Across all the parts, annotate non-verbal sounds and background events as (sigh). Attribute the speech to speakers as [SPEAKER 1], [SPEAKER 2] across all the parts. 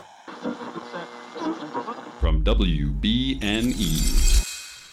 [SPEAKER 1] E.
[SPEAKER 2] WBNE.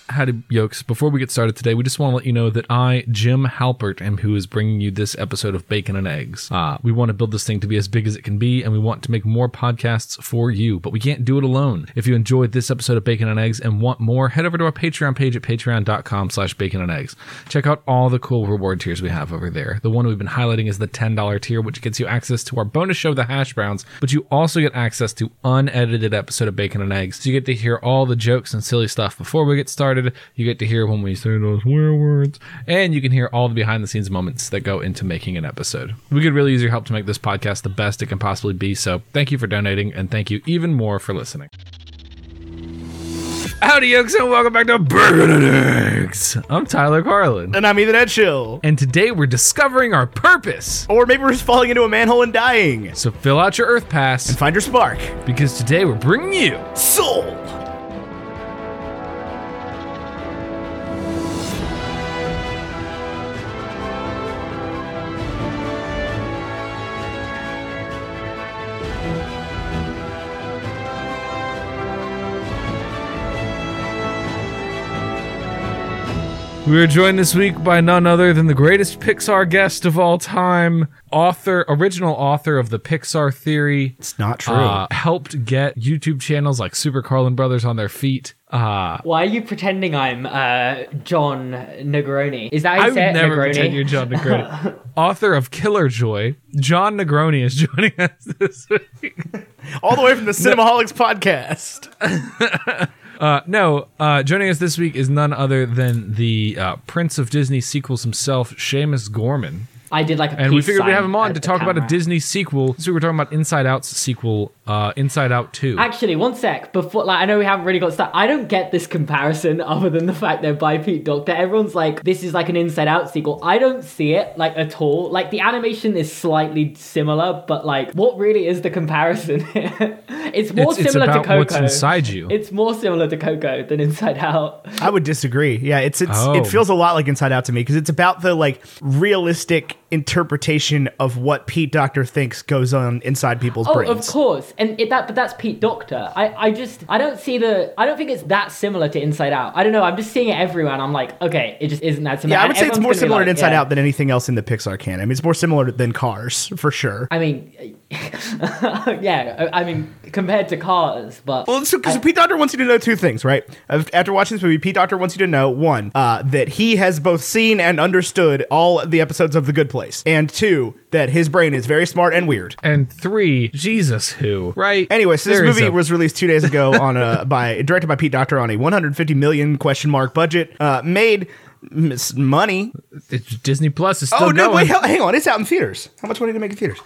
[SPEAKER 3] Howdy, yokes. Before we get started today, we just want to let you know that I, Jim Halpert, am who is bringing you this episode of Bacon and Eggs. Uh, we want to build this thing to be as big as it can be, and we want to make more podcasts for you, but we can't do it alone. If you enjoyed this episode of Bacon and Eggs and want more, head over to our Patreon page at patreon.com slash bacon and eggs. Check out all the cool reward tiers we have over there. The one we've been highlighting is the $10 tier, which gets you access to our bonus show, The Hash Browns, but you also get access to unedited episode of Bacon and Eggs. So you get to hear all the jokes and silly stuff before we get started. You get to hear when we say those swear words, and you can hear all the behind the scenes moments that go into making an episode. We could really use your help to make this podcast the best it can possibly be. So thank you for donating, and thank you even more for listening. Howdy, yokes, and welcome back to Bacon and Eggs. I'm Tyler Carlin.
[SPEAKER 4] And I'm Ethan Edgehill.
[SPEAKER 3] And today we're discovering our purpose.
[SPEAKER 4] Or maybe we're just falling into a manhole and dying.
[SPEAKER 3] So fill out your Earth Pass
[SPEAKER 4] Find your spark.
[SPEAKER 3] because today we're bringing you
[SPEAKER 4] Soul.
[SPEAKER 3] We are joined this week by none other than the greatest Pixar guest of all time, author, original author of the Pixar theory.
[SPEAKER 4] It's not true.
[SPEAKER 3] Uh, helped get YouTube channels like Super Carlin Brothers on their feet. Uh,
[SPEAKER 5] Why are you pretending I'm uh, John Negroni? Is that how
[SPEAKER 3] I
[SPEAKER 5] you
[SPEAKER 3] would
[SPEAKER 5] say it?
[SPEAKER 3] never
[SPEAKER 5] Negroni?
[SPEAKER 3] pretend you're John
[SPEAKER 5] (laughs)
[SPEAKER 3] Negroni. author of Killer Joy, John Negroni is joining (laughs) us this week.
[SPEAKER 4] All the way (laughs) from the Cinemaholics podcast.
[SPEAKER 3] Uh, no, uh, joining us this week is none other than the uh, Prince of Disney sequels himself, Seamus Gorman.
[SPEAKER 5] I did like a
[SPEAKER 3] and we
[SPEAKER 5] peace
[SPEAKER 3] figured we'd
[SPEAKER 5] sign
[SPEAKER 3] have him on
[SPEAKER 5] at
[SPEAKER 3] to
[SPEAKER 5] the
[SPEAKER 3] talk about a
[SPEAKER 5] camera.
[SPEAKER 3] Disney sequel. So we were talking about Inside Out's sequel, uh, Inside Out 2.
[SPEAKER 5] Actually, one sec before, like, I know we haven't really got started. I don't get this comparison (laughs) other than the fact they're by Pete Doctor. Everyone's like, this is like an Inside Out sequel. I don't see it like at all. Like the animation is slightly similar, but like, what really is the comparison? (laughs) it's more
[SPEAKER 3] it's, it's
[SPEAKER 5] similar
[SPEAKER 3] about
[SPEAKER 5] to Coco.
[SPEAKER 3] what's inside you.
[SPEAKER 5] It's more similar to Coco than Inside Out.
[SPEAKER 4] I would disagree. Yeah, it's it's
[SPEAKER 3] Oh.
[SPEAKER 4] it feels a lot like Inside Out to me because it's about the like realistic interpretation of what Pete Doctor thinks goes on inside people's
[SPEAKER 5] Oh,
[SPEAKER 4] brains.
[SPEAKER 5] of course, and it, that but that's Pete Doctor. I, I just I don't see the I don't think it's that similar to Inside Out. I don't know. I'm just seeing it everywhere, and I'm like, okay, it just isn't that similar.
[SPEAKER 4] Yeah, I
[SPEAKER 5] And
[SPEAKER 4] would say it's
[SPEAKER 5] everyone's
[SPEAKER 4] more
[SPEAKER 5] gonna be
[SPEAKER 4] similar
[SPEAKER 5] like,
[SPEAKER 4] to Inside
[SPEAKER 5] yeah.
[SPEAKER 4] Out than anything else in the Pixar canon. I mean, it's more similar than Cars for sure.
[SPEAKER 5] I mean, (laughs) yeah, I I mean compared to Cars, but
[SPEAKER 4] Well, so, so Pete Doctor wants you to know two things, right? Af- After watching this movie, Pete Doctor wants you to know one, uh, that he has both seen and understood all the episodes of The Good Place, and two, that his brain is very smart and weird.
[SPEAKER 3] and three, Jesus Who, right?
[SPEAKER 4] Anyway, so this
[SPEAKER 3] There is
[SPEAKER 4] movie
[SPEAKER 3] a-
[SPEAKER 4] was released two
[SPEAKER 3] (laughs)
[SPEAKER 4] days ago on a by directed by Pete Doctor on a 150 million question mark budget, uh, made m- s- money.
[SPEAKER 3] it's- Disney Plus is still
[SPEAKER 4] Oh no,
[SPEAKER 3] going.
[SPEAKER 4] wait, hell- hang on, it's out in theaters. How much money did it make in theaters?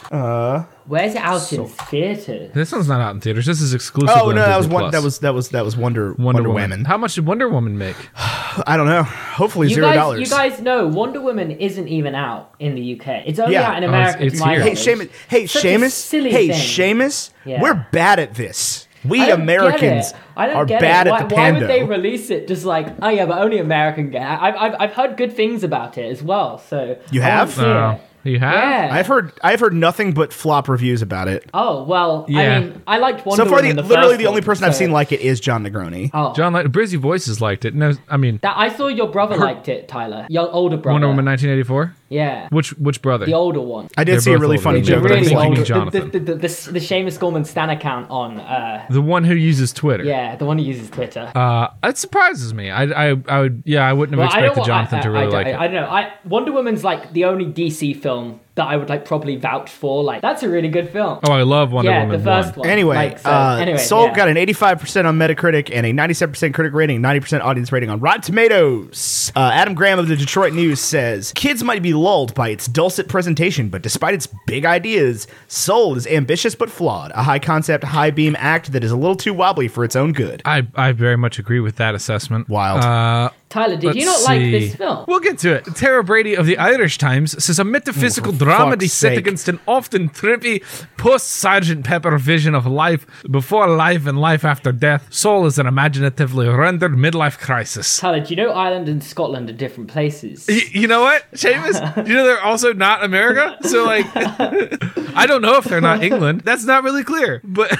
[SPEAKER 5] where's it out in theaters?
[SPEAKER 3] This one's not out in theaters. This is exclusive.
[SPEAKER 4] Oh no,
[SPEAKER 3] on Disney
[SPEAKER 4] that was one.
[SPEAKER 3] Plus.
[SPEAKER 4] That was that was that was Wonder Wonder,
[SPEAKER 3] Wonder Woman.
[SPEAKER 4] Women.
[SPEAKER 3] How much did Wonder Woman
[SPEAKER 5] (laughs)
[SPEAKER 3] make?
[SPEAKER 4] I don't know. Hopefully
[SPEAKER 5] You
[SPEAKER 4] zero
[SPEAKER 5] guys,
[SPEAKER 4] dollars.
[SPEAKER 5] you guys know Wonder Woman isn't even out in the UK. It's only
[SPEAKER 4] Yeah.
[SPEAKER 5] out in
[SPEAKER 3] Oh,
[SPEAKER 5] America.
[SPEAKER 3] it's- it's
[SPEAKER 5] to my
[SPEAKER 3] here.
[SPEAKER 4] Hey,
[SPEAKER 5] knowledge.
[SPEAKER 4] Seamus. Hey,
[SPEAKER 5] Such a
[SPEAKER 4] Seamus.
[SPEAKER 5] silly
[SPEAKER 4] Hey,
[SPEAKER 5] thing.
[SPEAKER 4] Seamus.
[SPEAKER 5] Yeah.
[SPEAKER 4] We're bad at this. We
[SPEAKER 5] I don't get
[SPEAKER 4] Americans
[SPEAKER 5] it. I don't
[SPEAKER 4] are
[SPEAKER 5] get
[SPEAKER 4] bad
[SPEAKER 5] it.
[SPEAKER 4] at
[SPEAKER 5] Why,
[SPEAKER 4] the
[SPEAKER 5] why
[SPEAKER 4] pando.
[SPEAKER 5] would they release it just like, oh yeah, but only American get I've, I've, I've heard good things about it as well. So
[SPEAKER 4] You
[SPEAKER 5] I wanna
[SPEAKER 4] have?
[SPEAKER 5] see
[SPEAKER 3] Uh,
[SPEAKER 5] it.
[SPEAKER 3] you have?
[SPEAKER 5] Yeah.
[SPEAKER 4] I've heard I've heard nothing but flop reviews about it.
[SPEAKER 5] Oh well,
[SPEAKER 3] Yeah.
[SPEAKER 5] I mean, I liked Wonder
[SPEAKER 4] So far, the,
[SPEAKER 5] Woman. the
[SPEAKER 4] literally
[SPEAKER 5] first
[SPEAKER 4] the only
[SPEAKER 5] one,
[SPEAKER 4] person I've
[SPEAKER 5] so-
[SPEAKER 4] seen like it is John Negroni.
[SPEAKER 5] Oh,
[SPEAKER 3] John, like, Brizzy Voices liked it. No, I mean,
[SPEAKER 5] that I saw your brother liked it, Tyler, your older brother.
[SPEAKER 3] Wonder Woman 1984?
[SPEAKER 5] Yeah,
[SPEAKER 3] Which which brother?
[SPEAKER 5] the older one.
[SPEAKER 4] I
[SPEAKER 3] They're
[SPEAKER 4] did see a
[SPEAKER 3] both
[SPEAKER 4] really
[SPEAKER 3] old
[SPEAKER 4] funny
[SPEAKER 3] reviews,
[SPEAKER 4] joke.
[SPEAKER 3] but I
[SPEAKER 4] that I
[SPEAKER 5] really
[SPEAKER 3] think you
[SPEAKER 4] liked.
[SPEAKER 5] old.
[SPEAKER 3] mean
[SPEAKER 5] The,
[SPEAKER 3] Jonathan.
[SPEAKER 5] the, the, the, the, the Seamus Gorman Stan account on, uh,
[SPEAKER 3] The one who uses Twitter.
[SPEAKER 5] yeah, the one who uses Twitter.
[SPEAKER 3] Uh, that surprises me. I, I, I would, yeah, I wouldn't have
[SPEAKER 5] Well, I
[SPEAKER 3] expected
[SPEAKER 5] don't,
[SPEAKER 3] Jonathan
[SPEAKER 5] I, I,
[SPEAKER 3] to really
[SPEAKER 5] I,
[SPEAKER 3] like
[SPEAKER 5] I,
[SPEAKER 3] it.
[SPEAKER 5] I don't know. I Wonder Woman's like the only DC film that I would like probably vouch for. Like that's a really good film.
[SPEAKER 3] oh, I love Wonder
[SPEAKER 5] yeah,
[SPEAKER 3] Woman
[SPEAKER 5] the first
[SPEAKER 3] 1.
[SPEAKER 5] one.
[SPEAKER 4] Anyway,
[SPEAKER 5] like, so,
[SPEAKER 4] uh,
[SPEAKER 5] anyway,
[SPEAKER 4] Soul
[SPEAKER 5] yeah.
[SPEAKER 4] got an 85% on Metacritic and a 97% critic rating, 90% audience rating on Rotten Tomatoes. Uh, Adam Graham of the Detroit News says Kids might be lulled by its dulcet presentation, but despite its big ideas, Soul is ambitious but flawed, a high concept, high beam act that is a little too wobbly for its own good.
[SPEAKER 3] I, I very much agree with that assessment.
[SPEAKER 4] Wild.
[SPEAKER 3] Uh,
[SPEAKER 5] Tyler, did you not
[SPEAKER 3] let's
[SPEAKER 5] like
[SPEAKER 3] see.
[SPEAKER 5] this film?
[SPEAKER 3] We'll get to it. Tara Brady of the Irish Times says a metaphysical
[SPEAKER 4] for
[SPEAKER 3] dramedy
[SPEAKER 4] fuck's
[SPEAKER 3] set
[SPEAKER 4] sake.
[SPEAKER 3] against an often trippy post Sergeant Pepper vision of life before life and life after death. Soul is an imaginatively rendered midlife crisis.
[SPEAKER 5] Tyler, do you know Ireland and Scotland are different places?
[SPEAKER 3] Y- You know what,
[SPEAKER 5] (laughs)
[SPEAKER 3] Seamus? You know they're also not America, so (laughs) like, I don't know if they're not England. That's not really clear, but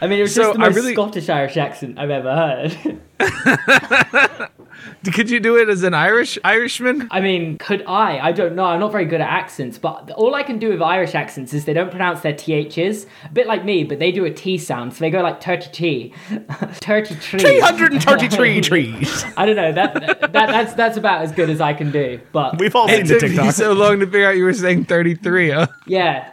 [SPEAKER 5] I mean, it was
[SPEAKER 3] So,
[SPEAKER 5] just the
[SPEAKER 3] I
[SPEAKER 5] most
[SPEAKER 3] really-
[SPEAKER 5] Scottish Irish accent I've ever heard.
[SPEAKER 3] (laughs)
[SPEAKER 5] (laughs)
[SPEAKER 3] Could you do it as an Irish Irishman?
[SPEAKER 5] I mean, could I? I don't know. I'm not very good at accents, but all I can do with Irish accents is they don't pronounce their THs. A bit like me, but they do a T sound, so they go like 30 (laughs) T. 30
[SPEAKER 3] (laughs)
[SPEAKER 5] tree. (laughs)
[SPEAKER 4] 333 trees.
[SPEAKER 5] I don't know. That, that that's that's about as good as I can do. But
[SPEAKER 4] We've all seen
[SPEAKER 3] It
[SPEAKER 4] the
[SPEAKER 3] took me
[SPEAKER 4] TikTok.
[SPEAKER 3] so long to figure out you were saying 33. Huh?
[SPEAKER 5] yeah.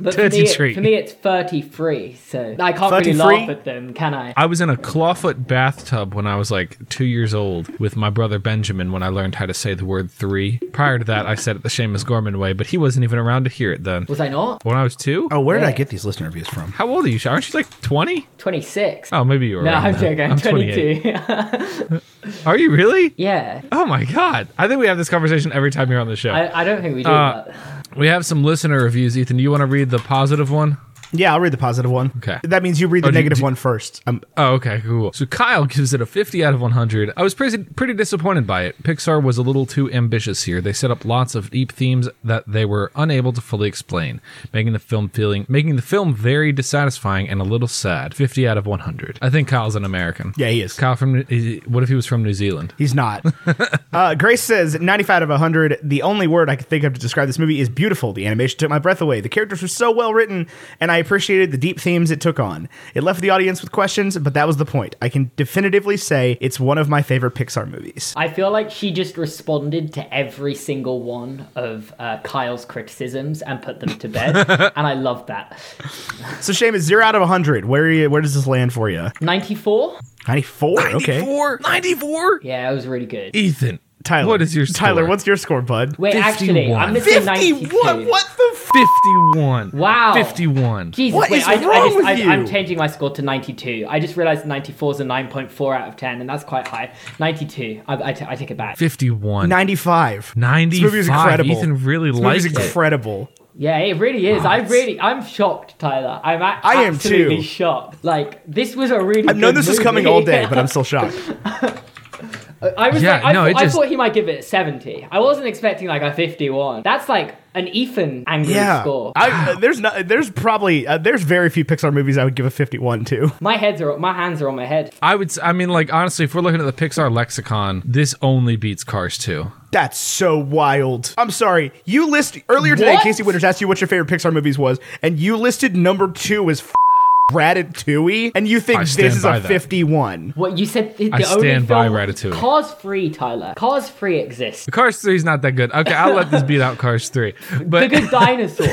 [SPEAKER 5] But for me,
[SPEAKER 3] 33.
[SPEAKER 5] it, for me, it's 33, so I can't really
[SPEAKER 4] 33?
[SPEAKER 5] laugh at them, can I?
[SPEAKER 3] I was in a clawfoot bathtub when I was like two years old with my brother Benjamin when I learned how to say the word three. Prior to that, I said it the Seamus Gorman way, but he wasn't even around to hear it then.
[SPEAKER 5] Was I not?
[SPEAKER 3] When I was two?
[SPEAKER 4] Oh, where did I
[SPEAKER 5] Yeah.
[SPEAKER 4] get these listener reviews from?
[SPEAKER 3] How old are you? Sean? Aren't you like 20?
[SPEAKER 5] 26.
[SPEAKER 3] Oh, maybe you were.
[SPEAKER 5] no,
[SPEAKER 3] around
[SPEAKER 5] I'm
[SPEAKER 3] then.
[SPEAKER 5] joking. I'm 22.
[SPEAKER 3] Are you really?
[SPEAKER 5] (laughs) yeah.
[SPEAKER 3] Oh my God. I think we have this conversation every time you're on the show.
[SPEAKER 5] I, I don't think we do
[SPEAKER 3] Uh,
[SPEAKER 5] that.
[SPEAKER 3] we have some listener reviews. Ethan, do you want to read the positive one?
[SPEAKER 4] Yeah, I'll read the positive one.
[SPEAKER 3] Okay.
[SPEAKER 4] That means you read the
[SPEAKER 3] do you-
[SPEAKER 4] negative
[SPEAKER 3] do-
[SPEAKER 4] one first. Um,
[SPEAKER 3] Oh, okay, cool. So Kyle gives it a 50 out of 100. I was pretty, pretty disappointed by it. Pixar was a little too ambitious here. They set up lots of deep themes that they were unable to fully explain, making the film feeling making the film very dissatisfying and a little sad. 50 out of 100. I think Kyle's an American.
[SPEAKER 4] Yeah, he is.
[SPEAKER 3] Kyle from is- what if he was from New Zealand?
[SPEAKER 4] he's (laughs) not. uh, Grace says 95 out of 100. The only word I could think of to describe this movie is beautiful. The animation took my breath away. The characters were so well written, and I appreciated the deep themes it took on. It left the audience with questions, but that was the point. I can definitively say it's one of my favorite Pixar movies.
[SPEAKER 5] I feel like she just responded to every single one of uh, Kyle's criticisms and put them to bed, and I love that.
[SPEAKER 4] So, Shame is 0 out of 100. Where are you, where does this land for you?
[SPEAKER 5] Ninety-four.
[SPEAKER 4] 94? Okay.
[SPEAKER 3] 94? 94?
[SPEAKER 5] Yeah, it was really good.
[SPEAKER 3] Ethan.
[SPEAKER 4] Tyler.
[SPEAKER 3] What is your score?
[SPEAKER 4] Tyler, what's your score, bud?
[SPEAKER 5] Wait, actually,
[SPEAKER 3] 51.
[SPEAKER 5] I'm missing
[SPEAKER 4] 51?
[SPEAKER 5] ninety-two.
[SPEAKER 4] What, the f-
[SPEAKER 3] 51.
[SPEAKER 5] Wow.
[SPEAKER 3] 51.
[SPEAKER 5] Jesus,
[SPEAKER 4] What
[SPEAKER 5] wait,
[SPEAKER 4] is
[SPEAKER 5] I, I
[SPEAKER 4] wrong
[SPEAKER 5] just,
[SPEAKER 4] with
[SPEAKER 5] I,
[SPEAKER 4] you?
[SPEAKER 5] I'm changing my score to 92. I just realized 94 is a 9.4 out of 10, and that's quite high. 92. I, I, t- I take it back.
[SPEAKER 3] 51.
[SPEAKER 4] 95.
[SPEAKER 3] 95.
[SPEAKER 4] movie is incredible.
[SPEAKER 3] Ethan really
[SPEAKER 4] This
[SPEAKER 3] likes
[SPEAKER 4] movie's
[SPEAKER 3] it.
[SPEAKER 4] incredible.
[SPEAKER 5] Yeah, it really is. I really, I'm shocked, Tyler. I'm a-
[SPEAKER 4] I am
[SPEAKER 5] absolutely
[SPEAKER 4] too.
[SPEAKER 5] shocked. Like, this was a really.
[SPEAKER 4] I've known
[SPEAKER 5] good
[SPEAKER 4] this was coming
[SPEAKER 5] movie.
[SPEAKER 4] all day, but I'm still shocked.
[SPEAKER 5] (laughs) I was
[SPEAKER 3] Yeah,
[SPEAKER 5] like, I,
[SPEAKER 3] no,
[SPEAKER 5] thought,
[SPEAKER 3] it
[SPEAKER 5] I
[SPEAKER 3] just-
[SPEAKER 5] thought he might give it a 70. I wasn't expecting like a 51. That's like an Ethan angry
[SPEAKER 4] Yeah,
[SPEAKER 5] score.
[SPEAKER 4] I, uh, there's no, there's probably uh, there's very few Pixar movies I would give a 51 to.
[SPEAKER 5] my heads are my hands are on my head.
[SPEAKER 3] I would. s- I mean, like honestly, if we're looking at the Pixar lexicon, this only beats Cars 2.
[SPEAKER 4] That's so wild. I'm sorry, you list earlier today.
[SPEAKER 5] What?
[SPEAKER 4] Casey Winters asked you what your favorite Pixar movies was, and you listed number two as f- Ratatouille, and you think
[SPEAKER 3] I
[SPEAKER 4] this
[SPEAKER 3] stand
[SPEAKER 4] is
[SPEAKER 3] by
[SPEAKER 4] a
[SPEAKER 3] that.
[SPEAKER 4] 51.
[SPEAKER 5] What you said? The
[SPEAKER 3] I
[SPEAKER 5] only
[SPEAKER 3] stand by
[SPEAKER 5] film-
[SPEAKER 3] Ratatouille.
[SPEAKER 5] Cars free, Tyler. Cars free exists.
[SPEAKER 3] Cars 3 is not that good. Okay, I'll let this beat out Cars 3.
[SPEAKER 5] The (laughs)
[SPEAKER 3] But (laughs)
[SPEAKER 5] Good Dinosaur,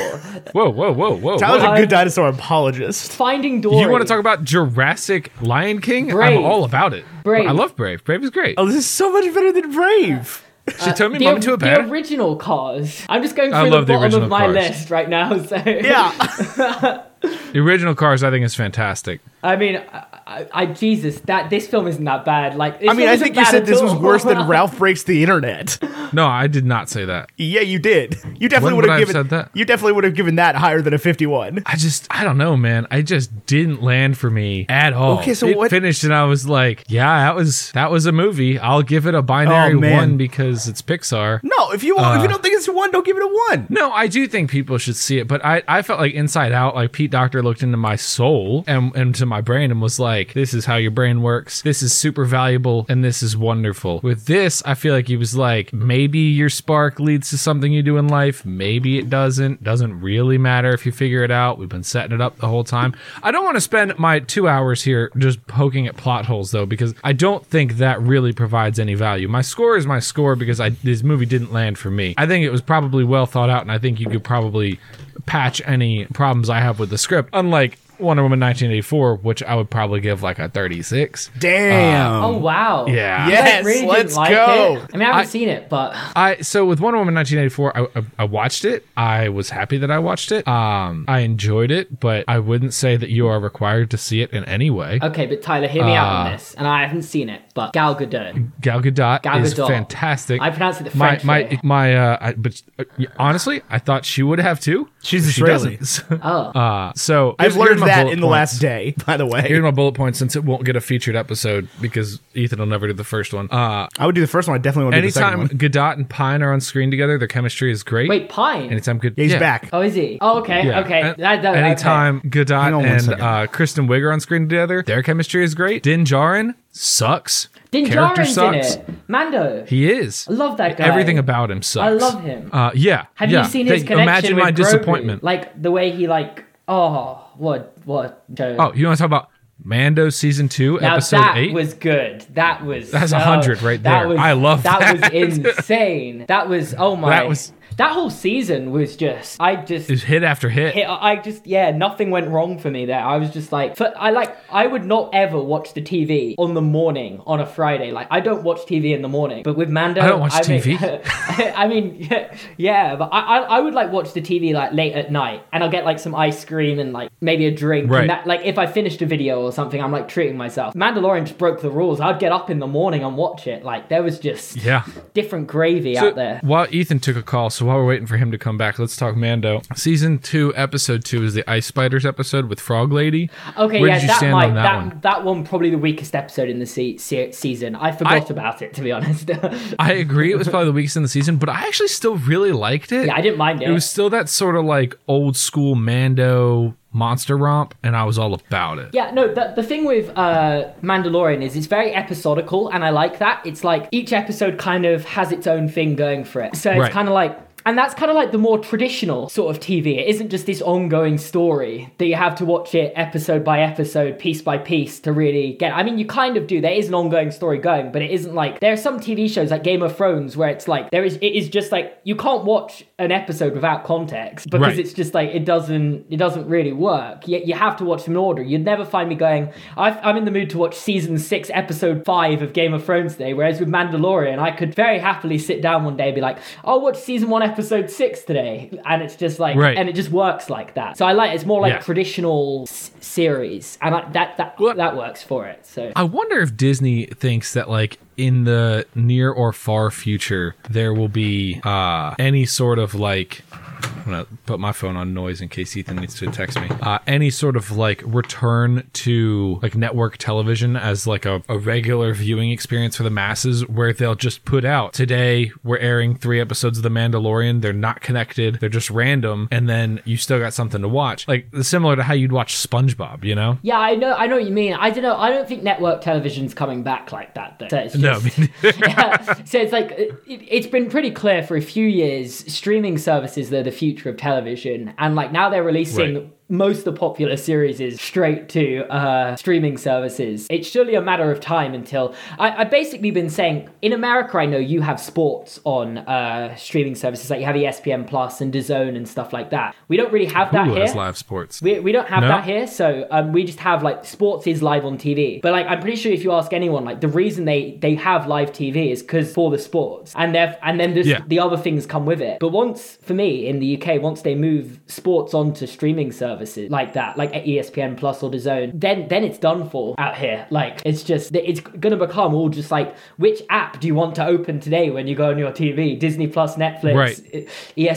[SPEAKER 3] whoa, whoa, whoa, whoa.
[SPEAKER 4] Tyler's
[SPEAKER 3] whoa.
[SPEAKER 5] Well,
[SPEAKER 4] a good
[SPEAKER 5] I-
[SPEAKER 4] dinosaur apologist.
[SPEAKER 5] Finding Dory.
[SPEAKER 3] You want to talk about Jurassic Lion King?
[SPEAKER 5] Brave.
[SPEAKER 3] I'm all about it.
[SPEAKER 5] Brave. Uh,
[SPEAKER 3] I love Brave. Brave is great.
[SPEAKER 4] Oh, this is so much better than Brave.
[SPEAKER 3] she told me
[SPEAKER 5] the,
[SPEAKER 3] mom to a
[SPEAKER 5] the
[SPEAKER 3] bed.
[SPEAKER 5] original Cars? I'm just going
[SPEAKER 3] I
[SPEAKER 5] through the
[SPEAKER 3] love the
[SPEAKER 5] bottom
[SPEAKER 3] original
[SPEAKER 5] of my
[SPEAKER 3] Cars.
[SPEAKER 5] list right now. (laughs) So
[SPEAKER 4] Yeah,
[SPEAKER 3] The original Cars, I think, is fantastic.
[SPEAKER 5] I mean, I, I, I Jesus, that this film isn't that bad. Like, this
[SPEAKER 4] I mean,
[SPEAKER 5] film
[SPEAKER 4] I
[SPEAKER 5] isn't
[SPEAKER 4] think you
[SPEAKER 5] bad
[SPEAKER 4] said
[SPEAKER 5] at
[SPEAKER 4] this was
[SPEAKER 5] all.
[SPEAKER 4] worse
[SPEAKER 5] (laughs)
[SPEAKER 4] than Ralph Breaks the Internet.
[SPEAKER 3] No, I did not say that.
[SPEAKER 4] Yeah, you did. You definitely
[SPEAKER 3] When
[SPEAKER 4] would
[SPEAKER 3] would I
[SPEAKER 4] have
[SPEAKER 3] have
[SPEAKER 4] given
[SPEAKER 3] said that?
[SPEAKER 4] You definitely would have given that higher than a 51.
[SPEAKER 3] I just, I don't know, man. I just didn't land for me at all.
[SPEAKER 4] Okay, so
[SPEAKER 3] it
[SPEAKER 4] what-
[SPEAKER 3] finished, and I was like, yeah, that was that was a movie. I'll give it a binary
[SPEAKER 4] Oh, man.
[SPEAKER 3] one because it's Pixar.
[SPEAKER 4] No, if you
[SPEAKER 3] Uh.
[SPEAKER 4] if you don't think it's a one, don't give it a one.
[SPEAKER 3] No, I do think people should see it, but I, I felt like inside out, like Pete Doctor looked into my soul and into my brain and was like, this is how your brain works. This is super valuable and this is wonderful. With this, I feel like he was like, maybe your spark leads to something you do in life. Maybe it doesn't. Doesn't really matter if you figure it out. We've been setting it up the whole time. I don't want to spend my two hours here just poking at plot holes though, because I don't think that really provides any value. My score is my score because I this movie didn't land for me. I think it was probably well thought out, and I think you could probably patch any problems I have with the script. Unlike Wonder Woman 1984, which I would probably give like a 36.
[SPEAKER 4] Damn.
[SPEAKER 5] Oh wow!
[SPEAKER 3] Yeah.
[SPEAKER 5] You guys
[SPEAKER 4] Yes,
[SPEAKER 5] really didn't
[SPEAKER 4] let's
[SPEAKER 5] like
[SPEAKER 4] go.
[SPEAKER 5] It. I mean, I haven't
[SPEAKER 3] I-
[SPEAKER 5] seen it, but
[SPEAKER 3] I so with Wonder Woman 1984, I, I, I watched it. I was happy that I watched it. Um, I enjoyed it, but I wouldn't say that you are required to see it in any way.
[SPEAKER 5] okay. But Tyler, hear me out
[SPEAKER 3] Ah.
[SPEAKER 5] on this, and I haven't seen it, but Gal Gadot.
[SPEAKER 3] Gal Gadot,
[SPEAKER 5] Gal
[SPEAKER 3] is
[SPEAKER 5] Gadot.
[SPEAKER 3] fantastic.
[SPEAKER 5] I pronounce it the
[SPEAKER 3] my
[SPEAKER 5] French
[SPEAKER 3] my
[SPEAKER 5] way.
[SPEAKER 3] my. Uh, I, but uh, honestly, I thought she would have too.
[SPEAKER 4] She's
[SPEAKER 3] She
[SPEAKER 4] Israeli.
[SPEAKER 3] doesn't. (laughs)
[SPEAKER 5] Oh,
[SPEAKER 3] Uh, so
[SPEAKER 4] I've
[SPEAKER 3] here's-
[SPEAKER 4] learned
[SPEAKER 3] here's my
[SPEAKER 4] that
[SPEAKER 3] bullet
[SPEAKER 4] in the last
[SPEAKER 3] points.
[SPEAKER 4] day, by the
[SPEAKER 3] Here's
[SPEAKER 4] way.
[SPEAKER 3] my bullet point since it won't get a featured episode because Ethan will never do the first one. Uh,
[SPEAKER 4] I would do the first one. I definitely want to do the second
[SPEAKER 3] anytime
[SPEAKER 4] one.
[SPEAKER 3] Godot and Pine are on screen together, their chemistry is great.
[SPEAKER 5] Wait, Pine.
[SPEAKER 3] Anytime good.
[SPEAKER 4] Yeah, he's back.
[SPEAKER 5] oh, is he? Oh, okay,
[SPEAKER 3] Yeah.
[SPEAKER 5] okay.
[SPEAKER 3] And-
[SPEAKER 5] That- that- okay.
[SPEAKER 3] anytime Godot
[SPEAKER 4] Hang on one
[SPEAKER 3] and
[SPEAKER 4] second.
[SPEAKER 3] uh, Kristen Wiig are on screen together, their chemistry is great. Din Djarin sucks.
[SPEAKER 5] Din
[SPEAKER 3] Character
[SPEAKER 5] Djarin's in
[SPEAKER 3] sucks.
[SPEAKER 5] it. Mando.
[SPEAKER 3] He is.
[SPEAKER 5] I love that guy.
[SPEAKER 3] Everything about him sucks.
[SPEAKER 5] I love him.
[SPEAKER 3] Uh, yeah.
[SPEAKER 5] Have
[SPEAKER 3] yeah.
[SPEAKER 5] you seen his
[SPEAKER 3] They-
[SPEAKER 5] connection
[SPEAKER 3] Imagine
[SPEAKER 5] with
[SPEAKER 3] my
[SPEAKER 5] Grogu?
[SPEAKER 3] disappointment.
[SPEAKER 5] Like the way he like. Oh, what what joke?
[SPEAKER 3] oh, you want to talk about Mando season two,
[SPEAKER 5] now
[SPEAKER 3] episode
[SPEAKER 5] that
[SPEAKER 3] eight?
[SPEAKER 5] was good. That was
[SPEAKER 3] That's a
[SPEAKER 5] so-
[SPEAKER 3] hundred right there. I love that. (laughs)
[SPEAKER 5] was insane. That was oh my.
[SPEAKER 3] That was-
[SPEAKER 5] that whole season was just I just
[SPEAKER 3] It's hit after hit.
[SPEAKER 5] it, I just yeah, nothing went wrong for me there. I was just like, for, I like, I would not ever watch the TV on the morning on a Friday. Like, I don't watch TV in the morning. But with Mando,
[SPEAKER 3] I don't watch
[SPEAKER 5] mean- (laughs)
[SPEAKER 3] TV.
[SPEAKER 5] I mean, yeah, yeah, but I, I, I would like watch the TV like late at night, and I'll get like some ice cream and like maybe a drink.
[SPEAKER 3] Right.
[SPEAKER 5] And that, like if I finished a video or something, I'm like treating myself. Mandalorian just broke the rules. I'd get up in the morning and watch it. Like there was just
[SPEAKER 3] Yeah.
[SPEAKER 5] different gravy
[SPEAKER 3] So,
[SPEAKER 5] out there.
[SPEAKER 3] While Ethan took a call, so while we're waiting for him to come back, let's talk Mando. Season two, episode two is the Ice Spiders episode with Frog Lady.
[SPEAKER 5] Okay,
[SPEAKER 3] Where
[SPEAKER 5] yeah,
[SPEAKER 3] did you
[SPEAKER 5] that
[SPEAKER 3] stand
[SPEAKER 5] might
[SPEAKER 3] on that,
[SPEAKER 5] that,
[SPEAKER 3] one?
[SPEAKER 5] that one probably the weakest episode in the se- se- season. I forgot
[SPEAKER 3] I-
[SPEAKER 5] about it to be honest. (laughs) yeah,
[SPEAKER 3] I agree, it was probably the weakest in the season, but I actually still really liked it.
[SPEAKER 5] I didn't mind it.
[SPEAKER 3] It was still that sort of like old school Mando monster romp, and I was all about it.
[SPEAKER 5] yeah, no, the, the thing with uh, Mandalorian is it's very episodical, and I like that. It's like each episode kind of has its own thing going for it. So it's
[SPEAKER 3] Right.
[SPEAKER 5] kind of like, and that's kind of like the more traditional sort of TV. It isn't just this ongoing story that you have to watch it episode by episode, piece by piece to really get. I mean, you kind of do. There is an ongoing story going, but it isn't like there are some TV shows like Game of Thrones where it's like there is. It is just like you can't watch an episode without context because
[SPEAKER 3] Right.
[SPEAKER 5] it's just like it doesn't it doesn't really work. You, you have to watch them in order. You'd never find me going. i I'm in the mood to watch season six, episode five of Game of Thrones today. Whereas with Mandalorian, I could very happily sit down one day and be like, "I'll watch season one, episode six today," and it's just like,
[SPEAKER 3] Right.
[SPEAKER 5] and it just works like that. So I like it's more like
[SPEAKER 3] Yeah.
[SPEAKER 5] traditional s- series, and I, that that
[SPEAKER 3] Well-
[SPEAKER 5] that works for it. So
[SPEAKER 3] I wonder if Disney thinks that like in the near or far future there will be uh any sort of like I'm gonna put my phone on noise in case Ethan needs to text me. Uh, any sort of like return to like network television as like a, a regular viewing experience for the masses, where they'll just put out today we're airing three episodes of The Mandalorian. They're not connected. They're just random, and then you still got something to watch. Like similar to how you'd watch SpongeBob, you know?
[SPEAKER 5] Yeah, I know. I know what you mean. I don't know. I don't think network television's coming back like that. Though. So it's
[SPEAKER 3] No,
[SPEAKER 5] just,
[SPEAKER 3] I mean-
[SPEAKER 5] (laughs) yeah. So it's like it, it's been pretty clear for a few years. Streaming services they're the future of television, and like now they're releasing.
[SPEAKER 3] Right.
[SPEAKER 5] Most of the popular series is straight to uh, streaming services. It's surely a matter of time until I, I've basically been saying in America. I know you have sports on uh, streaming services, like you have ESPN Plus and DAZN and stuff like that. We don't really have that
[SPEAKER 3] Who
[SPEAKER 5] here.
[SPEAKER 3] has live sports?
[SPEAKER 5] We, we don't have
[SPEAKER 3] No?
[SPEAKER 5] that here, so um, we just have like sports is live on TV. But like I'm pretty sure if you ask anyone, like the reason they they have live TV is because for the sports, and they're and then there's
[SPEAKER 3] Yeah.
[SPEAKER 5] the other things come with it. But once for me in the UK, once they move sports onto streaming services like that, like E at ESPN Plus or DAZN, then then it's done for out here. Like it's just it's gonna become all just like which app do you want to open today when you go on your TV? Disney Plus, Netflix, E-
[SPEAKER 3] Right.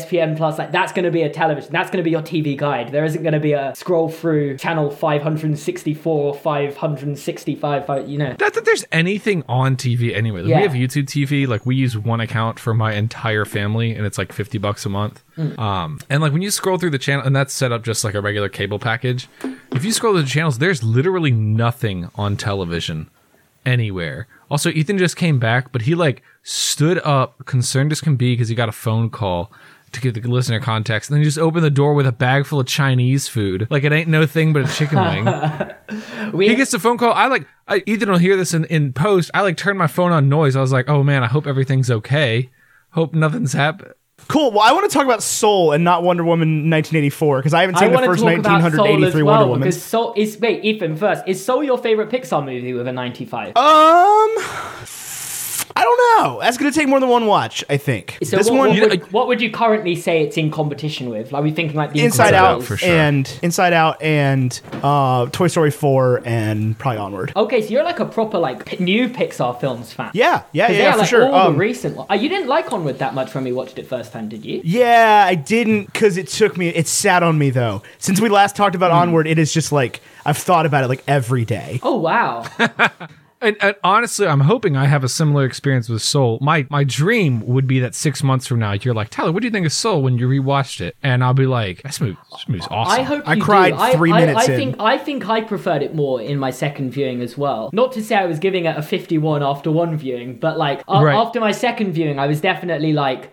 [SPEAKER 5] ESPN Plus, like that's going to be a television. That's going to be your TV guide. There isn't going to be a scroll through channel 564, 565, fi- you know.
[SPEAKER 3] Not that there's anything on TV anyway. Like,
[SPEAKER 5] Yeah.
[SPEAKER 3] We have YouTube TV. Like we use one account for my entire family, and it's like fifty bucks a month. Um, and like when you scroll through the channel, and that's set up just like a regular cable package. If you scroll through the channels, there's literally nothing on television anywhere. Also, Ethan just came back, but he like stood up, concerned as can be, because he got a phone call to give the listener context, and then he just opened the door with a bag full of Chinese food. Like it ain't no thing but a chicken wing.
[SPEAKER 5] We,
[SPEAKER 3] He gets the phone call. I like I, Ethan will hear this in, in post. I like turned my phone on noise. I was like, oh man, I hope everything's okay. Hope nothing's happened.
[SPEAKER 4] Cool. Well, I want to talk about Soul and not Wonder Woman 1984 because I haven't
[SPEAKER 5] I
[SPEAKER 4] seen the
[SPEAKER 5] want to
[SPEAKER 4] first
[SPEAKER 5] talk about Soul as
[SPEAKER 4] 1983 Wonder
[SPEAKER 5] well
[SPEAKER 4] Woman.
[SPEAKER 5] because Soul is wait
[SPEAKER 4] Uh,
[SPEAKER 5] Ethan first is Soul your favorite Pixar movie with a ninety five?
[SPEAKER 4] Um, I don't don't know. That's going to take more than one watch, I think.
[SPEAKER 5] So
[SPEAKER 4] this
[SPEAKER 5] what,
[SPEAKER 4] one,
[SPEAKER 5] what, would, what would you currently say it's in competition with? Like we thinking like the
[SPEAKER 4] Inside Out,
[SPEAKER 5] Incredibles.
[SPEAKER 3] for sure.
[SPEAKER 4] and Inside Out, and uh, Toy Story 4, and probably Onward.
[SPEAKER 5] Okay, so you're like a proper like p- new Pixar films fan.
[SPEAKER 4] Yeah, yeah, yeah,
[SPEAKER 5] 'Cause they
[SPEAKER 4] yeah,
[SPEAKER 5] are,
[SPEAKER 4] for
[SPEAKER 5] like,
[SPEAKER 4] sure.
[SPEAKER 5] All
[SPEAKER 4] Um,
[SPEAKER 5] the recent. One. Uh, you didn't like Onward that much when we watched it first time, did you?
[SPEAKER 4] Yeah, I didn't because it took me. It sat on me though. Since we last talked
[SPEAKER 3] Hmm.
[SPEAKER 4] about Onward, it is just like I've thought about it like every day.
[SPEAKER 5] Oh wow.
[SPEAKER 3] And, and honestly, I'm hoping I have a similar experience with Soul. My my dream would be that six months from now, you're like Tyler, what do you think of Soul when you rewatched it? And I'll be like, this movie, this movie's awesome.
[SPEAKER 5] I hope
[SPEAKER 4] I
[SPEAKER 5] you
[SPEAKER 4] cried
[SPEAKER 5] do.
[SPEAKER 4] three
[SPEAKER 5] I,
[SPEAKER 4] minutes
[SPEAKER 5] I, I
[SPEAKER 4] in.
[SPEAKER 5] think I think I preferred it more in my second viewing as well. Not to say I was giving it a 51 after one viewing, but like a-
[SPEAKER 3] Right.
[SPEAKER 5] after my second viewing, I was definitely like,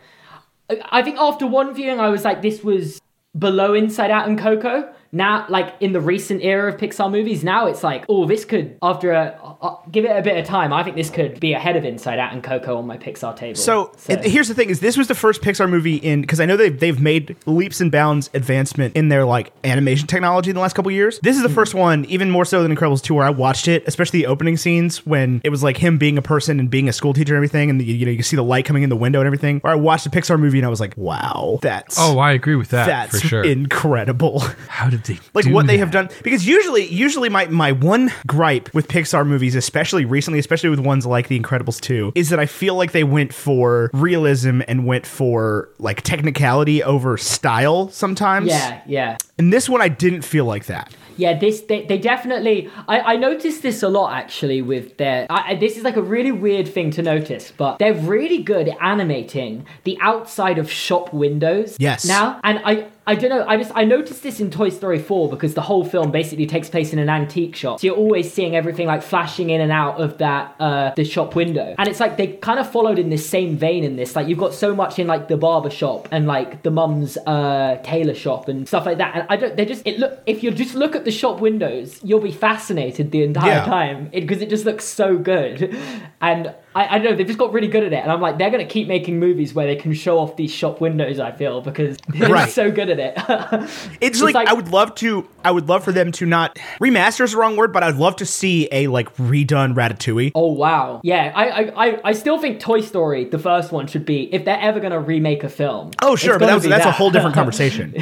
[SPEAKER 5] I- I think after one viewing, I was like, this was below Inside Out and Coco. Now, like in the recent era of Pixar movies, now it's like, oh, this could after a uh, give it a bit of time. I think this could be ahead of Inside Out and Coco on my Pixar table.
[SPEAKER 4] So, it- here's the thing: is this was the first Pixar movie in because I know they've they've made leaps and bounds advancement in their like animation technology in the last couple years. This is
[SPEAKER 3] Hmm.
[SPEAKER 4] the first one, even more so than Incredibles two, where I watched it, especially the opening scenes when it was like him being a person and being a school teacher and everything, and you, you know you see the light coming in the window and everything. Where I watched a Pixar movie and I was like, wow, that's
[SPEAKER 3] oh, I agree with that
[SPEAKER 4] that's
[SPEAKER 3] for sure.
[SPEAKER 4] incredible. (laughs)
[SPEAKER 3] How did they
[SPEAKER 4] like
[SPEAKER 3] do
[SPEAKER 4] what they
[SPEAKER 3] that?
[SPEAKER 4] have done because usually usually my my one gripe with Pixar movies especially recently especially with ones like The Incredibles 2 is that I feel like they went for realism and went for like technicality over style sometimes.
[SPEAKER 5] yeah, yeah.
[SPEAKER 4] And this one I didn't feel like that.
[SPEAKER 5] Yeah, this they, they definitely. I, I noticed this a lot actually with their. I, I- this is like a really weird thing to notice, but they're really good at animating the outside of shop windows.
[SPEAKER 4] Yes.
[SPEAKER 5] Now, and I I don't know. I just I noticed this in Toy Story 4 because the whole film basically takes place in an antique shop, so you're always seeing everything like flashing in and out of that uh the shop window, and it's like they kind of followed in this same vein in this. Like you've got so much in like the barber shop and like the mum's uh tailor shop and stuff like that, and I don't. They just it look if you just look at the shop windows, you'll be fascinated the entire
[SPEAKER 4] Yeah.
[SPEAKER 5] time because it just looks so good, and. I, I don't know, they've just got really good at it. And I'm like, they're going to keep making movies where they can show off these shop windows, I feel, because (laughs) they're
[SPEAKER 4] Right.
[SPEAKER 5] so good at it. (laughs)
[SPEAKER 4] It's,
[SPEAKER 5] It's
[SPEAKER 4] like,
[SPEAKER 5] like-
[SPEAKER 4] I would love to I would love for them to not remaster is the wrong word but I'd love to see a like redone Ratatouille.
[SPEAKER 5] oh, wow. Yeah, I, I, I, I still think Toy Story, the first one, should be, if they're ever going to remake a film.
[SPEAKER 4] Oh
[SPEAKER 5] it's
[SPEAKER 4] sure, but
[SPEAKER 5] gonna
[SPEAKER 4] that was,
[SPEAKER 5] be
[SPEAKER 4] that's a
[SPEAKER 5] that.
[SPEAKER 4] whole
[SPEAKER 5] (laughs)
[SPEAKER 4] different conversation.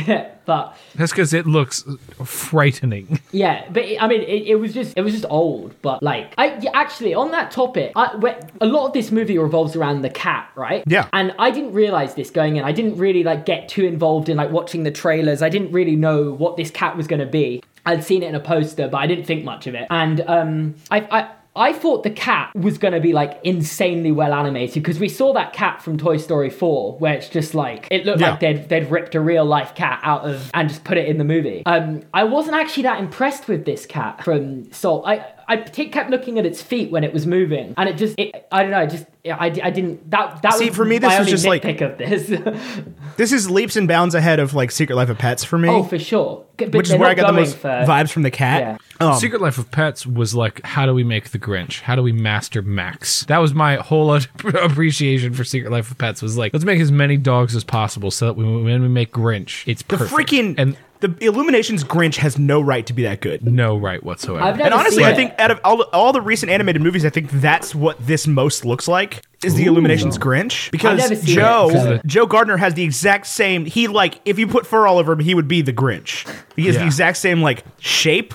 [SPEAKER 5] but
[SPEAKER 3] That's because it looks frightening.
[SPEAKER 5] yeah, but it, I mean, it, it was just it was just old. But like, I yeah, actually on that topic, I, where, a lot of this movie revolves around the cat, right?
[SPEAKER 4] Yeah.
[SPEAKER 5] And I didn't realize this going in. I didn't really like get too involved in like watching the trailers. I didn't really know what this cat was going to be. I'd seen it in a poster, but I didn't think much of it. And um, I. I I thought the cat was going to be like insanely well animated because we saw that cat from Toy Story 4 where it's just like it looked
[SPEAKER 4] Yeah.
[SPEAKER 5] like they'd they'd ripped a real life cat out of and just put it in the movie. Um I wasn't actually that impressed with this cat from Soul. I I t- kept looking at its feet when it was moving and it just it, I don't know, it just I, I didn't that that
[SPEAKER 4] See,
[SPEAKER 5] was
[SPEAKER 4] for me, this
[SPEAKER 5] my
[SPEAKER 4] was
[SPEAKER 5] only
[SPEAKER 4] just like-
[SPEAKER 5] nitpick of this. (laughs)
[SPEAKER 4] This is leaps and bounds ahead of like Secret Life of Pets for me.
[SPEAKER 5] oh, for sure. But
[SPEAKER 4] which is
[SPEAKER 5] they're
[SPEAKER 4] where
[SPEAKER 5] not
[SPEAKER 4] I got the
[SPEAKER 5] going
[SPEAKER 4] most
[SPEAKER 5] for-
[SPEAKER 4] vibes from the cat. Um,
[SPEAKER 3] Secret Life of Pets was like, how do we make the Grinch? How do we master Max? That was my whole (laughs) ad- appreciation for Secret Life of Pets was like, let's make as many dogs as possible so that when when we make Grinch, it's
[SPEAKER 4] the
[SPEAKER 3] perfect.
[SPEAKER 4] freaking
[SPEAKER 3] and
[SPEAKER 4] the Illuminations Grinch has no right to be that good.
[SPEAKER 3] no right whatsoever.
[SPEAKER 5] I've never
[SPEAKER 4] And honestly,
[SPEAKER 5] seen
[SPEAKER 4] I
[SPEAKER 5] it.
[SPEAKER 4] think out of all, all the recent animated movies, I think that's what this most looks like is the Illuminations Grinch because
[SPEAKER 5] never seen
[SPEAKER 4] Joe
[SPEAKER 5] it, so-
[SPEAKER 4] Joe Gardner has the exact same. He like if you put fur all over him, he would be the Grinch. He has the
[SPEAKER 3] Yeah.
[SPEAKER 4] exact same like shape.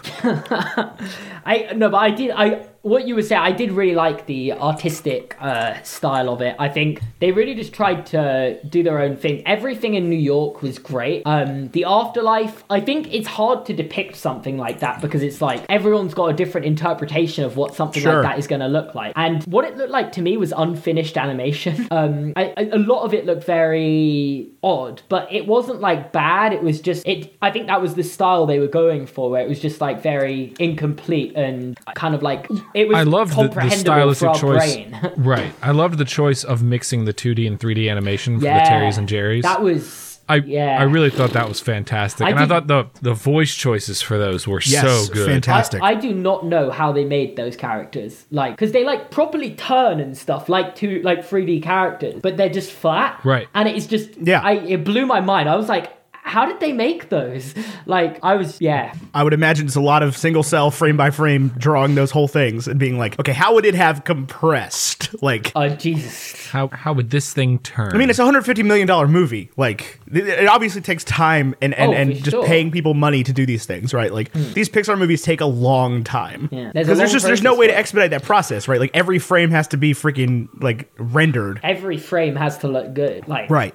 [SPEAKER 5] I no, but I did. I what you were saying, I did really like the artistic uh, style of it. I think they really just tried to do their own thing. Everything in New York was great. Um, the afterlife. I think it's hard to depict something like that because it's like everyone's got a different interpretation of what something
[SPEAKER 4] Sure.
[SPEAKER 5] like that is going to look like. And what it looked like to me was unfinished animation. (laughs) Um, I, I, a lot of it looked very odd, but it wasn't like bad. It was just it. I think that was the style they were going for, where it was just like very incomplete and kind of like it was.
[SPEAKER 3] I loved the, the
[SPEAKER 5] comprehensible
[SPEAKER 3] stylistic
[SPEAKER 5] for our
[SPEAKER 3] choice.
[SPEAKER 5] Brain. (laughs)
[SPEAKER 3] right. I loved the choice of mixing the 2D and 3D animation for the Terrys and Jerrys.
[SPEAKER 5] That was.
[SPEAKER 3] I,
[SPEAKER 5] yeah.
[SPEAKER 3] I really thought that was fantastic.
[SPEAKER 5] I
[SPEAKER 3] and I
[SPEAKER 5] did-
[SPEAKER 3] thought the, the voice choices for those were
[SPEAKER 4] Yes,
[SPEAKER 3] so good.
[SPEAKER 4] fantastic.
[SPEAKER 5] I, I do not know how they made those characters, like, because they like properly turn and stuff, like two like three D characters, but they're just flat,
[SPEAKER 3] Right.
[SPEAKER 5] And it's just,
[SPEAKER 4] Yeah.
[SPEAKER 5] I it blew my mind. I was like, how did they make those? (laughs) Like, I was, yeah.
[SPEAKER 4] I would imagine it's a lot of single cell frame by frame drawing those whole things and being like, okay, how would it have compressed? Like,
[SPEAKER 5] Oh, Jesus.
[SPEAKER 3] How how would this thing turn?
[SPEAKER 4] I mean, it's a hundred fifty million dollar movie. Like, th- it obviously takes time and and,
[SPEAKER 5] Oh,
[SPEAKER 4] and
[SPEAKER 5] for
[SPEAKER 4] just
[SPEAKER 5] sure. Hmm.
[SPEAKER 4] paying people money to do these things, right? Like, these Pixar movies take a long time because
[SPEAKER 5] Yeah. There's
[SPEAKER 4] there's,
[SPEAKER 5] a long
[SPEAKER 4] just there's no
[SPEAKER 5] process
[SPEAKER 4] way to
[SPEAKER 5] for it.
[SPEAKER 4] expedite that process, right? Like, every frame has to be freaking like rendered,
[SPEAKER 5] Every frame has to look good. Like,
[SPEAKER 4] right?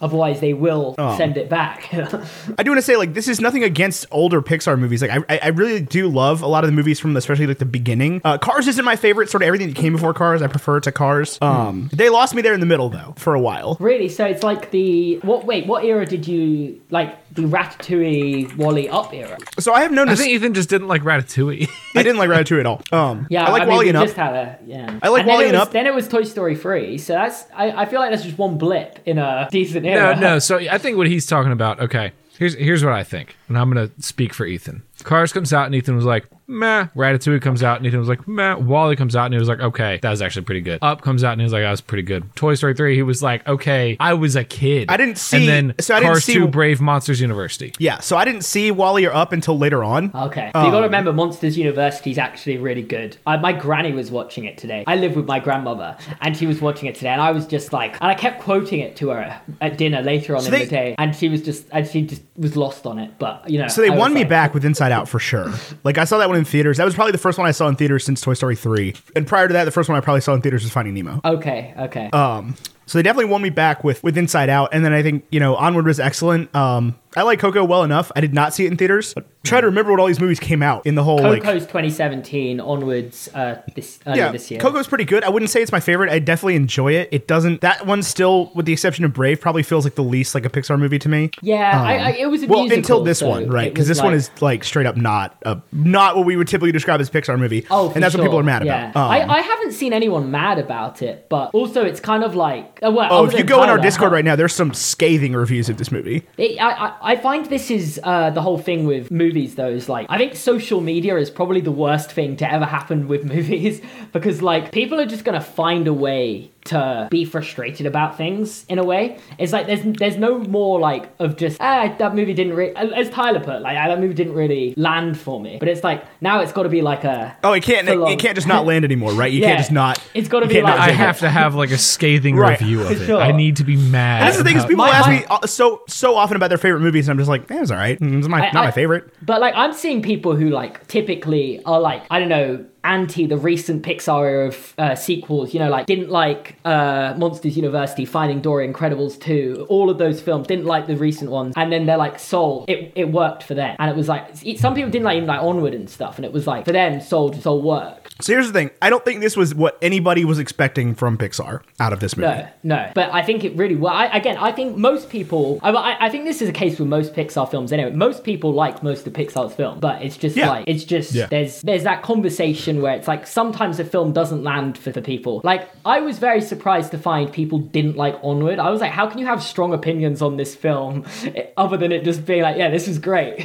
[SPEAKER 5] Otherwise, they will
[SPEAKER 4] Oh.
[SPEAKER 5] send it back. (laughs)
[SPEAKER 4] I do want to say like this is nothing against older Pixar movies. Like I, I I really do love a lot of the movies from especially like the beginning. Uh, Cars isn't my favorite. Sort of everything that came before Cars, I prefer to Cars.
[SPEAKER 5] Hmm.
[SPEAKER 4] Um, they lost me there in the middle though for a while.
[SPEAKER 5] really? So it's like the what? Wait, what era did you like the Ratatouille Wally Up era?
[SPEAKER 4] So I have no.
[SPEAKER 3] I
[SPEAKER 4] Nos-
[SPEAKER 3] think Ethan just didn't like Ratatouille. (laughs)
[SPEAKER 4] I didn't like Ratatouille at all. Um,
[SPEAKER 5] Yeah,
[SPEAKER 4] I like
[SPEAKER 5] mean,
[SPEAKER 4] Wally
[SPEAKER 5] we
[SPEAKER 4] and Up.
[SPEAKER 5] Just had a, yeah.
[SPEAKER 4] I like
[SPEAKER 5] And then
[SPEAKER 4] Wally
[SPEAKER 5] it
[SPEAKER 4] and
[SPEAKER 5] was-
[SPEAKER 4] Up.
[SPEAKER 5] Then it was Toy Story three, so that's I, I feel like that's just one blip in a (laughs) decent
[SPEAKER 3] no,
[SPEAKER 5] era.
[SPEAKER 3] no. So I think what he's talking about. Okay, here's here's what I think, and I'm gonna speak for Ethan. Cars comes out, and Ethan was like, "Meh." Ratatouille comes out, and Ethan was like, "Meh." Wally comes out, and he was like, "Okay, that was actually pretty good." Up comes out, and he was like, "That was pretty good." Toy Story three, he was like, "Okay, I was a kid."
[SPEAKER 4] I didn't see-
[SPEAKER 3] And then
[SPEAKER 4] so I didn't
[SPEAKER 3] Cars
[SPEAKER 4] see-
[SPEAKER 3] two, Brave Monsters University.
[SPEAKER 4] Yeah, so I didn't see Wally or Up until later on.
[SPEAKER 5] Okay, so you
[SPEAKER 4] Oh.
[SPEAKER 5] got to remember, Monsters University is actually really good. I, my granny was watching it today. I live with my grandmother, and she was watching it today, and I was just like, and I kept quoting it to her at dinner later on in
[SPEAKER 4] they-
[SPEAKER 5] the day, and she was just, and she just was lost on it. But you know,
[SPEAKER 4] So they
[SPEAKER 5] I was
[SPEAKER 4] won me
[SPEAKER 5] like-
[SPEAKER 4] back with Inside Out for sure.
[SPEAKER 5] (laughs)
[SPEAKER 4] Like I saw that one in theaters. That was probably the first one I saw in theaters since Toy Story 3. And prior to that, the first one I probably saw in theaters was Finding Nemo.
[SPEAKER 5] Okay, okay.
[SPEAKER 4] Um, so they definitely won me back with with Inside Out, and then I think you know Onward was excellent. Um, I like Coco well enough. I did not see it in theaters. I try to remember when all these movies came out in the whole like.
[SPEAKER 5] Coco's 2017 onwards. Uh, this earlier
[SPEAKER 4] Yeah,
[SPEAKER 5] this year.
[SPEAKER 4] Coco's pretty good. I wouldn't say it's my favorite. I definitely enjoy it. It doesn't. That one still, with the exception of Brave, probably feels like the least like a Pixar movie to me.
[SPEAKER 5] yeah, I, I, it was a
[SPEAKER 4] Oh. well
[SPEAKER 5] musical,
[SPEAKER 4] until this
[SPEAKER 5] so
[SPEAKER 4] one, right?
[SPEAKER 5] it
[SPEAKER 4] Because
[SPEAKER 5] was
[SPEAKER 4] this one
[SPEAKER 5] like-
[SPEAKER 4] is like straight up not a not what we would typically describe as a Pixar movie.
[SPEAKER 5] Oh, for
[SPEAKER 4] and that's
[SPEAKER 5] sure.
[SPEAKER 4] what people are mad
[SPEAKER 5] yeah.
[SPEAKER 4] about. Um,
[SPEAKER 5] I, I haven't seen anyone mad about it, but also it's kind of like uh, well,
[SPEAKER 4] oh,
[SPEAKER 5] other
[SPEAKER 4] if you
[SPEAKER 5] than
[SPEAKER 4] go in our
[SPEAKER 5] Tyler,
[SPEAKER 4] Discord right now, there's some scathing reviews of this movie.
[SPEAKER 5] It, I, I I find this is uh, the whole thing with movies, though. Is like I think social media is probably the worst thing to ever happen with (laughs) movies because like people are just gonna find a way to be frustrated about things in a way. It's like there's there's no more like of just ah that movie didn't re-, as Tyler put like ah, that movie didn't really land for me. But it's like now it's got to be like a
[SPEAKER 4] Oh, it can't
[SPEAKER 5] Full
[SPEAKER 4] it,
[SPEAKER 5] on.
[SPEAKER 4] it can't just not land anymore, right? You
[SPEAKER 5] Yeah.
[SPEAKER 4] can't just not.
[SPEAKER 5] It's gotta
[SPEAKER 4] you
[SPEAKER 5] be
[SPEAKER 4] can't
[SPEAKER 5] like-
[SPEAKER 4] not
[SPEAKER 3] I
[SPEAKER 5] (laughs)
[SPEAKER 4] take it.
[SPEAKER 3] have to have like a scathing
[SPEAKER 4] Right.
[SPEAKER 3] review of it.
[SPEAKER 5] Sure.
[SPEAKER 3] I need to be mad.
[SPEAKER 4] That's the thing is
[SPEAKER 3] about-
[SPEAKER 4] people
[SPEAKER 5] My-
[SPEAKER 4] ask
[SPEAKER 5] my-
[SPEAKER 4] me uh, so so often about their favorite movies, and I'm just like, eh, it was all right. It was my,
[SPEAKER 5] I-
[SPEAKER 4] not
[SPEAKER 5] I-
[SPEAKER 4] my favorite.
[SPEAKER 5] But like I'm seeing people who like typically are like I don't know anti the recent Pixar era of uh, sequels. You know, like didn't like uh, Monsters University, Finding Dory, Incredibles two, all of those films. Didn't like the recent ones, and then they're like Soul. It it worked for them, and it was like it, some people didn't like even like Onward and stuff, and it was like for them Soul just all worked.
[SPEAKER 4] So here's the thing: I don't think this was what anybody was expecting from Pixar out of this movie.
[SPEAKER 5] No, no. But I think it really well. I, again, I think most people. I, I I think this is a case with most Pixar films. Anyway, most people like most of Pixar's film, but it's just
[SPEAKER 4] Yeah.
[SPEAKER 5] like it's just
[SPEAKER 4] Yeah.
[SPEAKER 5] there's there's that conversation where it's like sometimes a film doesn't land for the people. Like I was very surprised to find people didn't like Onward. I was like, how can you have strong opinions on this film (laughs) other than it just being like, yeah, this is great.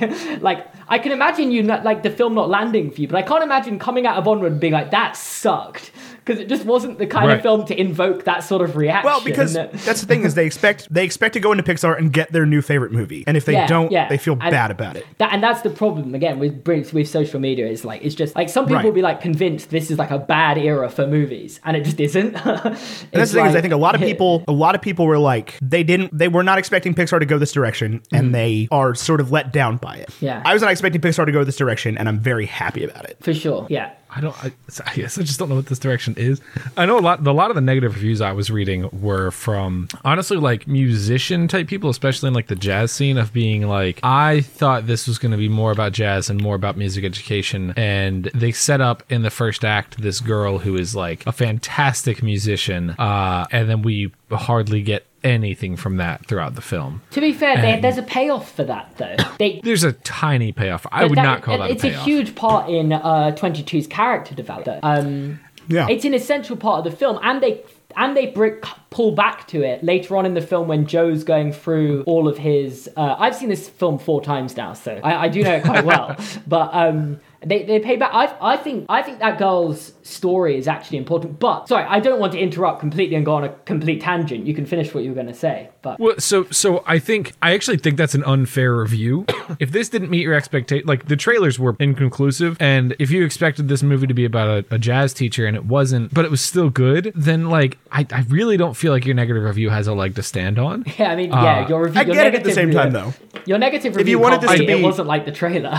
[SPEAKER 5] (laughs) like I can imagine you not, like the film not landing for you, but I can't imagine coming out of Onward and being like that sucked. Because it just wasn't the kind of
[SPEAKER 3] Right.
[SPEAKER 5] film to invoke that sort of reaction.
[SPEAKER 4] Well,
[SPEAKER 5] (laughs)
[SPEAKER 4] because
[SPEAKER 5] that-
[SPEAKER 4] that's the thing is they expect they expect to go into Pixar and get their new favorite movie, and if they
[SPEAKER 5] Yeah,
[SPEAKER 4] don't,
[SPEAKER 5] yeah.
[SPEAKER 4] they feel
[SPEAKER 5] And-
[SPEAKER 4] bad about it.
[SPEAKER 5] that, and that's the problem again with with with social media is like it's just like some people
[SPEAKER 4] Right.
[SPEAKER 5] will be like convinced this is like a bad era for movies and it just isn't. (laughs) That's
[SPEAKER 4] And that's the thing is I think a
[SPEAKER 5] (laughs)
[SPEAKER 4] lot of people a lot of people were like they didn't they were not expecting Pixar to go this direction, and they are sort of let down by it.
[SPEAKER 5] Mm-hmm. Yeah.
[SPEAKER 4] I was not expecting Pixar to go this direction, and I'm very happy about it.
[SPEAKER 5] for sure. Yeah.
[SPEAKER 3] I don't. I, I guess I just don't know what this direction is. I know a lot. A lot of the negative reviews I was reading were from honestly like musician type people, especially in like the jazz scene, of being like, I thought this was going to be more about jazz and more about music education, and they set up in the first act this girl who is like a fantastic musician, uh, and then we hardly get anything from that throughout the film.
[SPEAKER 5] To be fair, there
[SPEAKER 3] And-
[SPEAKER 5] there's a payoff for that though. They.
[SPEAKER 3] There's a tiny payoff. I would
[SPEAKER 5] that-
[SPEAKER 3] not call
[SPEAKER 5] and
[SPEAKER 3] that a
[SPEAKER 5] It's
[SPEAKER 3] payoff.
[SPEAKER 5] a huge part in uh, 22's character development. Um,
[SPEAKER 4] Yeah.
[SPEAKER 5] it's an essential part of the film, and they and they brick, pull back to it later on in the film when Joe's going through all
[SPEAKER 4] (laughs)
[SPEAKER 5] of his. Uh, I've seen this film four times now, so I, I do know it quite well. But um, They, they pay back. I, I think I think that girl's story is actually important. But sorry, I don't want to interrupt completely and go on a complete tangent. You can finish what you were going to say. But
[SPEAKER 3] Well, so so I think I actually think that's an unfair review. (coughs) if this didn't meet your expectation, like the trailers were inconclusive, and if you expected this movie to be about a, a jazz teacher and it wasn't, but it was still good, then like I, I really don't feel like your negative review has a leg to stand on. (laughs)
[SPEAKER 5] yeah, I mean, yeah, your review.
[SPEAKER 4] uh, I
[SPEAKER 5] your
[SPEAKER 4] get it at
[SPEAKER 5] negative
[SPEAKER 4] the same
[SPEAKER 5] review-
[SPEAKER 4] time, though.
[SPEAKER 5] Your negative review. If you wanted this to be, it wasn't like the trailer.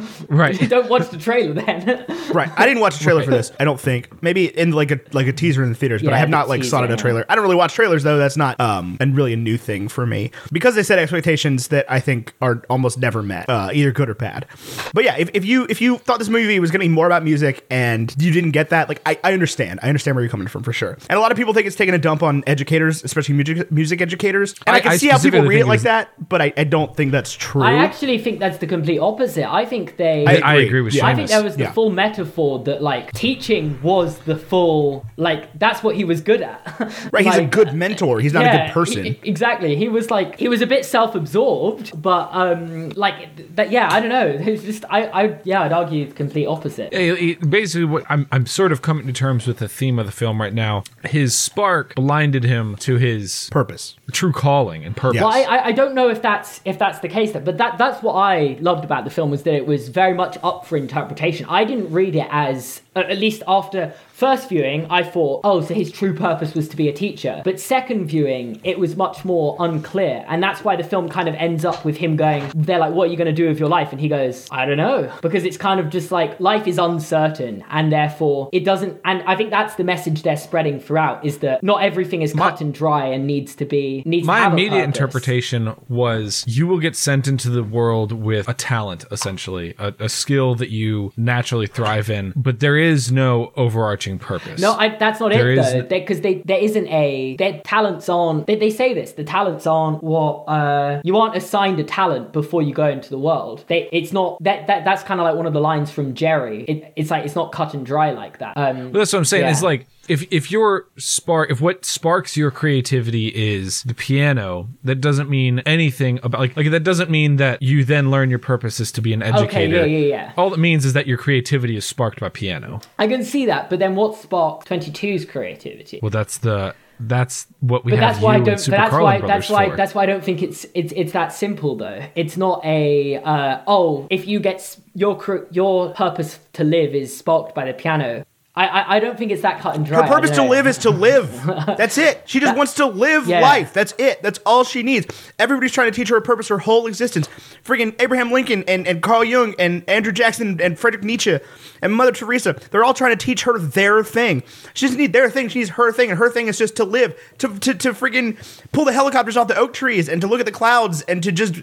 [SPEAKER 5] (laughs)
[SPEAKER 3] Right.
[SPEAKER 5] you don't watch the trailer then. (laughs)
[SPEAKER 4] Right. I didn't watch a trailer for this. I don't think. Maybe in like a like a teaser in the theaters, but
[SPEAKER 5] Yeah,
[SPEAKER 4] I have
[SPEAKER 5] I
[SPEAKER 4] not
[SPEAKER 5] did
[SPEAKER 4] like
[SPEAKER 5] see
[SPEAKER 4] sought out a
[SPEAKER 5] that.
[SPEAKER 4] trailer. I don't really watch trailers though. That's not um and really a new thing for me because they set expectations that I think are almost never met, uh, either good or bad. But yeah, if, if you if you thought this movie was going to be more about music and you didn't get that, like I, I understand. I understand where you're coming from for sure. And a lot of people think it's taking a dump on educators, especially music music educators. And I,
[SPEAKER 3] I-
[SPEAKER 4] can
[SPEAKER 3] I
[SPEAKER 4] see how people
[SPEAKER 3] specifically
[SPEAKER 4] read it
[SPEAKER 3] think it
[SPEAKER 4] like
[SPEAKER 3] was-
[SPEAKER 4] that, but I, I don't think that's true.
[SPEAKER 5] I actually think that's the complete opposite. I think they.
[SPEAKER 4] I-
[SPEAKER 3] I
[SPEAKER 4] Agree.
[SPEAKER 3] agree with
[SPEAKER 4] Yeah.
[SPEAKER 5] I think
[SPEAKER 3] Seamus.
[SPEAKER 5] there was the
[SPEAKER 4] Yeah.
[SPEAKER 5] full metaphor that like teaching was the full like that's what he was good at. (laughs)
[SPEAKER 4] right? He's a
[SPEAKER 5] Like,
[SPEAKER 4] good mentor. He's not a
[SPEAKER 5] yeah,
[SPEAKER 4] good person.
[SPEAKER 5] e- exactly. He was like he was a bit self-absorbed, but um like that yeah, I don't know. It's just I I yeah, I'd argue the complete opposite.
[SPEAKER 3] It- it- basically, what I'm, I'm sort of coming to terms with the theme of the film right now. His spark blinded him to his
[SPEAKER 4] Purpose.
[SPEAKER 3] true calling and purpose.
[SPEAKER 4] Yes.
[SPEAKER 5] Well, I, I, I don't know if that's if that's the case, but that that's what I loved about the film was that it was very much up for interpretation. I didn't read it as at at least after first viewing, I thought, oh, so his true purpose was to be a teacher. But second viewing, it was much more unclear, and that's why the film kind of ends up with him going, they're like, what are you going to do with your life? And he goes, I don't know, because it's kind of just like life is uncertain, and therefore it doesn't. And I think that's the message they're spreading throughout is that not everything is
[SPEAKER 3] My-
[SPEAKER 5] cut and dry and needs to be needs. to
[SPEAKER 3] my
[SPEAKER 5] have a
[SPEAKER 3] immediate
[SPEAKER 5] purpose.
[SPEAKER 3] interpretation was you will get sent into the world with a talent essentially a, a skill that you naturally thrive in but there is no overarching purpose
[SPEAKER 5] No, I, that's not
[SPEAKER 3] There
[SPEAKER 5] it
[SPEAKER 3] is-
[SPEAKER 5] though, because they, there isn't a their talents aren't. They, they say this: the talents aren't what uh, you aren't assigned a talent before you go into the world. They, it's not that that that's kind of like one of the lines from Jerry. It, it's like it's not cut and dry like that. Um,
[SPEAKER 3] But that's what i'm saying
[SPEAKER 5] Yeah.
[SPEAKER 3] It's like if if your spark if what sparks your creativity is the piano that doesn't mean anything about like, like that doesn't mean that you then learn your purpose is to be an educator
[SPEAKER 5] yeah, yeah.
[SPEAKER 3] all it means is that your creativity is sparked by piano
[SPEAKER 5] I can see that, but then what sparked 22's creativity?
[SPEAKER 3] well that's the that's what we
[SPEAKER 5] but
[SPEAKER 3] have
[SPEAKER 5] that's why I
[SPEAKER 3] you
[SPEAKER 5] don't.
[SPEAKER 3] and
[SPEAKER 5] But
[SPEAKER 3] super
[SPEAKER 5] that's
[SPEAKER 3] Carlin
[SPEAKER 5] why.
[SPEAKER 3] Brothers
[SPEAKER 5] That's why.
[SPEAKER 3] for.
[SPEAKER 5] That's why I don't think it's it's it's that simple though. It's not a uh, oh if you get s- your cr- your purpose to live is sparked by the piano. I I, I don't think it's that cut and dry.
[SPEAKER 4] Her
[SPEAKER 5] I
[SPEAKER 4] purpose to
[SPEAKER 5] don't know.
[SPEAKER 4] live is to live.
[SPEAKER 5] (laughs)
[SPEAKER 4] That's it. She just wants to live
[SPEAKER 5] yeah.
[SPEAKER 4] life. That's it. That's all she needs. Everybody's trying to teach her a purpose her whole existence. Freaking Abraham Lincoln and, and Carl Jung and Andrew Jackson and Frederick Nietzsche and Mother Teresa, they're all trying to teach her their thing. She doesn't need their thing. She needs her thing. And her thing is just to live, to, to, to freaking pull the helicopters off the oak trees and to look at the clouds and to just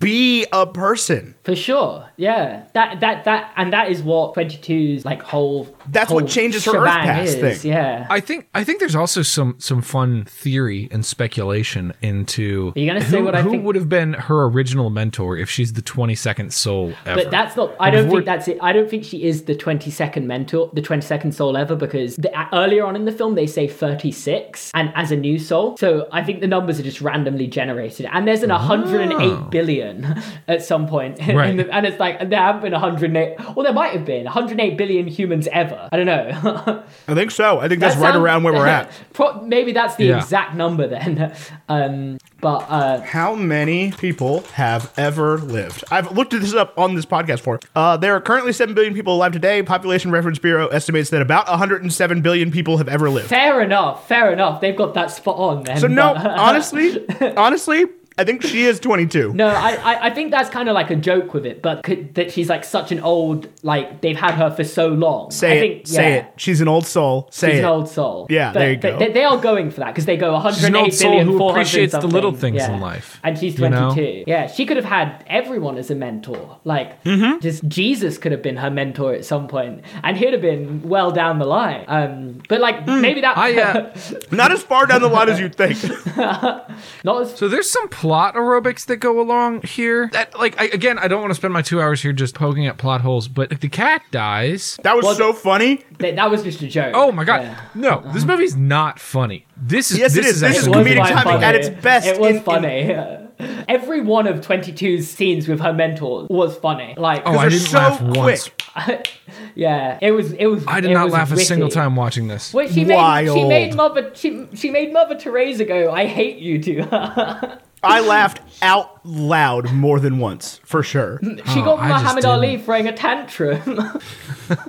[SPEAKER 4] be a person.
[SPEAKER 5] For sure, yeah. That that that and that is what 22's like whole.
[SPEAKER 4] That's
[SPEAKER 5] whole
[SPEAKER 4] what changes her Earth
[SPEAKER 5] shebang
[SPEAKER 4] Pass
[SPEAKER 5] is,
[SPEAKER 4] thing.
[SPEAKER 5] Yeah.
[SPEAKER 3] I think I think there's also some some fun theory and speculation into
[SPEAKER 5] Are you gonna
[SPEAKER 3] who,
[SPEAKER 5] say what I
[SPEAKER 3] who
[SPEAKER 5] think?
[SPEAKER 3] would have been her original mentor if she's the 22nd soul ever.
[SPEAKER 5] But that's not. I don't
[SPEAKER 3] We're-
[SPEAKER 5] think that's it. I don't think she is the twenty second mentor, the twenty second soul ever, because the, uh, earlier on in the film they say thirty six, and as a new soul. So I think the numbers are just randomly generated, and there's
[SPEAKER 4] Ah.
[SPEAKER 5] an one hundred and eight billion at some point, (laughs) in
[SPEAKER 3] Right.
[SPEAKER 5] the- and it's like there haven't been one hundred eight. Well, there might have been one hundred eight billion humans ever. I don't know. (laughs)
[SPEAKER 4] I think so. I think that's
[SPEAKER 5] That
[SPEAKER 4] right
[SPEAKER 5] sound-
[SPEAKER 4] around where we're
[SPEAKER 5] (laughs)
[SPEAKER 4] at.
[SPEAKER 5] Pro- maybe that's the
[SPEAKER 3] Yeah.
[SPEAKER 5] exact number then. (laughs) Um, but uh,
[SPEAKER 4] How many people have ever lived? I've looked this up on this podcast for. Uh, there are currently 7 billion people alive today. Population Reference Bureau estimates that about 107 billion people have ever lived.
[SPEAKER 5] fair enough, fair enough. They've got that spot on then.
[SPEAKER 4] So,
[SPEAKER 5] (laughs)
[SPEAKER 4] no,
[SPEAKER 5] but-
[SPEAKER 4] honestly, honestly, I think she is 22.
[SPEAKER 5] No, I, I, I think that's kind of like a joke with it, but could, that she's like such an old, like they've had her for so long.
[SPEAKER 4] say
[SPEAKER 5] I
[SPEAKER 4] it.
[SPEAKER 5] think,
[SPEAKER 4] say
[SPEAKER 5] yeah,
[SPEAKER 4] it. She's an old soul. Say
[SPEAKER 5] She's
[SPEAKER 4] it.
[SPEAKER 5] an old soul.
[SPEAKER 4] Yeah,
[SPEAKER 5] But-
[SPEAKER 4] there you
[SPEAKER 5] but
[SPEAKER 4] go.
[SPEAKER 5] They, they are going for that because they go 108
[SPEAKER 3] an
[SPEAKER 5] billion,
[SPEAKER 3] old soul who
[SPEAKER 5] 400
[SPEAKER 3] appreciates the
[SPEAKER 5] something.
[SPEAKER 3] little things
[SPEAKER 5] Yeah.
[SPEAKER 3] in life,
[SPEAKER 5] And she's
[SPEAKER 3] you know?
[SPEAKER 5] 22. Yeah, she could have had everyone as a mentor. Like,
[SPEAKER 3] Mm-hmm.
[SPEAKER 5] just Jesus could have been her mentor at some point, and he'd have been well down the line. Um, but like maybe that
[SPEAKER 3] I, uh,
[SPEAKER 4] Not as far down the line as you'd think.
[SPEAKER 5] (laughs) not as
[SPEAKER 3] so there's some plot aerobics that go along here. That like I, again, I don't want to spend my two hours here just poking at plot holes. But like, the cat dies.
[SPEAKER 4] That was
[SPEAKER 5] Well,
[SPEAKER 4] so funny.
[SPEAKER 5] that, that was just a joke.
[SPEAKER 3] Oh my god!
[SPEAKER 5] Yeah.
[SPEAKER 3] No, this movie's not funny. This is
[SPEAKER 4] Yes, it
[SPEAKER 3] this
[SPEAKER 4] is. This is
[SPEAKER 5] It
[SPEAKER 3] actually
[SPEAKER 5] was
[SPEAKER 4] comedic
[SPEAKER 5] quite
[SPEAKER 4] timing at its best
[SPEAKER 5] It was
[SPEAKER 4] in- in-
[SPEAKER 5] funny. (laughs) every one of 22's scenes with her mentor was funny. Like,
[SPEAKER 3] Oh, I
[SPEAKER 4] they're
[SPEAKER 3] didn't
[SPEAKER 4] so
[SPEAKER 3] laugh
[SPEAKER 4] quick.
[SPEAKER 3] once.
[SPEAKER 5] yeah, it was. It was.
[SPEAKER 3] Oh, I did
[SPEAKER 5] it
[SPEAKER 3] not
[SPEAKER 5] was
[SPEAKER 3] laugh a
[SPEAKER 5] witty.
[SPEAKER 3] single time watching this.
[SPEAKER 5] Wait, she made, she
[SPEAKER 4] Wild.
[SPEAKER 5] made Mother she, she made Mother Teresa go. I hate you two. she
[SPEAKER 3] (laughs)
[SPEAKER 4] I laughed out loud more than once, for sure.
[SPEAKER 5] got
[SPEAKER 3] Oh, I just
[SPEAKER 5] Muhammad
[SPEAKER 3] didn't.
[SPEAKER 5] Ali throwing a tantrum. (laughs)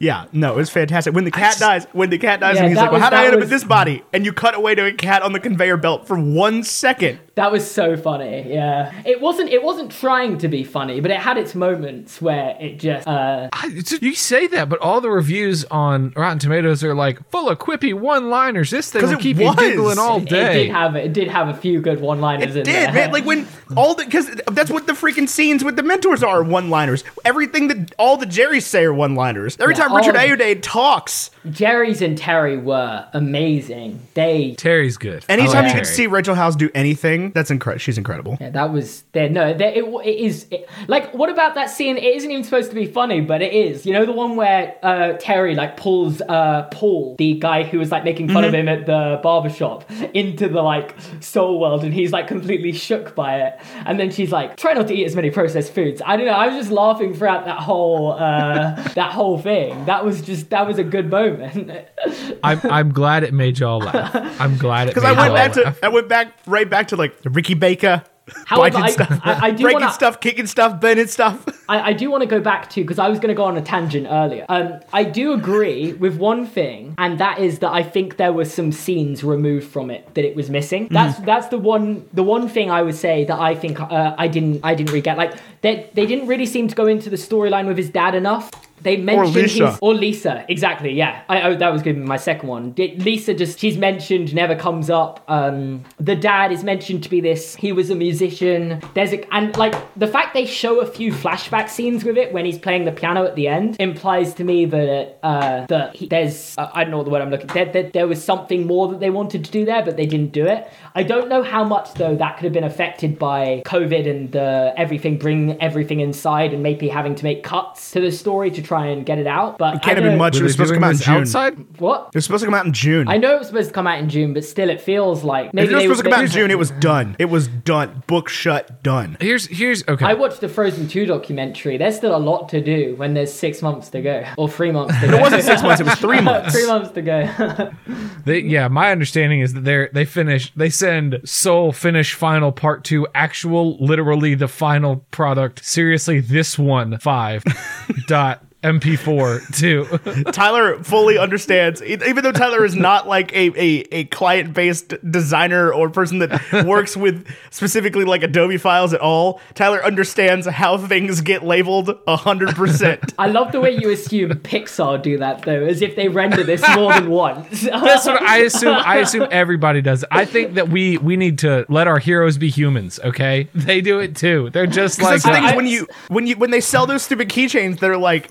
[SPEAKER 4] Yeah, no, it's fantastic. When the cat
[SPEAKER 3] just-
[SPEAKER 4] dies, when the cat dies,
[SPEAKER 5] Yeah,
[SPEAKER 4] and he's
[SPEAKER 5] that
[SPEAKER 4] like, "Well,
[SPEAKER 5] was-
[SPEAKER 4] how did I
[SPEAKER 5] that
[SPEAKER 4] end up with
[SPEAKER 5] was-
[SPEAKER 4] this body?" And you cut away to a cat on the conveyor belt for one second.
[SPEAKER 5] That was so funny. Yeah, it wasn't. It wasn't trying to be funny, but it had its moments where it just. Uh,
[SPEAKER 3] I, it's- you say that, but all the reviews on Rotten Tomatoes are like full of quippy one-liners. This thing
[SPEAKER 4] 'Cause
[SPEAKER 3] will
[SPEAKER 4] it
[SPEAKER 3] keep
[SPEAKER 4] was.
[SPEAKER 3] you giggling all
[SPEAKER 5] it
[SPEAKER 3] day.
[SPEAKER 5] did have. It did have a few good one-liners in
[SPEAKER 4] It
[SPEAKER 5] there.
[SPEAKER 4] did, man. Like when all the because that's what the freaking scenes with the mentors are one-liners. Everything that all the Jerrys say are one-liners. Every
[SPEAKER 5] Yeah,
[SPEAKER 4] time Richard
[SPEAKER 5] all of-
[SPEAKER 4] Ayoade talks,
[SPEAKER 5] Jerry's and Terry were amazing. They.
[SPEAKER 3] Terry's good. I
[SPEAKER 4] anytime
[SPEAKER 3] like
[SPEAKER 4] you
[SPEAKER 3] Terry.
[SPEAKER 4] get to see Rachel House do anything, that's incredible. She's incredible.
[SPEAKER 5] Yeah, that was there. No, there, it, it is it, like what about that scene? It isn't even supposed to be funny, but it is. You know the one where uh, Terry like pulls uh, Paul, the guy who was like making fun of him at the barbershop, into the like soul world, and he's like completely shook by it. And then she's like, "Try not to eat as many processed foods." I don't know. I was just laughing throughout that whole uh, (laughs) that whole thing. That was just that was a good moment.
[SPEAKER 3] I'm, I'm glad it made y'all
[SPEAKER 5] (laughs)
[SPEAKER 3] laugh. I'm glad it made
[SPEAKER 4] Because I went
[SPEAKER 3] y'all
[SPEAKER 4] back to
[SPEAKER 3] laugh.
[SPEAKER 4] I went back right back to like Ricky Baker,
[SPEAKER 5] However,
[SPEAKER 4] biting
[SPEAKER 5] I-
[SPEAKER 4] stuff,
[SPEAKER 5] (laughs) I- I do
[SPEAKER 4] breaking
[SPEAKER 5] wanna-
[SPEAKER 4] stuff, kicking stuff, bending
[SPEAKER 5] (laughs)
[SPEAKER 4] stuff.
[SPEAKER 5] I, I do want to go back to because I was going to go on a tangent earlier. Um, I do agree with one thing, and that is that I think there were some scenes removed from it that it was missing. That's that's the one the one thing I would say that I think uh, I didn't I didn't really get. Like they they didn't really seem to go into the storyline with his dad enough. They mentioned
[SPEAKER 4] Lisa.
[SPEAKER 5] his or Lisa exactly. Yeah, I, oh, that was good. My second one. Did- Lisa just she's mentioned never comes up. Um, the dad is mentioned to be this. He was a musician. There's a and like the fact they show a few flashback scenes with it when he's playing the piano at the end implies to me that uh that he, there's uh, I don't know what the word I'm looking there, there there was something more that they wanted to do there but they didn't do it. I don't know how much though that could have been affected by COVID and the everything bring everything inside and maybe having to make cuts to the story to try and get it out. But
[SPEAKER 4] It can't
[SPEAKER 5] I
[SPEAKER 4] have been
[SPEAKER 5] don't-
[SPEAKER 4] much. It
[SPEAKER 3] Were
[SPEAKER 4] was
[SPEAKER 3] they
[SPEAKER 4] supposed to
[SPEAKER 3] doing
[SPEAKER 4] come out in
[SPEAKER 3] this
[SPEAKER 4] June.
[SPEAKER 3] outside?
[SPEAKER 5] What?
[SPEAKER 4] It was supposed to come out in June.
[SPEAKER 5] I know it was supposed to come out in June, but still, it feels like maybe
[SPEAKER 4] If it was
[SPEAKER 5] they-
[SPEAKER 4] supposed to come out in
[SPEAKER 5] they-
[SPEAKER 4] June. It was done. It was done. Book shut. Done.
[SPEAKER 3] Here's here's okay.
[SPEAKER 5] I watched the Frozen 2 documentary. There's still a lot to do when there's six months to go. Or three months to go.
[SPEAKER 4] It wasn't six months. It was three months.
[SPEAKER 5] (laughs) three months to go.
[SPEAKER 3] They, yeah, my understanding is that they are they finish they send Soul finish final part two actual literally the final product seriously this one five (laughs) dot mp4 two
[SPEAKER 4] Tyler fully understands, e- even though Tyler is not like a, a, a client based designer or person
[SPEAKER 5] (laughs)
[SPEAKER 4] that works with specifically like Adobe files at all. Tyler understands how things get labeled hundred percent.
[SPEAKER 5] I love the way you assume Pixar do that, though, as if they render this more than
[SPEAKER 3] (laughs)
[SPEAKER 5] once.
[SPEAKER 3] that's what I assume I assume everybody does I think that we we need to let our heroes be humans okay they do it too they're just like uh,
[SPEAKER 4] That's the thing is
[SPEAKER 3] us.
[SPEAKER 4] when you when you when they sell those stupid keychains, they're like,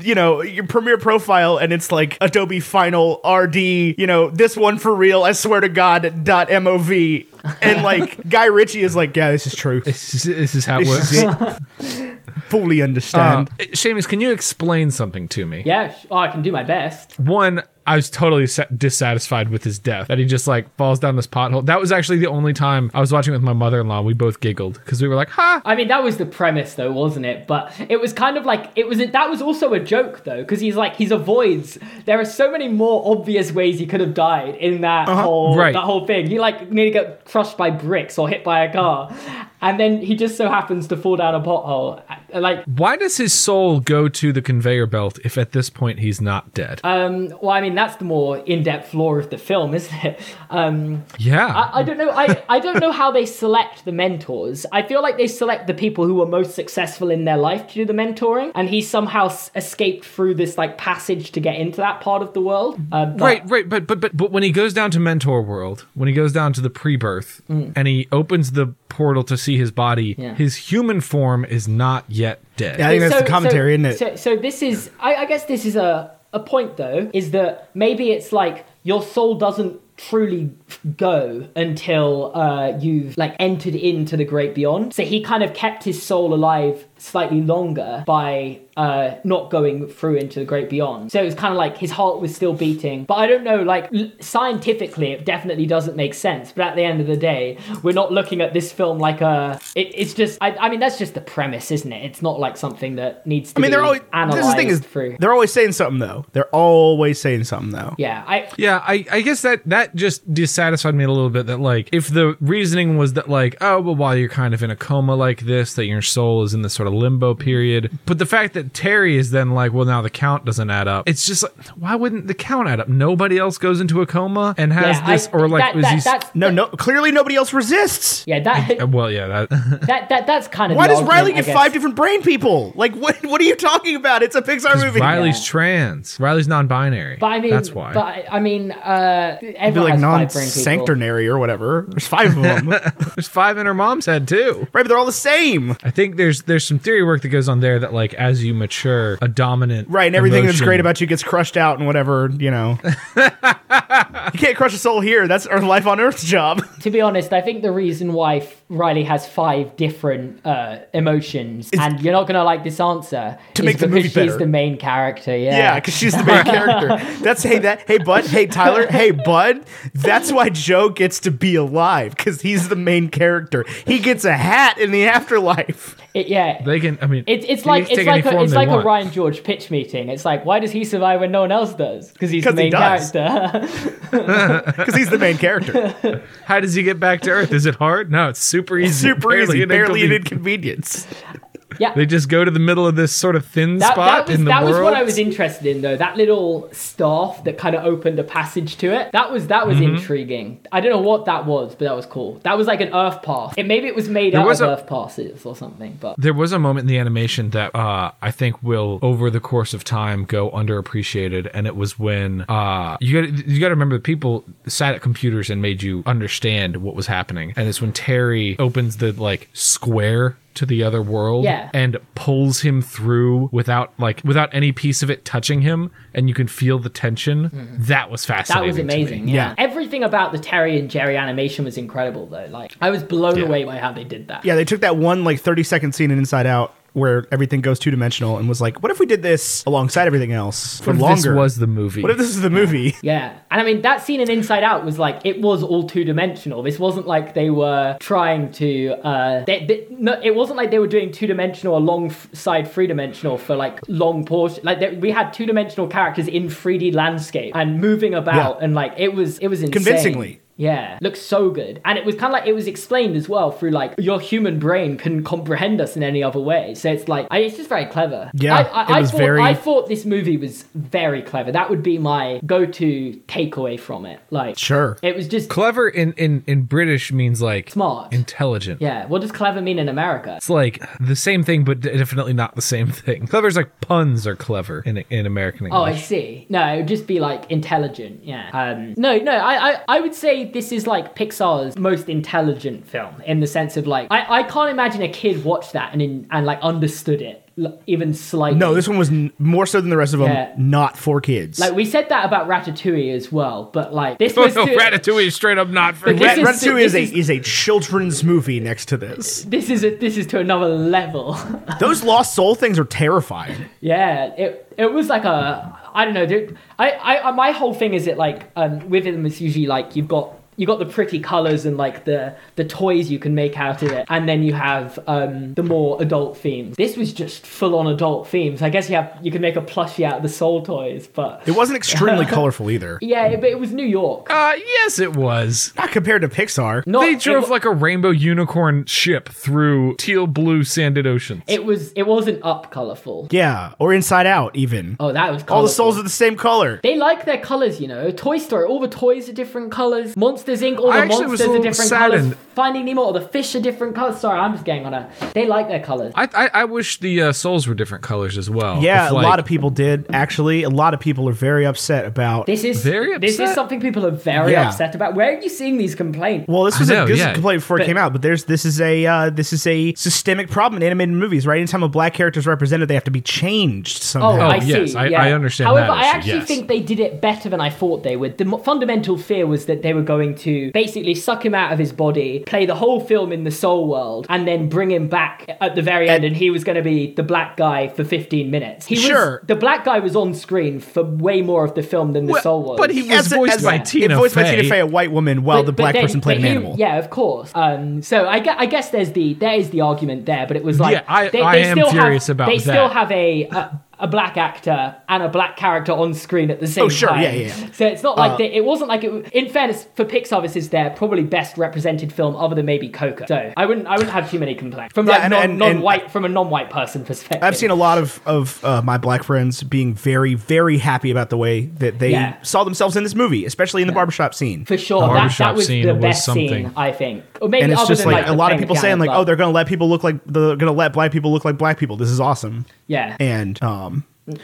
[SPEAKER 4] you know, your Premiere profile, and it's like Adobe Final RD, you know, this one for real. I swear to God. Dot MOV, and like Guy Ritchie is like, yeah, this is true.
[SPEAKER 3] this is, this is how it
[SPEAKER 4] This
[SPEAKER 3] works.
[SPEAKER 4] is it. (laughs) fully
[SPEAKER 3] Um,
[SPEAKER 4] understand.
[SPEAKER 3] Seamus, can you explain something to me?
[SPEAKER 5] (laughs) yeah, sh- oh, I can do my best.
[SPEAKER 3] one i was totally sa- dissatisfied with his death that he just like falls down this pothole that was actually the only time i was watching with my mother-in-law we both giggled because we were like ha
[SPEAKER 5] I mean, that was the premise, though, wasn't it? But it was kind of like it was. That was also a joke, though, because he's like he's avoids. There are so many more obvious ways he could have died in that whole
[SPEAKER 3] Uh-huh. Right.
[SPEAKER 5] that whole thing. He like nearly got crushed by bricks or hit by a car, and then he just so happens to fall down a pothole. Uh, Like,
[SPEAKER 3] why does his soul go to the conveyor belt if at this point he's not dead
[SPEAKER 5] um, well, I mean, that's the more in-depth lore of the film, isn't it? Um,
[SPEAKER 3] yeah
[SPEAKER 5] I, I don't know. I, I don't know how they select the mentors. I feel like they select the people who were most successful in their life to do the mentoring, and he somehow s- escaped through this like passage to get into that part of the world. Uh, but-
[SPEAKER 3] Right, right, but but but but when he goes down to mentor world, when he goes down to the pre-birth, and he opens the portal to see his body,
[SPEAKER 5] Mm. Yeah.
[SPEAKER 3] his human form is not yet dead.
[SPEAKER 4] Yeah, I think that's the commentary,
[SPEAKER 5] so,
[SPEAKER 4] isn't it?
[SPEAKER 5] So, so this is, I, I guess this is a, a point though, is that maybe it's like your soul doesn't truly go until uh, you've like entered into the great beyond. So he kind of kept his soul alive slightly longer by uh, not going through into the great beyond. So it was kind of like his heart was still beating. But I don't know, like l- scientifically, it definitely doesn't make sense. But at the end of the day, we're not looking at this film like a. It, it's just, I, I mean, that's just the premise, isn't it? It's not like something that needs to.
[SPEAKER 4] I mean,
[SPEAKER 5] be
[SPEAKER 4] they're always. This
[SPEAKER 5] analyzed
[SPEAKER 4] is the thing is,
[SPEAKER 5] through.
[SPEAKER 4] they're always saying something though. They're always saying something though.
[SPEAKER 5] Yeah, I
[SPEAKER 3] Yeah, I, I guess that that just dissatisfied me a little bit. That like, if the reasoning was that like, oh, well, while you're kind of in a coma like this, that your soul is in this sort of limbo period. But the fact that Terry is then like, well, now the count doesn't add up. It's just like, why wouldn't the count add up? Nobody else goes into a coma and has
[SPEAKER 5] yeah,
[SPEAKER 3] this,
[SPEAKER 5] I,
[SPEAKER 3] or like,
[SPEAKER 5] that,
[SPEAKER 3] is
[SPEAKER 5] that,
[SPEAKER 3] he?
[SPEAKER 5] that's,
[SPEAKER 4] No, no. Clearly, nobody else resists. (laughs)
[SPEAKER 5] yeah, that,
[SPEAKER 3] Uh, well, yeah, that. (laughs)
[SPEAKER 5] that that that's kind of
[SPEAKER 4] Why
[SPEAKER 5] the
[SPEAKER 4] does
[SPEAKER 5] argument,
[SPEAKER 4] Riley
[SPEAKER 5] I
[SPEAKER 4] get
[SPEAKER 5] guess.
[SPEAKER 4] five different brain people? Like, what? What are you talking about? It's a Pixar movie.
[SPEAKER 3] Riley's
[SPEAKER 5] Yeah.
[SPEAKER 3] trans. Riley's non-binary.
[SPEAKER 5] But I mean,
[SPEAKER 3] that's why.
[SPEAKER 5] But I- I mean, uh,
[SPEAKER 4] It'd be like
[SPEAKER 5] everyone has five brain people.
[SPEAKER 4] non-sanctuary or whatever. There's five of
[SPEAKER 5] (laughs)
[SPEAKER 4] them, right?
[SPEAKER 3] There's five in her mom's head too.
[SPEAKER 4] But they're all the same,
[SPEAKER 3] I think there's there's some theory work that goes on there that like as you mature, a dominant
[SPEAKER 4] right? And everything that's
[SPEAKER 3] emotion-
[SPEAKER 4] great about you gets crushed out and whatever. You
[SPEAKER 5] (laughs)
[SPEAKER 4] know, you can't crush a soul here. That's our life on Earth's job.
[SPEAKER 5] To be honest, I think the reason why F- Riley has five different uh, emotions, and you're not gonna like this answer, to
[SPEAKER 4] make the movie
[SPEAKER 5] she's
[SPEAKER 4] better.
[SPEAKER 5] the main character. (laughs) Yeah,
[SPEAKER 4] Yeah, because she's the main character. That's hey that hey bud hey Tyler hey bud. That's why Joe gets to be alive because he's the main character. He gets a hat in the afterlife.
[SPEAKER 5] It- yeah.
[SPEAKER 3] They can. I mean,
[SPEAKER 5] It's it's
[SPEAKER 3] they
[SPEAKER 5] like
[SPEAKER 3] can take
[SPEAKER 5] it's
[SPEAKER 3] any
[SPEAKER 5] like a,
[SPEAKER 3] form
[SPEAKER 5] it's
[SPEAKER 3] they
[SPEAKER 5] like a
[SPEAKER 3] want.
[SPEAKER 5] Ryan George pitch meeting. It's like why does he survive when no one else does? Because he's the
[SPEAKER 4] 'Cause he
[SPEAKER 5] main
[SPEAKER 4] does.
[SPEAKER 5] character. (laughs)
[SPEAKER 4] Because he's the main character.
[SPEAKER 3] How does he get back to Earth? Is it hard? No, it's super easy.
[SPEAKER 4] (laughs) Super easy,
[SPEAKER 3] an
[SPEAKER 4] barely an
[SPEAKER 3] inconvenience.
[SPEAKER 4] inconvenience.
[SPEAKER 5] yeah,
[SPEAKER 3] They just go to the middle of this sort of thin
[SPEAKER 5] that,
[SPEAKER 3] spot
[SPEAKER 5] that was
[SPEAKER 3] in the
[SPEAKER 5] that
[SPEAKER 3] world.
[SPEAKER 5] was what I was interested in though. That little staff that kind of opened a passage to it. That was that was
[SPEAKER 3] Mm-hmm.
[SPEAKER 5] intriguing. I don't know what that was, but that was cool. That was like an earth path. It maybe it was made out
[SPEAKER 3] was
[SPEAKER 5] of
[SPEAKER 3] a-
[SPEAKER 5] earth passes or something. But
[SPEAKER 3] there was a moment in the animation that uh, I think will, over the course of time, go underappreciated, and it was when uh, you got you got to remember the people sat at computers and made you understand what was happening, and it's when Terry opens the like square to the other world
[SPEAKER 5] Yeah.
[SPEAKER 3] and pulls him through without like without any piece of it touching him and you can feel the tension that was
[SPEAKER 5] that
[SPEAKER 3] fascinating
[SPEAKER 5] was
[SPEAKER 3] to me.
[SPEAKER 5] amazing.
[SPEAKER 4] Yeah.
[SPEAKER 5] Yeah. everything about the Terry and Jerry animation was incredible though. Like I was blown
[SPEAKER 3] Yeah.
[SPEAKER 5] away by how they did that.
[SPEAKER 4] Yeah, they took that one like thirty second scene in Inside Out where everything goes two dimensional and was like, what if we did this alongside everything else for
[SPEAKER 3] What if
[SPEAKER 4] longer?
[SPEAKER 3] this was the movie
[SPEAKER 4] what if this is the movie?
[SPEAKER 5] Yeah. And I mean, that scene in Inside Out was like, it was all two dimensional. This wasn't like they were trying to, uh, they, they- no, it wasn't like they were doing two dimensional alongside three dimensional for like long portion. Like they, we had two dimensional characters in 3D landscape and moving about
[SPEAKER 4] Yeah.
[SPEAKER 5] and like, it was, it was insane.
[SPEAKER 4] Convincingly.
[SPEAKER 5] Yeah, looks so good. And it was kind of like it was explained as well through like your human brain can comprehend us in any other way. So it's like I, it's just very clever.
[SPEAKER 4] Yeah,
[SPEAKER 5] I, I,
[SPEAKER 4] it was
[SPEAKER 5] I thought,
[SPEAKER 4] very-
[SPEAKER 5] I thought this movie was very clever. That would be my go-to takeaway from it. Like,
[SPEAKER 4] Sure.
[SPEAKER 5] it was just
[SPEAKER 3] clever in, in in british means like
[SPEAKER 5] Smart.
[SPEAKER 3] intelligent
[SPEAKER 5] yeah. What does clever mean in America?
[SPEAKER 3] It's like the same thing, but definitely not the same thing. Clever's like puns are clever in in American
[SPEAKER 5] Oh, I
[SPEAKER 3] English.
[SPEAKER 5] see. No, it would just be like intelligent. Yeah. Um, no, no. I, I, I would say this is like Pixar's most intelligent film in the sense of like I, I can't imagine a kid watched that and in, and like understood it l- even
[SPEAKER 4] (laughs)
[SPEAKER 5] slightly.
[SPEAKER 4] No, this one was n- more so than the rest of them.
[SPEAKER 5] Yeah.
[SPEAKER 4] Not for kids.
[SPEAKER 5] Like we said that about Ratatouille as well, but
[SPEAKER 4] (laughs)
[SPEAKER 5] like this
[SPEAKER 3] Oh,
[SPEAKER 5] (laughs) was
[SPEAKER 3] no,
[SPEAKER 5] to-
[SPEAKER 3] Ratatouille is straight up not for
[SPEAKER 5] But
[SPEAKER 3] me.
[SPEAKER 5] this
[SPEAKER 4] Rat,
[SPEAKER 5] is-
[SPEAKER 4] Ratatouille is,
[SPEAKER 5] this
[SPEAKER 4] a is a children's movie next to this.
[SPEAKER 5] this is a, this is to another level. (laughs)
[SPEAKER 4] Those lost soul things are terrifying.
[SPEAKER 5] yeah, it it was like a I don't know, dude. I, I I- my whole thing is it like um with them it's usually like you've got you got the pretty colors and like the the toys you can make out of it, and then you have um the more adult themes. This was just full on adult themes. I guess you have you can make a plushie out of the soul toys, but.
[SPEAKER 4] It wasn't
[SPEAKER 5] (laughs)
[SPEAKER 4] extremely colorful either.
[SPEAKER 5] yeah, it, but it was New York.
[SPEAKER 3] Uh, yes, it was.
[SPEAKER 4] Not compared to Pixar.
[SPEAKER 5] Not,
[SPEAKER 3] They
[SPEAKER 5] it
[SPEAKER 3] drove
[SPEAKER 5] wa-
[SPEAKER 3] like a rainbow unicorn ship through teal blue sanded oceans.
[SPEAKER 5] it was. It wasn't up colorful.
[SPEAKER 4] Yeah, or Inside Out even.
[SPEAKER 5] Oh, that was colorful.
[SPEAKER 4] All the souls are the same color.
[SPEAKER 5] They like their colors, you know. Toy Story, all the toys are different colors. Monsters Inc, all
[SPEAKER 3] I
[SPEAKER 5] the
[SPEAKER 3] actually was
[SPEAKER 5] monsters
[SPEAKER 3] a
[SPEAKER 5] are
[SPEAKER 3] little
[SPEAKER 5] different
[SPEAKER 3] saddened.
[SPEAKER 5] colors. Finding Nemo, all the fish are different colors. Sorry, I'm just getting on a. They like their colors.
[SPEAKER 3] I, I I wish the uh, souls were different colors as well.
[SPEAKER 4] Yeah,
[SPEAKER 3] It's
[SPEAKER 4] a
[SPEAKER 3] like-
[SPEAKER 4] lot of people did actually. A lot of people are very upset about.
[SPEAKER 5] This is
[SPEAKER 3] Very
[SPEAKER 5] this is
[SPEAKER 3] upset.
[SPEAKER 5] something people are very
[SPEAKER 4] Yeah.
[SPEAKER 5] upset about. Where are you seeing these complaints?
[SPEAKER 4] Well, this was
[SPEAKER 3] know,
[SPEAKER 4] a this was
[SPEAKER 3] yeah.
[SPEAKER 4] a complaint before it
[SPEAKER 5] But-
[SPEAKER 4] came out, but there's this is a uh, this is a systemic problem in animated movies. Right, anytime a black character is represented, they have to be changed
[SPEAKER 5] Oh,
[SPEAKER 4] somehow.
[SPEAKER 5] I
[SPEAKER 3] yes,
[SPEAKER 5] see.
[SPEAKER 3] I-
[SPEAKER 5] yeah.
[SPEAKER 3] I understand
[SPEAKER 5] However,
[SPEAKER 3] that
[SPEAKER 5] I
[SPEAKER 3] issue,
[SPEAKER 5] actually
[SPEAKER 3] yes.
[SPEAKER 5] think they did it better than I thought they would. The mo- fundamental fear was that they were going going to basically suck him out of his body, play the whole film in the soul world, and then bring him back at the very end. And he was going to be the black guy for 15 minutes. He was-
[SPEAKER 4] Sure.
[SPEAKER 5] the black guy was on screen for way more of the film than the soul world.
[SPEAKER 3] but he was
[SPEAKER 4] As a-
[SPEAKER 3] voiced
[SPEAKER 4] as-
[SPEAKER 3] by
[SPEAKER 4] yeah.
[SPEAKER 3] Tina
[SPEAKER 4] voiced by
[SPEAKER 3] Fey.
[SPEAKER 4] Tina Fey, a white woman, while
[SPEAKER 5] But-
[SPEAKER 4] the
[SPEAKER 5] but
[SPEAKER 4] black
[SPEAKER 5] then-
[SPEAKER 4] person played an
[SPEAKER 5] but he-
[SPEAKER 4] animal.
[SPEAKER 5] Yeah, of course. Um, so I, gue- I guess there's the there is the argument there, but it was like
[SPEAKER 3] Yeah, I-
[SPEAKER 5] they,
[SPEAKER 3] I
[SPEAKER 5] they
[SPEAKER 3] am
[SPEAKER 5] still
[SPEAKER 3] furious
[SPEAKER 5] have,
[SPEAKER 3] about
[SPEAKER 5] they still
[SPEAKER 3] that.
[SPEAKER 5] have a. a a black actor and a black character on screen at the same
[SPEAKER 4] Oh, sure,
[SPEAKER 5] time.
[SPEAKER 4] yeah, yeah, yeah. Uh,
[SPEAKER 5] So it's not like they, it wasn't like it. In fairness, for Pixar, this is their probably best represented film other than maybe Coco. So I wouldn't, I wouldn't have too many complaints from
[SPEAKER 4] Yeah,
[SPEAKER 5] like
[SPEAKER 4] and-
[SPEAKER 5] non,
[SPEAKER 4] and- and-
[SPEAKER 5] non-white from a non-white person perspective.
[SPEAKER 4] I've seen a lot of of uh, my black friends being very, very happy about the way that they
[SPEAKER 5] Yeah.
[SPEAKER 4] saw themselves in this movie, especially in the barbershop scene.
[SPEAKER 5] for sure that,
[SPEAKER 3] barbershop
[SPEAKER 5] that was
[SPEAKER 3] scene
[SPEAKER 5] the
[SPEAKER 3] was
[SPEAKER 5] best
[SPEAKER 3] something.
[SPEAKER 5] scene I think, or maybe
[SPEAKER 4] and it's
[SPEAKER 5] other
[SPEAKER 4] just
[SPEAKER 5] than
[SPEAKER 4] like,
[SPEAKER 5] like,
[SPEAKER 4] a
[SPEAKER 5] the
[SPEAKER 4] lot of
[SPEAKER 5] playing
[SPEAKER 4] people
[SPEAKER 5] piano,
[SPEAKER 4] saying like,
[SPEAKER 5] but-
[SPEAKER 4] "Oh, they're gonna let people look like they're gonna let black people look like black people. This is awesome."
[SPEAKER 5] yeah,
[SPEAKER 4] And um,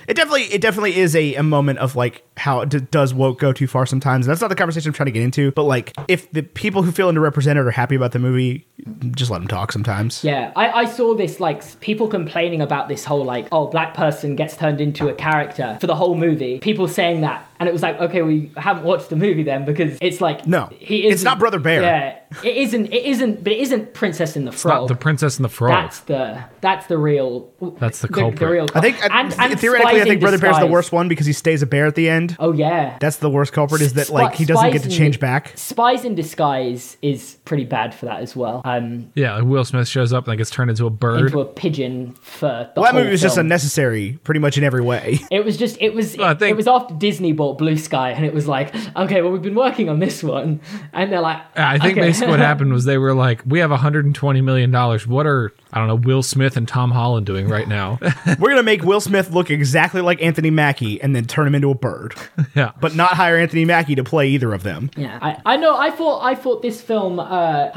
[SPEAKER 4] it definitely it definitely is a, a moment of like how d- does woke go too far sometimes. And that's not the conversation I'm trying to get into, but like if the people who feel underrepresented are happy about the movie, just let them talk sometimes.
[SPEAKER 5] Yeah, I, I saw this like s- people complaining about this whole like oh black person gets turned into a character for the whole movie. People saying that, and it was like okay, we haven't watched the movie then because it's like
[SPEAKER 4] No,
[SPEAKER 5] he
[SPEAKER 4] it's
[SPEAKER 5] isn't-
[SPEAKER 4] not Brother Bear.
[SPEAKER 5] Yeah, it isn't. It isn't. But it isn't Princess in the Frog.
[SPEAKER 3] Not the Princess and the Frog.
[SPEAKER 5] that's the that's the real.
[SPEAKER 3] That's the culprit.
[SPEAKER 5] real.
[SPEAKER 4] I think I,
[SPEAKER 5] and, and
[SPEAKER 4] theoretically, I
[SPEAKER 5] Spies in
[SPEAKER 4] think Brother Bear's the
[SPEAKER 5] Disguise.
[SPEAKER 4] worst one because he stays a bear at the end.
[SPEAKER 5] Oh yeah,
[SPEAKER 4] That's the worst culprit is that
[SPEAKER 5] Spi-
[SPEAKER 4] like he doesn't
[SPEAKER 5] Spies
[SPEAKER 4] get to
[SPEAKER 5] in-
[SPEAKER 4] change back.
[SPEAKER 5] Spies in Disguise is pretty bad for that as well. Um,
[SPEAKER 3] yeah, Will Smith shows up and gets turned into a bird.
[SPEAKER 5] into a pigeon for the
[SPEAKER 4] Well, that
[SPEAKER 5] whole
[SPEAKER 4] movie was just
[SPEAKER 5] film.
[SPEAKER 4] unnecessary, pretty much in every way. (laughs)
[SPEAKER 5] It was just it was
[SPEAKER 3] Well, I
[SPEAKER 5] it,
[SPEAKER 3] think-
[SPEAKER 5] it was after Disney bought Blue Sky and it was like okay well we've been working on this one and they're like
[SPEAKER 3] I think
[SPEAKER 5] okay.
[SPEAKER 3] basically
[SPEAKER 5] (laughs)
[SPEAKER 3] what happened was they were like, "We have 120 million dollars. What are I don't know Will Smith and Tom Holland doing right now?" (laughs)
[SPEAKER 4] We're gonna make Will Smith look exactly like Anthony Mackie and then turn him into a bird,
[SPEAKER 3] yeah,
[SPEAKER 4] but not hire Anthony Mackie to play either of them.
[SPEAKER 5] yeah I, I know I thought I thought this film uh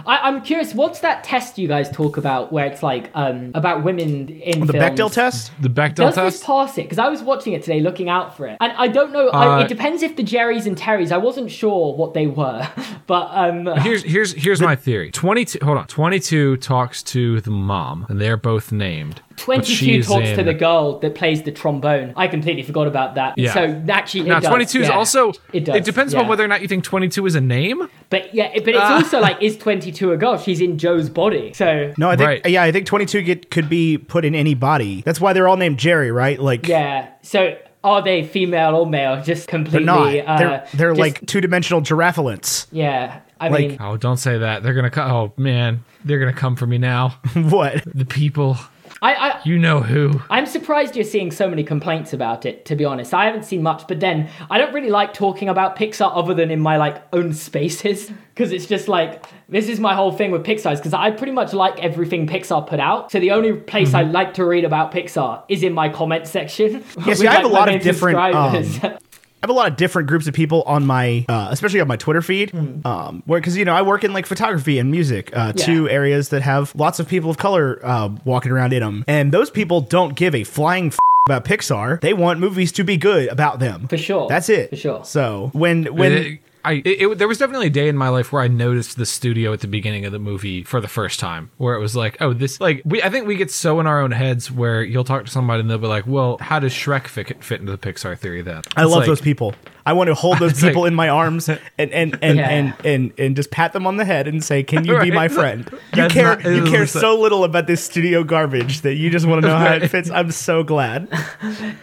[SPEAKER 5] I, I'm curious what's that test you guys talk about where it's like um about women in
[SPEAKER 4] Oh, The
[SPEAKER 5] films?
[SPEAKER 4] Bechdel test.
[SPEAKER 3] the Bechdel
[SPEAKER 5] Does
[SPEAKER 3] test.
[SPEAKER 5] this pass it? Because I was watching it today, looking out for it, and I don't know.
[SPEAKER 3] Uh,
[SPEAKER 5] I, it depends if the Jerrys and Terrys. I wasn't sure what they were, (laughs) but um,
[SPEAKER 3] here's here's here's my theory. 22. Hold on. 22 talks to the mom, and they're both named. but she
[SPEAKER 5] 22
[SPEAKER 3] is
[SPEAKER 5] talks to
[SPEAKER 3] in-
[SPEAKER 5] the girl that plays the trombone. I completely forgot about that.
[SPEAKER 3] Yeah.
[SPEAKER 5] So actually, it
[SPEAKER 3] Now,
[SPEAKER 5] does,
[SPEAKER 3] 22 is
[SPEAKER 5] yeah.
[SPEAKER 3] also. It,
[SPEAKER 5] It does.
[SPEAKER 3] depends
[SPEAKER 5] yeah.
[SPEAKER 3] upon whether Ah. or not you think 22 is a name.
[SPEAKER 5] But yeah, it- but it's also like, is 22 a girl? She's in Joe's body. So
[SPEAKER 4] No, I think
[SPEAKER 3] Right.
[SPEAKER 4] yeah, I think 22 get, could be put in any body. That's why they're all named Jerry, right? Like
[SPEAKER 5] yeah. So are they female or male? Just
[SPEAKER 4] they're
[SPEAKER 5] completely.
[SPEAKER 4] not.
[SPEAKER 5] Uh,
[SPEAKER 4] they're they're
[SPEAKER 5] just-
[SPEAKER 4] like two dimensional giraffalants. (laughs)
[SPEAKER 5] yeah. I
[SPEAKER 4] like-
[SPEAKER 5] mean,
[SPEAKER 3] Oh, don't say that. They're gonna. Co- oh man, they're gonna come for me now. (laughs)
[SPEAKER 4] what?
[SPEAKER 3] the people.
[SPEAKER 5] I. I
[SPEAKER 3] You know who.
[SPEAKER 5] I'm surprised you're seeing so many complaints about it, to be honest. I haven't seen much, but then I don't really like talking about Pixar other than in my like own spaces. (laughs) Because it's just like this is my whole thing with Pixar, because I pretty much like everything Pixar put out. So the only place I
[SPEAKER 4] Mm-hmm.
[SPEAKER 5] like to read about Pixar is in my comment section. (laughs)
[SPEAKER 4] Yeah, see,
[SPEAKER 5] with,
[SPEAKER 4] I have
[SPEAKER 5] like,
[SPEAKER 4] a lot
[SPEAKER 5] my
[SPEAKER 4] of
[SPEAKER 5] main
[SPEAKER 4] different, um,
[SPEAKER 5] subscribers.
[SPEAKER 4] I have a lot of different groups of people on my, uh, especially on my Twitter feed, um, where because you know I work in like photography and music, uh,
[SPEAKER 5] Hmm. Yeah.
[SPEAKER 4] two areas that have lots of people of color uh, walking around in them, and those people don't give a flying. F- about Pixar, they want movies to be good about them. For
[SPEAKER 5] sure.
[SPEAKER 4] that's it.
[SPEAKER 5] For sure.
[SPEAKER 4] So when when
[SPEAKER 3] It- I, it, it- there was definitely a day in my life where I noticed the studio at the beginning of the movie for the first time, where it was like, oh, this like we. I think we get so in our own heads where you'll talk to somebody and they'll be like, well, how does Shrek fit, fit into the Pixar theory then?
[SPEAKER 4] I
[SPEAKER 3] It's
[SPEAKER 4] love
[SPEAKER 3] like,
[SPEAKER 4] those people. I want
[SPEAKER 3] (laughs)
[SPEAKER 4] to hold those
[SPEAKER 3] It's like-
[SPEAKER 4] people in
[SPEAKER 3] (laughs)
[SPEAKER 4] my arms and and and,
[SPEAKER 5] Yeah.
[SPEAKER 4] and and and just pat them on the head and say, "Can you be
[SPEAKER 3] Right.
[SPEAKER 4] my
[SPEAKER 3] (laughs)
[SPEAKER 4] friend?" You
[SPEAKER 3] That's
[SPEAKER 4] care
[SPEAKER 3] not-
[SPEAKER 4] you care
[SPEAKER 3] it's like-
[SPEAKER 4] so little about this studio garbage that you just want to know how it
[SPEAKER 3] Right.
[SPEAKER 4] fits. I'm so
[SPEAKER 5] (laughs)
[SPEAKER 4] glad.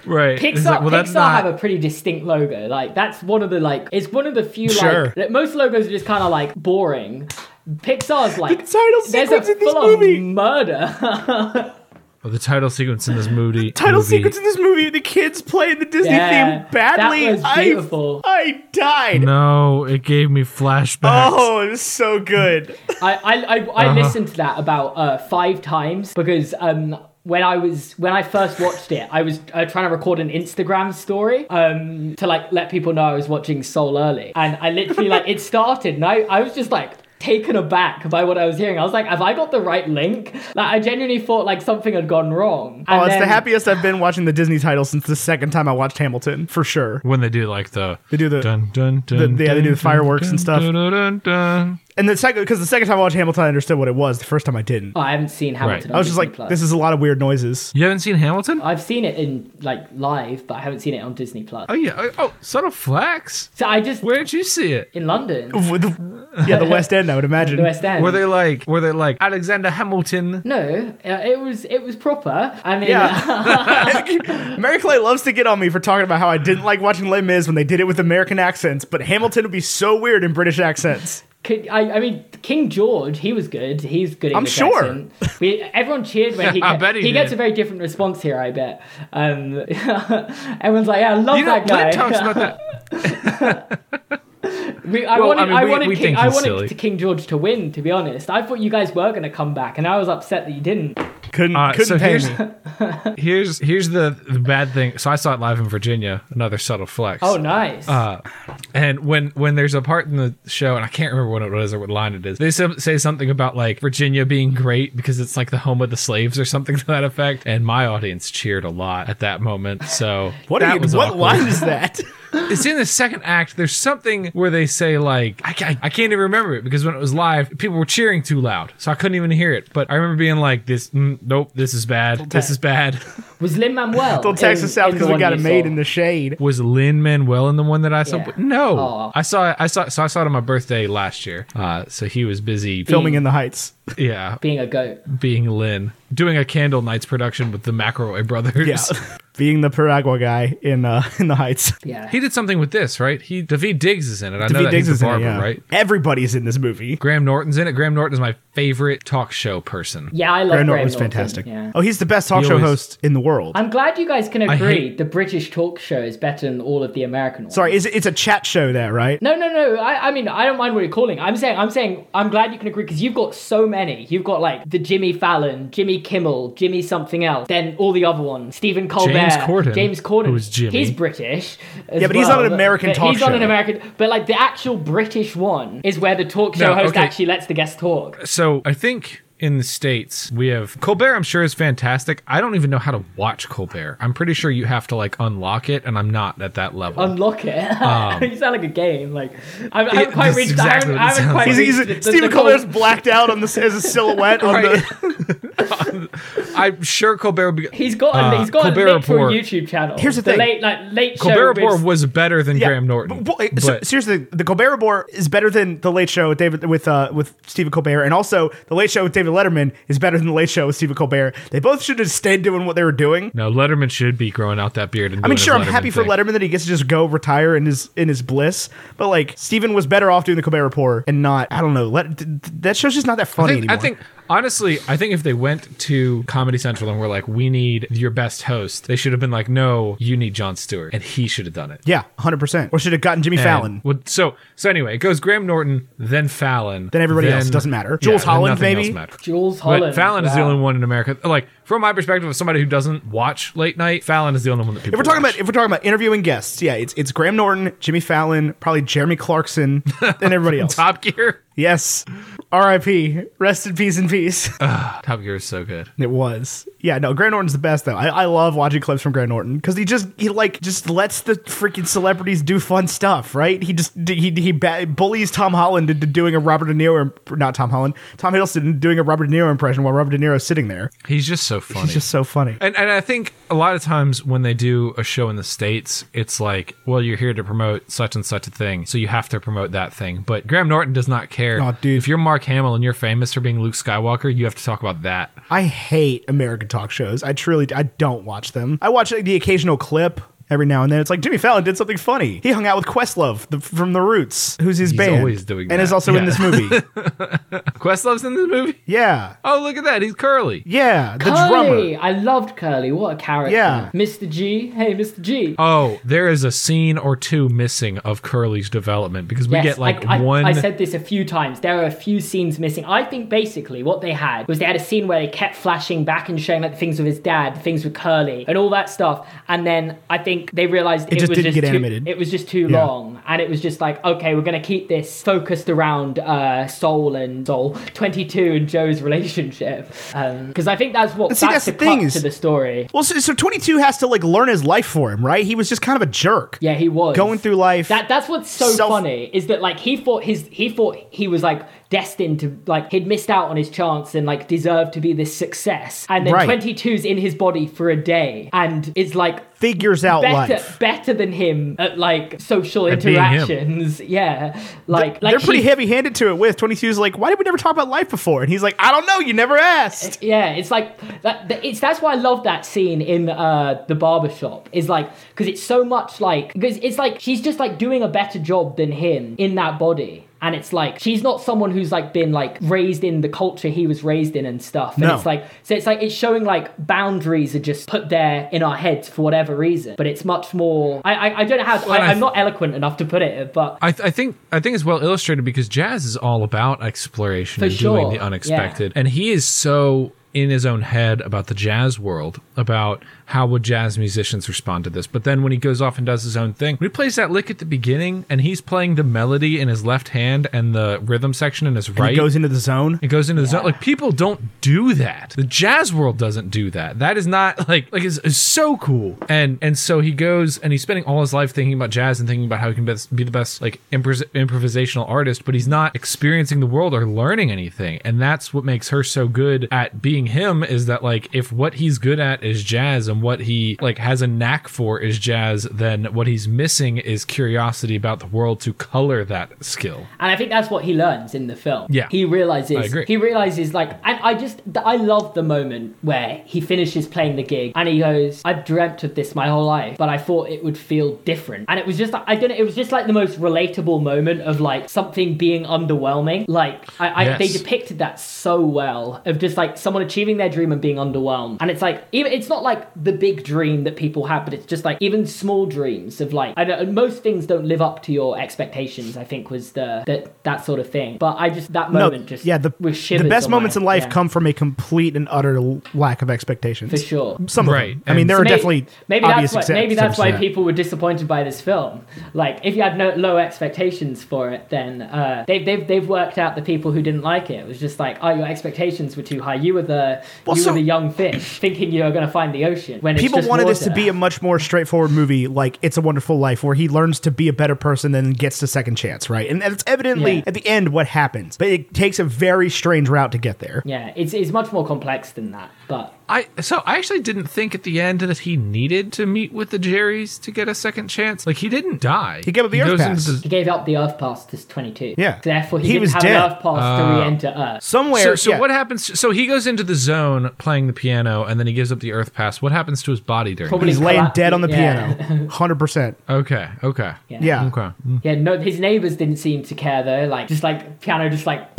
[SPEAKER 3] Right. It's
[SPEAKER 5] Pixar,
[SPEAKER 3] like, well, that's
[SPEAKER 5] Pixar
[SPEAKER 3] not-
[SPEAKER 5] have a pretty distinct logo. Like that's one of the like it's one of the few
[SPEAKER 4] Sure.
[SPEAKER 5] like that most logos are just kind of like boring. Pixar's like
[SPEAKER 4] title
[SPEAKER 5] there's a
[SPEAKER 4] sequence in this
[SPEAKER 5] full on
[SPEAKER 4] movie.
[SPEAKER 5] murder.
[SPEAKER 3] Well, the title sequence
[SPEAKER 5] (laughs)
[SPEAKER 3] in this movie.
[SPEAKER 4] Title
[SPEAKER 3] movie-
[SPEAKER 4] sequence in this movie, the kids playing the Disney
[SPEAKER 5] Yeah,
[SPEAKER 4] theme badly.
[SPEAKER 5] that was
[SPEAKER 4] I-
[SPEAKER 5] beautiful.
[SPEAKER 4] I, died.
[SPEAKER 3] No, it gave me flashbacks.
[SPEAKER 4] Oh, it was so good.
[SPEAKER 5] I I, I, I listened to that about uh, five times because um. When I was when I first watched it, I was uh, trying to record an Instagram story um, to like let people know I was watching Soul early, and I literally like it started, and I, I was just like taken aback by what I was hearing. I was like, have I got the right link? Like I genuinely thought like something had gone wrong. And
[SPEAKER 4] oh, it's the
[SPEAKER 5] then-
[SPEAKER 4] happiest I've been watching the Disney title since the second time I watched Hamilton, for sure.
[SPEAKER 3] When they do like the
[SPEAKER 4] They do the-
[SPEAKER 3] dun dun dun.
[SPEAKER 4] the- yeah, they do the
[SPEAKER 3] dun,
[SPEAKER 4] fireworks
[SPEAKER 3] dun,
[SPEAKER 4] and stuff.
[SPEAKER 3] Dun, dun, dun, dun.
[SPEAKER 4] And the second, because the second time I watched Hamilton, I understood what it was. The first time I didn't.
[SPEAKER 5] Oh, I haven't seen Hamilton.
[SPEAKER 3] Right.
[SPEAKER 5] on
[SPEAKER 4] I was just
[SPEAKER 5] Disney
[SPEAKER 4] like,
[SPEAKER 5] Plus.
[SPEAKER 4] this is a lot of weird noises. (laughs)
[SPEAKER 3] You haven't seen Hamilton?
[SPEAKER 4] Uh,
[SPEAKER 5] I've seen it in like live, but I haven't seen it on Disney Plus.
[SPEAKER 3] oh yeah. Oh, subtle flax.
[SPEAKER 5] So I just
[SPEAKER 3] Where'd you see it?
[SPEAKER 5] in London.
[SPEAKER 4] With- Yeah, the West End, I would imagine.
[SPEAKER 5] The West End.
[SPEAKER 3] Were they like? Were they like Alexander Hamilton?
[SPEAKER 5] No, uh, it was it was proper. I mean,
[SPEAKER 4] Yeah. Mary Clay loves to get on me for talking about how I didn't like watching Les Mis when they did it with American accents, but Hamilton would be so weird in British accents.
[SPEAKER 5] (laughs) could, I, I mean King George, he was good. He's good. English
[SPEAKER 4] sure.
[SPEAKER 5] accent. We, everyone cheered when
[SPEAKER 3] (laughs)
[SPEAKER 5] he.
[SPEAKER 3] I
[SPEAKER 5] get-
[SPEAKER 3] bet he
[SPEAKER 5] gets
[SPEAKER 3] did.
[SPEAKER 5] a very different response here. I bet. Um, (laughs) everyone's like, yeah, I love
[SPEAKER 3] You know,
[SPEAKER 5] that
[SPEAKER 3] Glenn talks
[SPEAKER 5] guy.
[SPEAKER 3] about that.
[SPEAKER 5] (laughs) We, I
[SPEAKER 3] Well,
[SPEAKER 5] wanted,
[SPEAKER 3] I
[SPEAKER 5] I,
[SPEAKER 3] mean, we-
[SPEAKER 5] wanted,
[SPEAKER 3] we
[SPEAKER 5] King,
[SPEAKER 3] think
[SPEAKER 5] I
[SPEAKER 3] he's
[SPEAKER 5] wanted
[SPEAKER 3] silly.
[SPEAKER 5] to King George to win. To be honest, I thought you guys were going to come back, and I was upset that you didn't.
[SPEAKER 4] Couldn't,
[SPEAKER 3] Uh,
[SPEAKER 4] couldn't
[SPEAKER 3] so
[SPEAKER 4] pay
[SPEAKER 3] here's,
[SPEAKER 4] me.
[SPEAKER 3] (laughs) here's here's the, the bad thing. So I saw it live in Virginia. Another subtle flex.
[SPEAKER 5] Oh, nice.
[SPEAKER 3] Uh, and when when there's a part in the show, and I can't remember what it was or what line it is, they some, say something about like Virginia being great because it's like the home of the slaves or something (laughs) to that effect. And my audience cheered a lot at that moment. So
[SPEAKER 4] What,
[SPEAKER 3] that
[SPEAKER 4] are you,
[SPEAKER 3] was
[SPEAKER 4] what
[SPEAKER 3] awkward.
[SPEAKER 4] line is
[SPEAKER 5] (laughs)
[SPEAKER 4] that?
[SPEAKER 3] It's in the second act. There's something where they say like I, ca- I can't even remember it because when it was live, people were cheering too loud, so I couldn't even hear it. But I remember being like, "This, mm, nope, this is bad. This is bad." (laughs)
[SPEAKER 5] was Lin Manuel?
[SPEAKER 4] Don't text us out because we got it made in the shade.
[SPEAKER 3] was Lin Manuel in the one that I saw?
[SPEAKER 5] Yeah.
[SPEAKER 3] No,
[SPEAKER 5] Aw.
[SPEAKER 3] I saw I saw so I saw it on my birthday last year. Uh, so he was busy,
[SPEAKER 4] Filming in the
[SPEAKER 5] (laughs)
[SPEAKER 4] Heights.
[SPEAKER 3] yeah,
[SPEAKER 5] being a goat.
[SPEAKER 3] being Lin, doing a Candle Nights production with the McElroy brothers.
[SPEAKER 4] Yeah. (laughs) Being the Piragua guy in uh, (laughs) in the Heights.
[SPEAKER 5] Yeah.
[SPEAKER 3] (laughs) he did something with this, right? He David Diggs is in it. I know
[SPEAKER 4] Daveed
[SPEAKER 3] that
[SPEAKER 4] Diggs
[SPEAKER 3] he's
[SPEAKER 4] is
[SPEAKER 3] a
[SPEAKER 4] in
[SPEAKER 3] barber,
[SPEAKER 4] it, yeah.
[SPEAKER 3] right?
[SPEAKER 4] Everybody's in this movie.
[SPEAKER 3] Graham Norton's in it. Graham Norton is my favorite talk show person.
[SPEAKER 5] yeah, I
[SPEAKER 4] Graham
[SPEAKER 5] love Graham
[SPEAKER 4] Norton was
[SPEAKER 5] Norton,
[SPEAKER 4] fantastic.
[SPEAKER 5] Yeah.
[SPEAKER 4] Oh, he's the best talk
[SPEAKER 3] He
[SPEAKER 4] show
[SPEAKER 3] always-
[SPEAKER 4] host in the world.
[SPEAKER 5] I'm glad you guys can agree
[SPEAKER 3] hate-
[SPEAKER 5] the British talk show is better than all of the American ones.
[SPEAKER 4] Sorry, is it, it's a chat show that, right?
[SPEAKER 5] No, no, no. I, I mean, I don't mind what you're calling. I'm saying, I'm saying, I'm glad you can agree because you've got so many. You've got like the Jimmy Fallon, Jimmy Kimmel, Jimmy something else, then all the other ones. Stephen Colbert,
[SPEAKER 3] Corden,
[SPEAKER 5] James Corden.
[SPEAKER 3] who's Jimmy.
[SPEAKER 5] He's British. as
[SPEAKER 4] Yeah, but he's
[SPEAKER 5] well,
[SPEAKER 4] on an American
[SPEAKER 5] but
[SPEAKER 4] talk
[SPEAKER 5] He's on an
[SPEAKER 4] show.
[SPEAKER 5] American, but like the actual British one is where the talk show
[SPEAKER 3] No,
[SPEAKER 5] host
[SPEAKER 3] okay.
[SPEAKER 5] actually lets the guest
[SPEAKER 4] Uh,
[SPEAKER 5] talk.
[SPEAKER 3] So I think in the states we have Colbert. I'm sure is fantastic. I don't even know how to watch Colbert. I'm pretty sure you have to like unlock it, and I'm not at that level.
[SPEAKER 4] Um,
[SPEAKER 5] Unlock it. (laughs) you sound like a game. Like I, I
[SPEAKER 3] It-
[SPEAKER 5] haven't quite
[SPEAKER 3] that's
[SPEAKER 5] reached.
[SPEAKER 3] exactly
[SPEAKER 5] I
[SPEAKER 3] what it
[SPEAKER 5] haven't, I haven't
[SPEAKER 3] sounds
[SPEAKER 5] quite
[SPEAKER 3] like.
[SPEAKER 4] He's,
[SPEAKER 5] reached.
[SPEAKER 4] he's,
[SPEAKER 5] the- the-
[SPEAKER 4] Stephen
[SPEAKER 5] the goal.
[SPEAKER 4] Colbert's blacked out on this as a silhouette on the.
[SPEAKER 3] I'm sure Colbert would be.
[SPEAKER 5] He's got a,
[SPEAKER 3] Uh,
[SPEAKER 5] he's got
[SPEAKER 3] Colbert
[SPEAKER 5] a link to a
[SPEAKER 3] Report.
[SPEAKER 5] YouTube channel.
[SPEAKER 4] Here's the thing.
[SPEAKER 5] late like late show.
[SPEAKER 3] Colbert
[SPEAKER 5] with-
[SPEAKER 3] Report was better than Graham Norton.
[SPEAKER 4] But, but- so-
[SPEAKER 3] but-
[SPEAKER 4] seriously, the Colbert Report is better than the Late Show with David with uh, with Stephen Colbert, and also the Late Show with David Letterman is better than the Late Show with Stephen Colbert. They both should have stayed doing what they were doing.
[SPEAKER 3] no, Letterman should be growing out that beard. And
[SPEAKER 4] I mean, sure, I'm happy for Letterman that he gets to just go retire in his in his bliss, but like Stephen was better off doing the Colbert Report and not. I don't know. Let, th- th- that show's just not that
[SPEAKER 3] I
[SPEAKER 4] funny
[SPEAKER 3] think, I
[SPEAKER 4] anymore.
[SPEAKER 3] think honestly, I think if they went to Comedy Central and were like, "We need your best host," they should have been like, "No, you need Jon Stewart," and he should have done it.
[SPEAKER 4] yeah, 100. percent Or should have gotten Jimmy
[SPEAKER 3] And-
[SPEAKER 4] Fallon.
[SPEAKER 3] Eh, well, so so anyway, it goes Graham Norton, then Fallon,
[SPEAKER 4] Then everybody else. Doesn't matter. Jules
[SPEAKER 3] then
[SPEAKER 4] Holland,
[SPEAKER 3] nothing
[SPEAKER 4] maybe?
[SPEAKER 3] else matters.
[SPEAKER 5] Jules
[SPEAKER 3] But
[SPEAKER 5] Holland.
[SPEAKER 3] Fallon is the
[SPEAKER 5] wow.
[SPEAKER 3] only one in America. Like from my perspective, of somebody who doesn't watch late night, Fallon is the only one that people.
[SPEAKER 4] If we're talking
[SPEAKER 3] watch.
[SPEAKER 4] about if we're talking about interviewing guests, yeah, it's it's Graham Norton, Jimmy Fallon, probably Jeremy Clarkson, and everybody else.
[SPEAKER 3] Top
[SPEAKER 4] (laughs)
[SPEAKER 3] Gear,
[SPEAKER 4] Yes. R.I.P. Rest in peace and peace. (laughs)
[SPEAKER 3] Top Gear is so good.
[SPEAKER 4] it was. Yeah, no, Grant Norton's the best though. I, I love watching clips from Grant Norton because he just he like just lets the freaking celebrities do fun stuff, right? He just he he ba- bullies Tom Holland into doing a Robert De Niro, imp- not Tom Holland, Tom Hiddleston into doing a Robert De Niro impression while Robert De Niro's sitting there.
[SPEAKER 3] He's just so funny.
[SPEAKER 4] It's just so funny.
[SPEAKER 3] And and I think a lot of times when they do a show in the states, it's like, well, you're here to promote such and such a thing, so you have to promote that thing. But Graham Norton does not care.
[SPEAKER 4] Oh, dude.
[SPEAKER 3] If you're Mark Hamill and you're famous for being Luke Skywalker, you have to talk about that. (laughs)
[SPEAKER 4] I hate American talk shows. I truly I don't watch them. I watch like, the occasional clip every now and then. It's like Jimmy Fallon did something funny. He hung out with Questlove the, from The Roots, who's his
[SPEAKER 3] He's
[SPEAKER 4] band,
[SPEAKER 3] always doing that.
[SPEAKER 4] and is also in
[SPEAKER 3] Yeah.
[SPEAKER 4] this
[SPEAKER 3] (laughs)
[SPEAKER 4] movie.
[SPEAKER 3] Questlove's in this movie.
[SPEAKER 4] yeah,
[SPEAKER 3] Oh, look at that. He's curly.
[SPEAKER 4] yeah, the drummer.
[SPEAKER 5] Curly. I loved Curly. What a character.
[SPEAKER 4] Yeah.
[SPEAKER 5] Mr. G. Hey, Mr. G.
[SPEAKER 3] Oh, there is a scene or two missing of Curly's development because we
[SPEAKER 5] Yes,
[SPEAKER 3] get like
[SPEAKER 5] I, I-
[SPEAKER 3] one.
[SPEAKER 5] I said this a few times. There are a few scenes missing. I think basically what they had was they had a scene where they kept flashing back and showing like things with his dad, things with Curly, and all that stuff. And then I think they realized it,
[SPEAKER 4] just
[SPEAKER 5] was
[SPEAKER 4] didn't
[SPEAKER 5] just
[SPEAKER 4] get
[SPEAKER 5] too,
[SPEAKER 4] animated.
[SPEAKER 5] It was just too
[SPEAKER 4] Yeah.
[SPEAKER 5] long, and it was just like, okay, we're gonna keep this focused around uh, Soul and Soul Twenty Two and Joe's relationship, because I think that's what
[SPEAKER 4] see, that's
[SPEAKER 5] that's, the,
[SPEAKER 4] the thing
[SPEAKER 5] crux
[SPEAKER 4] is-
[SPEAKER 5] to the story.
[SPEAKER 4] Well, so, so 22 has to like learn his life for him, right? He was just kind of a jerk.
[SPEAKER 5] Yeah, he was
[SPEAKER 4] Going through life.
[SPEAKER 5] That that's what's so
[SPEAKER 4] Self-
[SPEAKER 5] funny is that like he thought his he thought he was like destined to like he'd missed out on his chance and like deserved to be this success. And then
[SPEAKER 4] Right.
[SPEAKER 5] 22's in his body for a day and is like
[SPEAKER 4] Figures out
[SPEAKER 5] better
[SPEAKER 4] life.
[SPEAKER 5] better than him at like social
[SPEAKER 3] At being him.
[SPEAKER 5] interactions. Yeah. Like like
[SPEAKER 4] They're pretty
[SPEAKER 5] he-
[SPEAKER 4] heavy-handed to it with 22's like, why did we never talk about life before? And he's like, I don't know, you never asked.
[SPEAKER 5] Yeah, it's like that. that- It's that's why I love that scene in uh, the barbershop. Is like because it's so much like because it's like she's just like doing a better job than him in that body. And it's like she's not someone who's like been like raised in the culture he was raised in and stuff. And
[SPEAKER 4] No.
[SPEAKER 5] it's like so it's like it's showing like boundaries are just put there in our heads for whatever reason. But it's much more. I I, I don't know how.
[SPEAKER 3] and I
[SPEAKER 5] I, I'm
[SPEAKER 3] th-
[SPEAKER 5] not eloquent enough to put it, but
[SPEAKER 3] I, th- I think I think it's well illustrated because jazz is all about exploration
[SPEAKER 5] For
[SPEAKER 3] and doing
[SPEAKER 5] sure,
[SPEAKER 3] the
[SPEAKER 5] yeah.
[SPEAKER 3] unexpected, and he is so in his own head about the jazz world, about how would jazz musicians respond to this. But then when he goes off and does his own thing, when he plays that lick at the beginning, and he's playing the melody in his left hand and the rhythm section in his right.
[SPEAKER 4] He goes into the zone.
[SPEAKER 3] It goes into the zone. Like people don't do that. The jazz world doesn't do that. That is not like like is so cool. And and so he goes and he's spending all his life thinking about jazz and thinking about how he can best be the best like impros- improvisational artist, but he's not experiencing the world or learning anything. And that's what makes her so good at being him is that like if what he's good at is jazz and what he like has a knack for is jazz, then what he's missing is curiosity about the world to color that skill.
[SPEAKER 5] And I think that's what he learns in the film.
[SPEAKER 3] Yeah.
[SPEAKER 5] He realizes
[SPEAKER 3] I agree.
[SPEAKER 5] he realizes like and I just th- I love the moment where he finishes playing the gig and he goes, I've dreamt of this my whole life, but I thought it would feel different. And it was just I don't know, it was just like the most relatable moment of like something being underwhelming. Like I, I
[SPEAKER 3] Yes.
[SPEAKER 5] they depicted that so well of just like someone achieving their dream and being underwhelmed. And it's like even it's not like the big dream that people have, but it's just like even small dreams of like I don't, most things don't live up to your expectations. I think was the that that sort of thing. But I just that moment just
[SPEAKER 4] yeah, the,
[SPEAKER 5] with
[SPEAKER 4] the
[SPEAKER 5] shivers
[SPEAKER 4] best
[SPEAKER 5] on my-
[SPEAKER 4] moments in life
[SPEAKER 5] yeah,
[SPEAKER 4] come from a complete and utter l- lack of expectations.
[SPEAKER 5] for sure.
[SPEAKER 4] Some of
[SPEAKER 3] Right,
[SPEAKER 4] them. I mean,
[SPEAKER 3] and-
[SPEAKER 4] there
[SPEAKER 3] So
[SPEAKER 4] are
[SPEAKER 5] Maybe-
[SPEAKER 4] definitely
[SPEAKER 5] maybe
[SPEAKER 4] obvious
[SPEAKER 5] that's why, maybe
[SPEAKER 4] exceptions.
[SPEAKER 5] that's why
[SPEAKER 3] exceptions.
[SPEAKER 5] people were disappointed by this film. Like if you had no low expectations for it, then uh, they've they've they've worked out the people who didn't like it. It was just like, oh, your expectations were too high. You were the
[SPEAKER 4] Well,
[SPEAKER 5] you
[SPEAKER 4] so-
[SPEAKER 5] were the young fish thinking you were going to find the ocean. When it's
[SPEAKER 4] people
[SPEAKER 5] just
[SPEAKER 4] wanted this
[SPEAKER 5] water.
[SPEAKER 4] to be a much more straightforward movie like it's a wonderful life where he learns to be a better person and gets the second chance right and that's evidently
[SPEAKER 5] Yeah.
[SPEAKER 4] at the end what happens but it takes a very strange route to get there
[SPEAKER 5] yeah. It's it's much more complex than that, but.
[SPEAKER 3] I so I actually didn't think at the end that he needed to meet with the Jerry's to get a second chance. Like he didn't die. He
[SPEAKER 4] gave up the Earth
[SPEAKER 3] goes
[SPEAKER 4] Pass.
[SPEAKER 3] into-
[SPEAKER 5] He gave up the Earth Pass to 22.
[SPEAKER 4] Yeah.
[SPEAKER 5] Therefore, he,
[SPEAKER 4] He
[SPEAKER 5] didn't
[SPEAKER 4] was
[SPEAKER 5] have
[SPEAKER 4] dead.
[SPEAKER 5] an Earth Pass to re-enter Earth.
[SPEAKER 4] somewhere
[SPEAKER 3] so so
[SPEAKER 4] yeah.
[SPEAKER 3] what happens? So he goes into the zone playing the piano, and then he gives up the Earth Pass. What happens to his body during?
[SPEAKER 5] Probably-
[SPEAKER 4] he's laying
[SPEAKER 5] collapse-
[SPEAKER 4] dead on the
[SPEAKER 5] yeah. (laughs)
[SPEAKER 4] piano 100%
[SPEAKER 3] that? Okay. Okay.
[SPEAKER 5] Yeah.
[SPEAKER 4] yeah
[SPEAKER 3] Okay.
[SPEAKER 5] Yeah, no, his neighbors didn't seem to care though. Like, just like piano, just like. (laughs)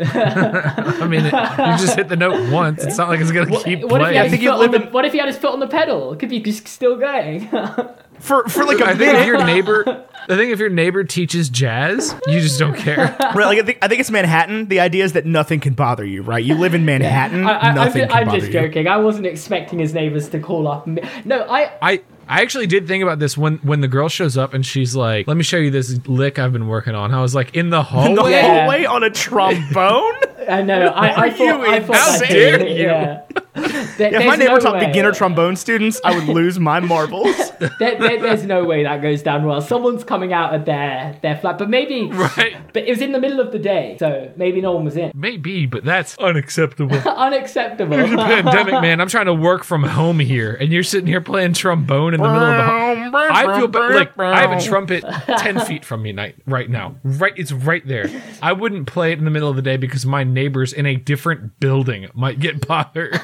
[SPEAKER 3] I mean, it, you just hit the note once. It's not like it's gonna keep
[SPEAKER 5] What if, he
[SPEAKER 3] playing.
[SPEAKER 5] had
[SPEAKER 4] I
[SPEAKER 5] his
[SPEAKER 4] think
[SPEAKER 5] foot
[SPEAKER 4] you
[SPEAKER 5] on
[SPEAKER 4] live
[SPEAKER 5] the,
[SPEAKER 4] in-
[SPEAKER 5] what if he had his foot on the pedal? Could be just still going. (laughs)
[SPEAKER 4] for for like
[SPEAKER 3] I
[SPEAKER 4] a
[SPEAKER 3] think if
[SPEAKER 4] minute
[SPEAKER 3] your neighbor, I think if your neighbor teaches jazz, you just don't care.
[SPEAKER 4] right, like I think, I think it's Manhattan the idea is that nothing can bother you right you live in Manhattan
[SPEAKER 5] I, I, I'm,
[SPEAKER 4] nothing
[SPEAKER 5] just,
[SPEAKER 4] can
[SPEAKER 5] I'm
[SPEAKER 4] bother
[SPEAKER 5] just
[SPEAKER 4] you
[SPEAKER 5] joking. I wasn't expecting his neighbors to call up. and be- No, I.
[SPEAKER 3] I I actually did think about this when when the girl shows up and she's like, "Let me show you this lick I've been working on." I was like, (laughs) "In the
[SPEAKER 4] in the
[SPEAKER 3] hallway."
[SPEAKER 5] Yeah.
[SPEAKER 4] hallway on a
[SPEAKER 5] (laughs)
[SPEAKER 4] trombone
[SPEAKER 5] I know. uh, I, I
[SPEAKER 4] are
[SPEAKER 5] thought.
[SPEAKER 4] you
[SPEAKER 5] I thought
[SPEAKER 3] How
[SPEAKER 5] that-
[SPEAKER 3] dare you?
[SPEAKER 5] Yeah. (laughs) There-
[SPEAKER 4] if my
[SPEAKER 5] there's
[SPEAKER 4] neighbor
[SPEAKER 5] no
[SPEAKER 4] taught
[SPEAKER 5] way.
[SPEAKER 4] beginner trombone students I would lose
[SPEAKER 3] (laughs)
[SPEAKER 4] my marbles
[SPEAKER 5] There- there- there's no way that goes down well. Someone's coming out of their their flat, but maybe.
[SPEAKER 3] Right.
[SPEAKER 5] But it was in the middle of the day, so maybe no one was in. (laughs)
[SPEAKER 3] Maybe, but that's (laughs) unacceptable.
[SPEAKER 5] Unacceptable.
[SPEAKER 3] Pandemic, man. I'm trying to work from home here, and you're sitting here playing trombone in the middle of the. hall- I feel ba- like I have a trumpet (laughs) ten feet from me night, right now. Right, it's right there. I wouldn't play it in the middle of the day because my neighbors in a different building might get bothered.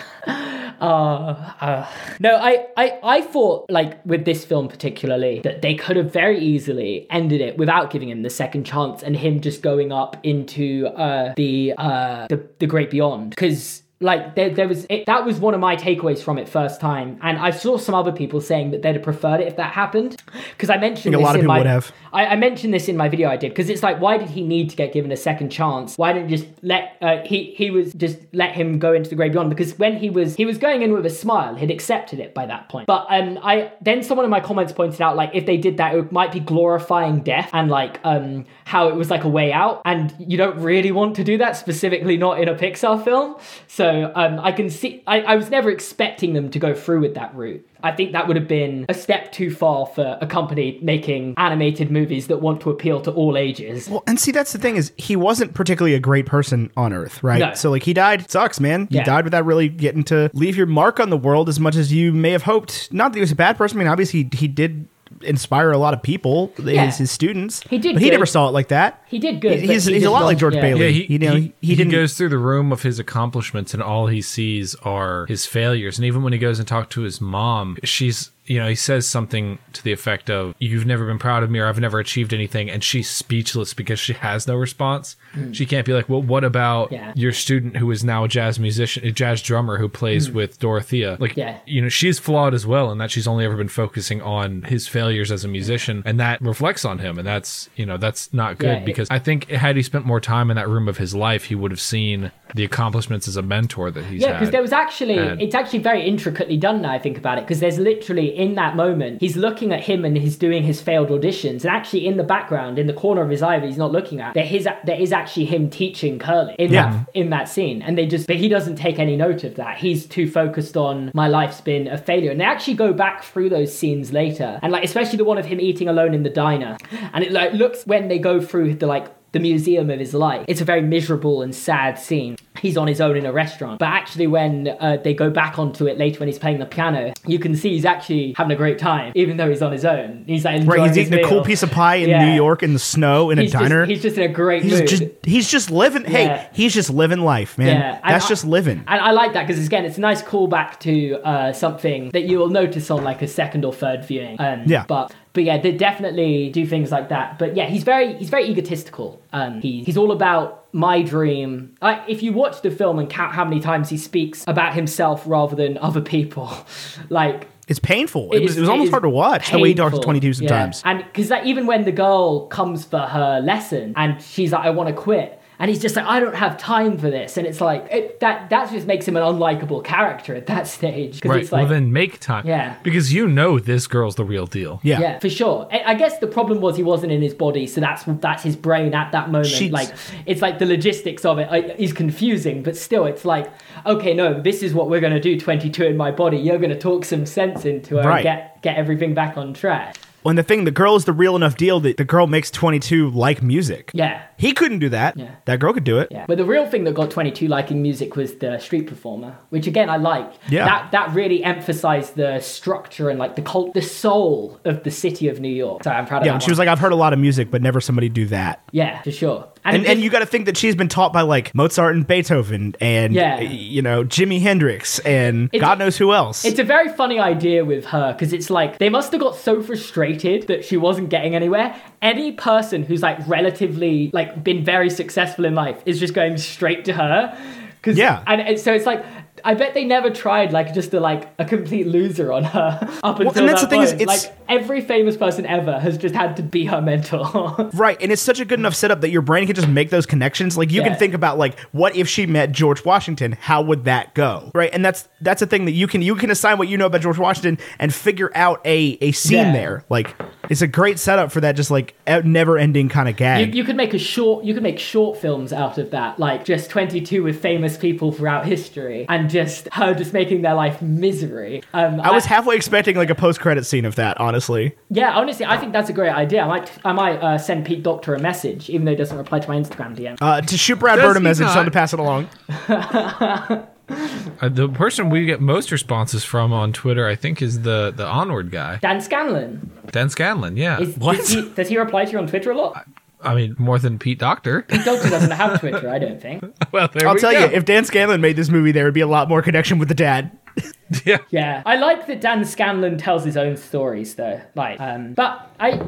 [SPEAKER 5] (laughs) No, I, I, I thought, like, with this film particularly, that they could have very easily ended it without giving him the second chance and him just going up into uh, the, uh, the the great beyond. Because, like, there, there was it, that was one of my takeaways from it first time. And I saw some other people saying that they'd have preferred it if that happened. Because I mentioned
[SPEAKER 4] a
[SPEAKER 5] this
[SPEAKER 4] lot of
[SPEAKER 5] in
[SPEAKER 4] people
[SPEAKER 5] my,
[SPEAKER 4] would have.
[SPEAKER 5] I, I mentioned this in my video I did because it's like, why did he need to get given a second chance? Why didn't you just let uh, he he was just let him go into the grave beyond? Because when he was he was going in with a smile, he'd accepted it by that point. But um, I then someone in my comments pointed out like if they did that, it might be glorifying death and like um how it was like a way out, and you don't really want to do that specifically not in a Pixar film. So So um, I can see. I, I was never expecting them to go through with that route. I think that would have been a step too far for a company making animated movies that want to appeal to all ages.
[SPEAKER 4] Well, and see, that's the thing is he wasn't particularly a great person on Earth, right?
[SPEAKER 5] No.
[SPEAKER 4] So like he died. Sucks, man. You
[SPEAKER 5] Yeah.
[SPEAKER 4] died without really getting to leave your mark on the world as much as you may have hoped. Not that he was a bad person. I mean, obviously he, he did inspire a lot of people,
[SPEAKER 5] Yeah.
[SPEAKER 4] his, his students.
[SPEAKER 5] He did
[SPEAKER 4] But he
[SPEAKER 5] good.
[SPEAKER 4] never saw it like that.
[SPEAKER 5] He did good,
[SPEAKER 4] He-
[SPEAKER 5] but
[SPEAKER 4] He's,
[SPEAKER 5] he
[SPEAKER 4] he's a
[SPEAKER 5] just
[SPEAKER 4] lot like
[SPEAKER 5] wasn't-
[SPEAKER 4] George
[SPEAKER 5] yeah.
[SPEAKER 4] Bailey.
[SPEAKER 3] Yeah, he,
[SPEAKER 4] you know, he, he didn't.
[SPEAKER 3] goes through the room of his accomplishments, and all he sees are his failures. And even when he goes and talks to his mom, she's, you know, he says something to the effect of, You've never been proud of me, or I've never achieved anything. And she's speechless because she has no response. She can't be like, Well, what about
[SPEAKER 5] Mm. Yeah.
[SPEAKER 3] your student who is now a jazz musician, a jazz drummer who plays with Dorothea? Like,
[SPEAKER 5] Mm. Yeah.
[SPEAKER 3] you know, she's flawed as well, in that she's only ever been focusing on his failures as a musician, and that reflects on him. And that's, you know, that's not good
[SPEAKER 5] Yeah, it-
[SPEAKER 3] because I think had he spent more time in that room of his life, he would have seen the accomplishments as a mentor that he's
[SPEAKER 5] Yeah, because
[SPEAKER 3] had.
[SPEAKER 5] there was actually,
[SPEAKER 3] And-
[SPEAKER 5] it's actually very intricately done now I think about it, because there's literally in that moment, he's looking at him and he's doing his failed auditions. And actually, in the background, in the corner of his eye that he's not looking at, there is, there is actually him teaching Curly in,
[SPEAKER 4] Yeah.
[SPEAKER 5] that, in that scene. And they just, but he doesn't take any note of that. He's too focused on my life's been a failure. And they actually go back through those scenes later. And like, especially the one of him eating alone in the diner. And it like looks when they go through the like, the museum of his life. It's a very miserable and sad scene. He's on his own in a restaurant. But actually, when uh, they go back onto it later when he's playing the piano, you can see he's actually having a great time, even though he's on his own. He's like,
[SPEAKER 4] Right,
[SPEAKER 5] enjoying
[SPEAKER 4] he's
[SPEAKER 5] his
[SPEAKER 4] eating a
[SPEAKER 5] meal.
[SPEAKER 4] cool piece of pie in
[SPEAKER 5] Yeah.
[SPEAKER 4] New York in the snow in
[SPEAKER 5] He's
[SPEAKER 4] a
[SPEAKER 5] just-
[SPEAKER 4] diner.
[SPEAKER 5] he's just in a great
[SPEAKER 4] he's
[SPEAKER 5] mood.
[SPEAKER 4] just he's just living.
[SPEAKER 5] Yeah.
[SPEAKER 4] Hey, he's just living life, man.
[SPEAKER 5] Yeah, and
[SPEAKER 4] That's
[SPEAKER 5] I-
[SPEAKER 4] just living.
[SPEAKER 5] And I like that because again, it's a nice callback to uh, something that you will notice on like a second or third viewing. Um,
[SPEAKER 4] Yeah.
[SPEAKER 5] But but yeah, they definitely do things like that. But yeah, he's very he's very egotistical. Um, he, he's all about my dream. Like if you watch the film and count how many times he speaks about himself rather than other people, (laughs) like.
[SPEAKER 4] It's painful. It, was,
[SPEAKER 5] is-
[SPEAKER 4] it was almost
[SPEAKER 5] is
[SPEAKER 4] hard to watch the way he talks to
[SPEAKER 5] painful.
[SPEAKER 4] 22 sometimes.
[SPEAKER 5] Yeah. And because like, even when the girl comes for her lesson and she's like, I want to quit. And he's just like, I don't have time for this. And it's like, it, that that just makes him an unlikable character at that (laughs) stage. Because
[SPEAKER 3] right.
[SPEAKER 5] it's like,
[SPEAKER 3] well, then make time.
[SPEAKER 5] Yeah.
[SPEAKER 3] Because you know this girl's the real deal.
[SPEAKER 4] Yeah.
[SPEAKER 5] yeah. for sure. I, I guess the problem was he wasn't in his body. So that's that's his brain at that moment.
[SPEAKER 4] She's-
[SPEAKER 5] like, it's like the logistics of it I- is confusing. But still, it's like, okay, no, this is what we're going to do 22 in my body. You're going to talk some sense into her
[SPEAKER 4] Right.
[SPEAKER 5] and get, get everything back on track.
[SPEAKER 4] When the thing, the girl is the real enough deal that the girl makes 22 like music.
[SPEAKER 5] Yeah.
[SPEAKER 4] He couldn't do that.
[SPEAKER 5] Yeah.
[SPEAKER 4] That girl could do it.
[SPEAKER 5] Yeah. But the real thing that got 22 liking music was the street performer, which again I liked.
[SPEAKER 4] Yeah.
[SPEAKER 5] That that really emphasized the structure and like the cult the soul of the city of New York. Sorry, I'm proud of
[SPEAKER 4] Yeah,
[SPEAKER 5] that.
[SPEAKER 4] and she was like, I've heard a lot of music, but never somebody do that.
[SPEAKER 5] Yeah, for sure.
[SPEAKER 4] And and you got to think that she's been taught by like Mozart and Beethoven and
[SPEAKER 5] Yeah.
[SPEAKER 4] uh, you know Jimi Hendrix and
[SPEAKER 5] It's-
[SPEAKER 4] God knows who else.
[SPEAKER 5] it's a very funny idea with her because it's like they must have got so frustrated that she wasn't getting anywhere. Any person who's like relatively like been very successful in life is just going straight to her. 'Cause-
[SPEAKER 4] Yeah.
[SPEAKER 5] and it's- so it's like I bet they never tried like just a like a complete loser on her (laughs) up until
[SPEAKER 4] and that's the
[SPEAKER 5] that
[SPEAKER 4] thing is,
[SPEAKER 5] point.
[SPEAKER 4] it's-
[SPEAKER 5] like every famous person ever has just had to be her mentor. (laughs)
[SPEAKER 4] Right, and it's such a good enough setup that your brain can just make those connections. Like you
[SPEAKER 5] Yeah.
[SPEAKER 4] can think about like what if she met George Washington, how would that go? Right? And that's that's a thing that you can you can assign what you know about George Washington and figure out a a scene
[SPEAKER 5] Yeah.
[SPEAKER 4] there. Like it's a great setup for that just like e, never-ending kind of
[SPEAKER 5] You,
[SPEAKER 4] gag.
[SPEAKER 5] you could make a short. You could make short films out of that, like just twenty two with famous people throughout history, and just her just making their life misery. Um,
[SPEAKER 4] I was halfway expecting like a post-credit scene of that, honestly.
[SPEAKER 5] yeah. Honestly, I think that's a great idea. I might, I might uh, send Pete Doctor a message, even though he doesn't reply to my Instagram DM.
[SPEAKER 4] Uh, to shoot Brad
[SPEAKER 3] Does
[SPEAKER 4] Bird a
[SPEAKER 3] he
[SPEAKER 4] message,
[SPEAKER 3] not?
[SPEAKER 4] tell him to pass it along.
[SPEAKER 3] Uh, the person we get most responses from on Twitter, I think, is the the Onward guy,
[SPEAKER 5] Dan Scanlon.
[SPEAKER 3] Dan Scanlon. Yeah.
[SPEAKER 5] Is,
[SPEAKER 4] What?
[SPEAKER 5] Does he, does he reply to you on Twitter a lot?
[SPEAKER 3] I mean, more than Pete Doctor. (laughs)
[SPEAKER 5] Pete Doctor doesn't have Twitter, I don't think.
[SPEAKER 3] well, there
[SPEAKER 4] I'll
[SPEAKER 3] we
[SPEAKER 4] tell
[SPEAKER 3] go.
[SPEAKER 4] you, if Dan Scanlon made this movie, there would be a lot more connection with the dad.
[SPEAKER 3] (laughs) yeah.
[SPEAKER 5] Yeah, I like that Dan Scanlon tells his own stories though. Like, um, but I,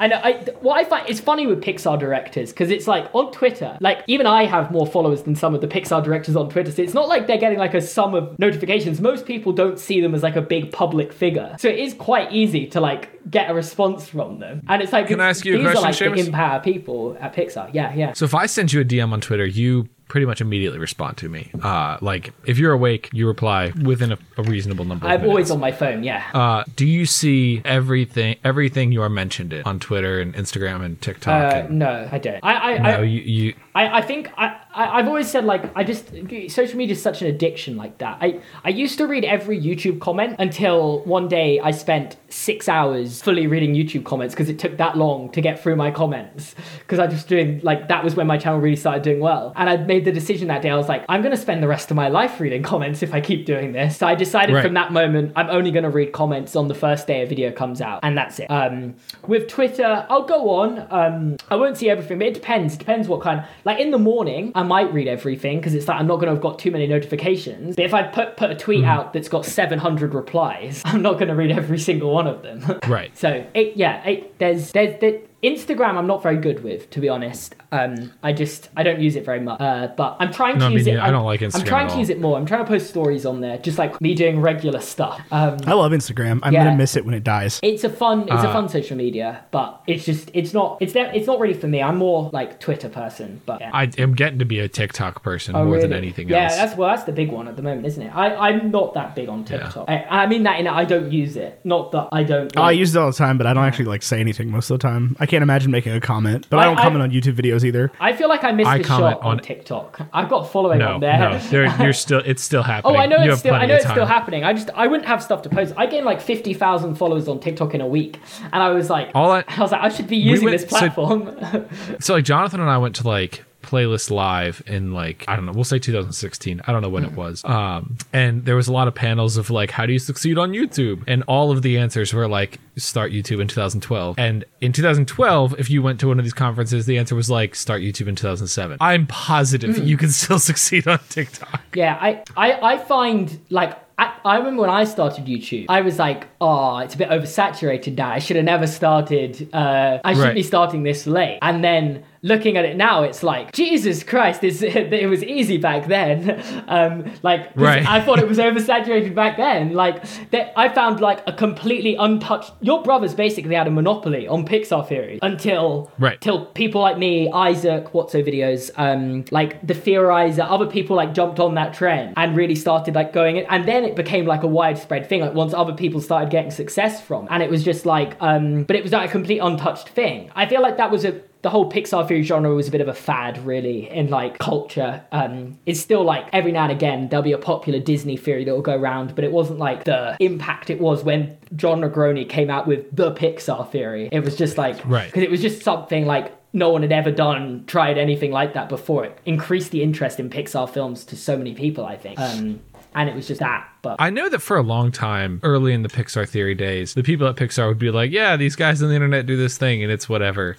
[SPEAKER 5] I know I what I find it's funny with Pixar directors because it's like on Twitter, like even I have more followers than some of the Pixar directors on Twitter. So it's not like they're getting like a sum of notifications. Most people don't see them as like a big public figure, so it is quite easy to like get a response from them. And it's like
[SPEAKER 3] Can I ask you a
[SPEAKER 5] these
[SPEAKER 3] question,
[SPEAKER 5] are like
[SPEAKER 3] Seamus?
[SPEAKER 5] the empower people at Pixar. Yeah, yeah.
[SPEAKER 3] So if I send you a DM on Twitter, you pretty much immediately respond to me. Uh, like if you're awake, you reply within a, a reasonable number. Of
[SPEAKER 5] I'm
[SPEAKER 3] minutes.
[SPEAKER 5] always on my phone. Yeah.
[SPEAKER 3] Uh, do you see everything everything you are mentioned in on Twitter and Instagram and TikTok?
[SPEAKER 5] Uh,
[SPEAKER 3] and,
[SPEAKER 5] no, I don't. I I,
[SPEAKER 3] no,
[SPEAKER 5] I,
[SPEAKER 3] you, you
[SPEAKER 5] I, I think I, I I've always said like I just social media is such an addiction like that. I I used to read every YouTube comment until one day I spent six hours fully reading YouTube comments because it took that long to get through my comments because I just doing like that was when my channel really started doing well and I made the decision that day I was like I'm gonna spend the rest of my life reading comments if I keep doing this. So I decided
[SPEAKER 3] Right.
[SPEAKER 5] from that moment I'm only gonna read comments on the first day a video comes out and that's it. Um, with Twitter I'll go on. Um, I won't see everything, but it depends. It depends what kind. Like in the morning, I might read everything because it's like I'm not going to have got too many notifications. But if I put put a tweet out that's got 700 replies, (laughs) I'm not going to read every single one of them. (laughs)
[SPEAKER 3] right.
[SPEAKER 5] so it, yeah, it, there's there's there, Instagram. I'm not very good with, to be honest. Um, I just I don't use it very much. Uh, but I'm trying
[SPEAKER 3] No,
[SPEAKER 5] to
[SPEAKER 3] me
[SPEAKER 5] use it.
[SPEAKER 3] neither. I
[SPEAKER 5] I'm-
[SPEAKER 3] don't like
[SPEAKER 5] I'm
[SPEAKER 3] Instagram
[SPEAKER 5] trying
[SPEAKER 3] at
[SPEAKER 5] to
[SPEAKER 3] all.
[SPEAKER 5] use it more. I'm trying to post stories on there, just like me doing regular stuff. Um,
[SPEAKER 4] I love Instagram. I'm
[SPEAKER 5] Yeah.
[SPEAKER 4] gonna miss it when it dies.
[SPEAKER 5] it's a fun it's
[SPEAKER 3] Uh,
[SPEAKER 5] a fun social media but it's just it's not it's de- it's not really for me i'm more like twitter person but yeah.
[SPEAKER 3] I am getting to be a TikTok person
[SPEAKER 5] Oh,
[SPEAKER 3] more than
[SPEAKER 5] really?
[SPEAKER 3] anything
[SPEAKER 5] yeah,
[SPEAKER 3] else.
[SPEAKER 5] that's well, that's the big one at the moment, isn't it? I, I'm not that big on TikTok. I, I mean that in that I don't use it. Not that I don't.
[SPEAKER 4] Oh, I
[SPEAKER 5] like-
[SPEAKER 4] use it all the time, but I don't actually like say anything most of the time. I can't imagine making a comment, but I,
[SPEAKER 5] I-
[SPEAKER 4] don't
[SPEAKER 5] I-
[SPEAKER 4] comment on YouTube videos either.
[SPEAKER 5] I feel like I missed
[SPEAKER 3] I
[SPEAKER 5] a
[SPEAKER 3] comment
[SPEAKER 5] shot on,
[SPEAKER 3] on-
[SPEAKER 5] TikTok. I've got following
[SPEAKER 3] no,
[SPEAKER 5] on there.
[SPEAKER 3] no, there-
[SPEAKER 5] (laughs)
[SPEAKER 3] you're still it's still happening.
[SPEAKER 5] Oh, I know
[SPEAKER 3] you have
[SPEAKER 5] it's still. I
[SPEAKER 3] plenty
[SPEAKER 5] know
[SPEAKER 3] of
[SPEAKER 5] it's still
[SPEAKER 3] time.
[SPEAKER 5] happening. I just I wouldn't have stuff to post. I gained like fifty thousand followers on TikTok in a week, and I was like,
[SPEAKER 3] All I-
[SPEAKER 5] was like, I should be using
[SPEAKER 3] went-
[SPEAKER 5] this
[SPEAKER 3] so-
[SPEAKER 5] platform. (laughs)
[SPEAKER 3] So like Jonathan and I went to like playlist live in like I don't know, we'll say 2016. I don't know when it was. Um and there was a lot of panels of like how do you succeed on YouTube? And all of the answers were like start YouTube in 2012. And in 2012, if you went to one of these conferences, the answer was like start YouTube in 2007. I'm positive you can still (laughs) succeed on TikTok.
[SPEAKER 5] Yeah, I, I, I find like I, I remember when I started YouTube, I was like, oh, it's a bit oversaturated now. I should have never started. Uh, I shouldn't
[SPEAKER 3] Right.
[SPEAKER 5] be starting this late. And then looking at it now, it's like Jesus Christ, this (laughs) it was easy back then. (laughs) Um, like 'cause
[SPEAKER 3] Right.
[SPEAKER 5] I thought it was oversaturated back then. Like that, I found like a completely untouched. Your brothers basically had a monopoly on Pixar theory until
[SPEAKER 3] Right.
[SPEAKER 5] till people like me, Isaac, Whatso videos, um, like the theorizer, other people like jumped on that trend and really started like going in, and then it became like a widespread thing. Like once other people started getting success from, and it was just like, um, but it was like a complete untouched thing. I feel like that was a the whole Pixar theory genre was a bit of a fad, really, in like culture. Um, it's still like every now and again there'll be a popular Disney theory that'll go around, but it wasn't like the impact it was when John Negroni came out with the Pixar theory. It was just like
[SPEAKER 3] Right.
[SPEAKER 5] because it was just something like no one had ever done, tried anything like that before. It increased the interest in Pixar films to so many people, I think, um, and it was just that. But
[SPEAKER 3] I know that for a long time, early in the Pixar theory days, the people at Pixar would be like, "Yeah, these guys on the internet do this thing, and it's whatever."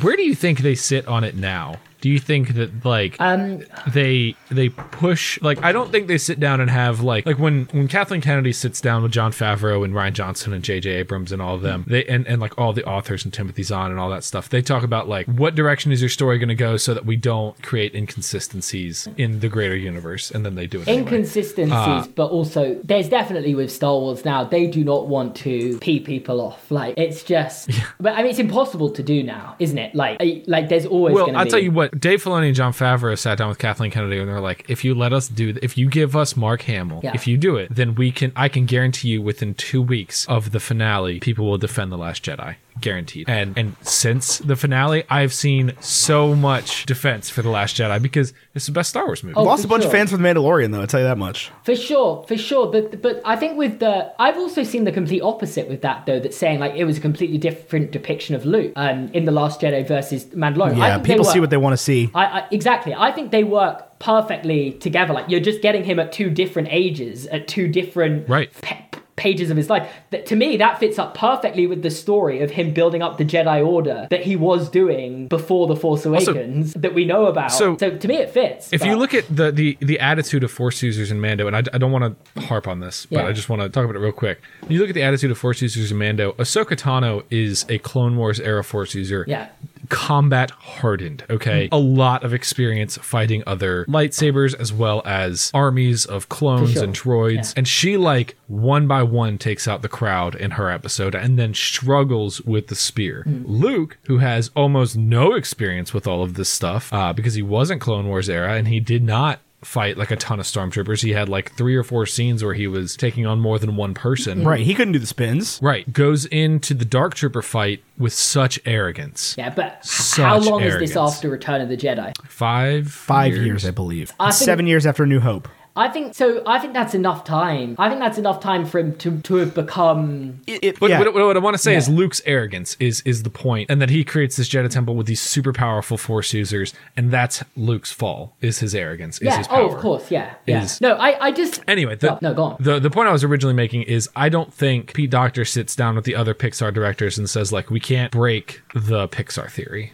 [SPEAKER 3] Where do you think they sit on it now? Do you think that like
[SPEAKER 5] Um,
[SPEAKER 3] they they push like I don't think they sit down and have like like when when Kathleen Kennedy sits down with John Favreau and Ryan Johnson and J.J. Abrams and all of them they and and like all the authors and Timothy Zahn and all that stuff they talk about like what direction is your story going to go so that we don't create inconsistencies in the greater universe and then they do it anyway.
[SPEAKER 5] inconsistencies,
[SPEAKER 3] Ah.
[SPEAKER 5] but also there's definitely with Star Wars now, they do not want to pee people off. Like it's
[SPEAKER 3] (laughs)
[SPEAKER 5] just, but I mean, it's impossible to do now, isn't it? Like, I- like there's always.
[SPEAKER 3] Well,
[SPEAKER 5] gonna
[SPEAKER 3] I'll
[SPEAKER 5] be...
[SPEAKER 3] tell you what, Dave Filoni and John Favreau sat down with Kathleen Kennedy and they're like, if you let us do, th- if you give us Mark Hamill,
[SPEAKER 5] Yeah.
[SPEAKER 3] if you do it, then we can, I can guarantee you within two weeks of the finale, people will defend The Last Jedi. Guaranteed. And and since the finale, I've seen so much defense for The Last Jedi because it's the best Star Wars movie.
[SPEAKER 5] Oh,
[SPEAKER 4] Lost
[SPEAKER 5] for
[SPEAKER 4] a bunch
[SPEAKER 5] sure.
[SPEAKER 4] of fans with Mandalorian, though. I tell you that much.
[SPEAKER 5] For sure, for sure. But but I think with the I've also seen the complete opposite with that though. That saying like it was a completely different depiction of Luke um, in the Last Jedi versus Mandalorian. I
[SPEAKER 4] Yeah,
[SPEAKER 5] think they
[SPEAKER 4] people see
[SPEAKER 5] were-
[SPEAKER 4] what they want to see.
[SPEAKER 5] I, I exactly. I think they work perfectly together. Like you're just getting him at two different ages, at two different
[SPEAKER 3] Right.
[SPEAKER 5] pa- pages of his life. That, to me, that fits up perfectly with the story of him building up the Jedi Order that he was doing before the Force Awakens that we know about.
[SPEAKER 3] so-
[SPEAKER 5] So, to me, it fits.
[SPEAKER 3] if you
[SPEAKER 5] but-
[SPEAKER 3] look at the, the the attitude of force users in mando and i, I don't want to harp on this but
[SPEAKER 5] Yeah.
[SPEAKER 3] i just want to talk about it real quick When you look at the attitude of force users in mando ahsoka tano is a clone wars era force user
[SPEAKER 5] Yeah. Mm.
[SPEAKER 3] combat hardened, okay? A lot of experience fighting other lightsabers as well as armies of clones
[SPEAKER 5] sure.
[SPEAKER 3] and droids.
[SPEAKER 5] Yeah.
[SPEAKER 3] And she, like, one by one takes out the crowd in her episode and then struggles with the spear.
[SPEAKER 5] Mm.
[SPEAKER 3] Luke, who has almost no experience with all of this stuff uh, because he wasn't Clone Wars era and he did not fight like a ton of stormtroopers. He had like three or four scenes where he was taking on more than one person.
[SPEAKER 5] Mm-hmm.
[SPEAKER 4] Right, he couldn't do the spins.
[SPEAKER 3] Right. Goes into the Dark Trooper fight with such arrogance.
[SPEAKER 5] Yeah, but h-
[SPEAKER 3] Such
[SPEAKER 5] how long is
[SPEAKER 3] arrogance.
[SPEAKER 5] this after Return of the Jedi?
[SPEAKER 3] Five
[SPEAKER 4] Five years, I believe.
[SPEAKER 5] I think-
[SPEAKER 4] Seven years after New Hope.
[SPEAKER 5] I think so. I think that's enough time. I think that's enough time for him to, to have become.
[SPEAKER 4] It, it-
[SPEAKER 3] But
[SPEAKER 4] yeah.
[SPEAKER 3] what, what I want to say is
[SPEAKER 5] Yeah.
[SPEAKER 3] Luke's arrogance is is the point, and that he creates this Jedi temple with these super powerful Force users, and that's Luke's fall is his arrogance, is
[SPEAKER 5] Yeah.
[SPEAKER 3] his power.
[SPEAKER 5] Oh, of course. Yeah. Yeah.
[SPEAKER 3] Is-
[SPEAKER 5] no, I, I just.
[SPEAKER 3] Anyway, the,
[SPEAKER 5] No, no, go on.
[SPEAKER 3] the the point I was originally making is I don't think Pete Doctor sits down with the other Pixar directors and says like we can't break the Pixar theory.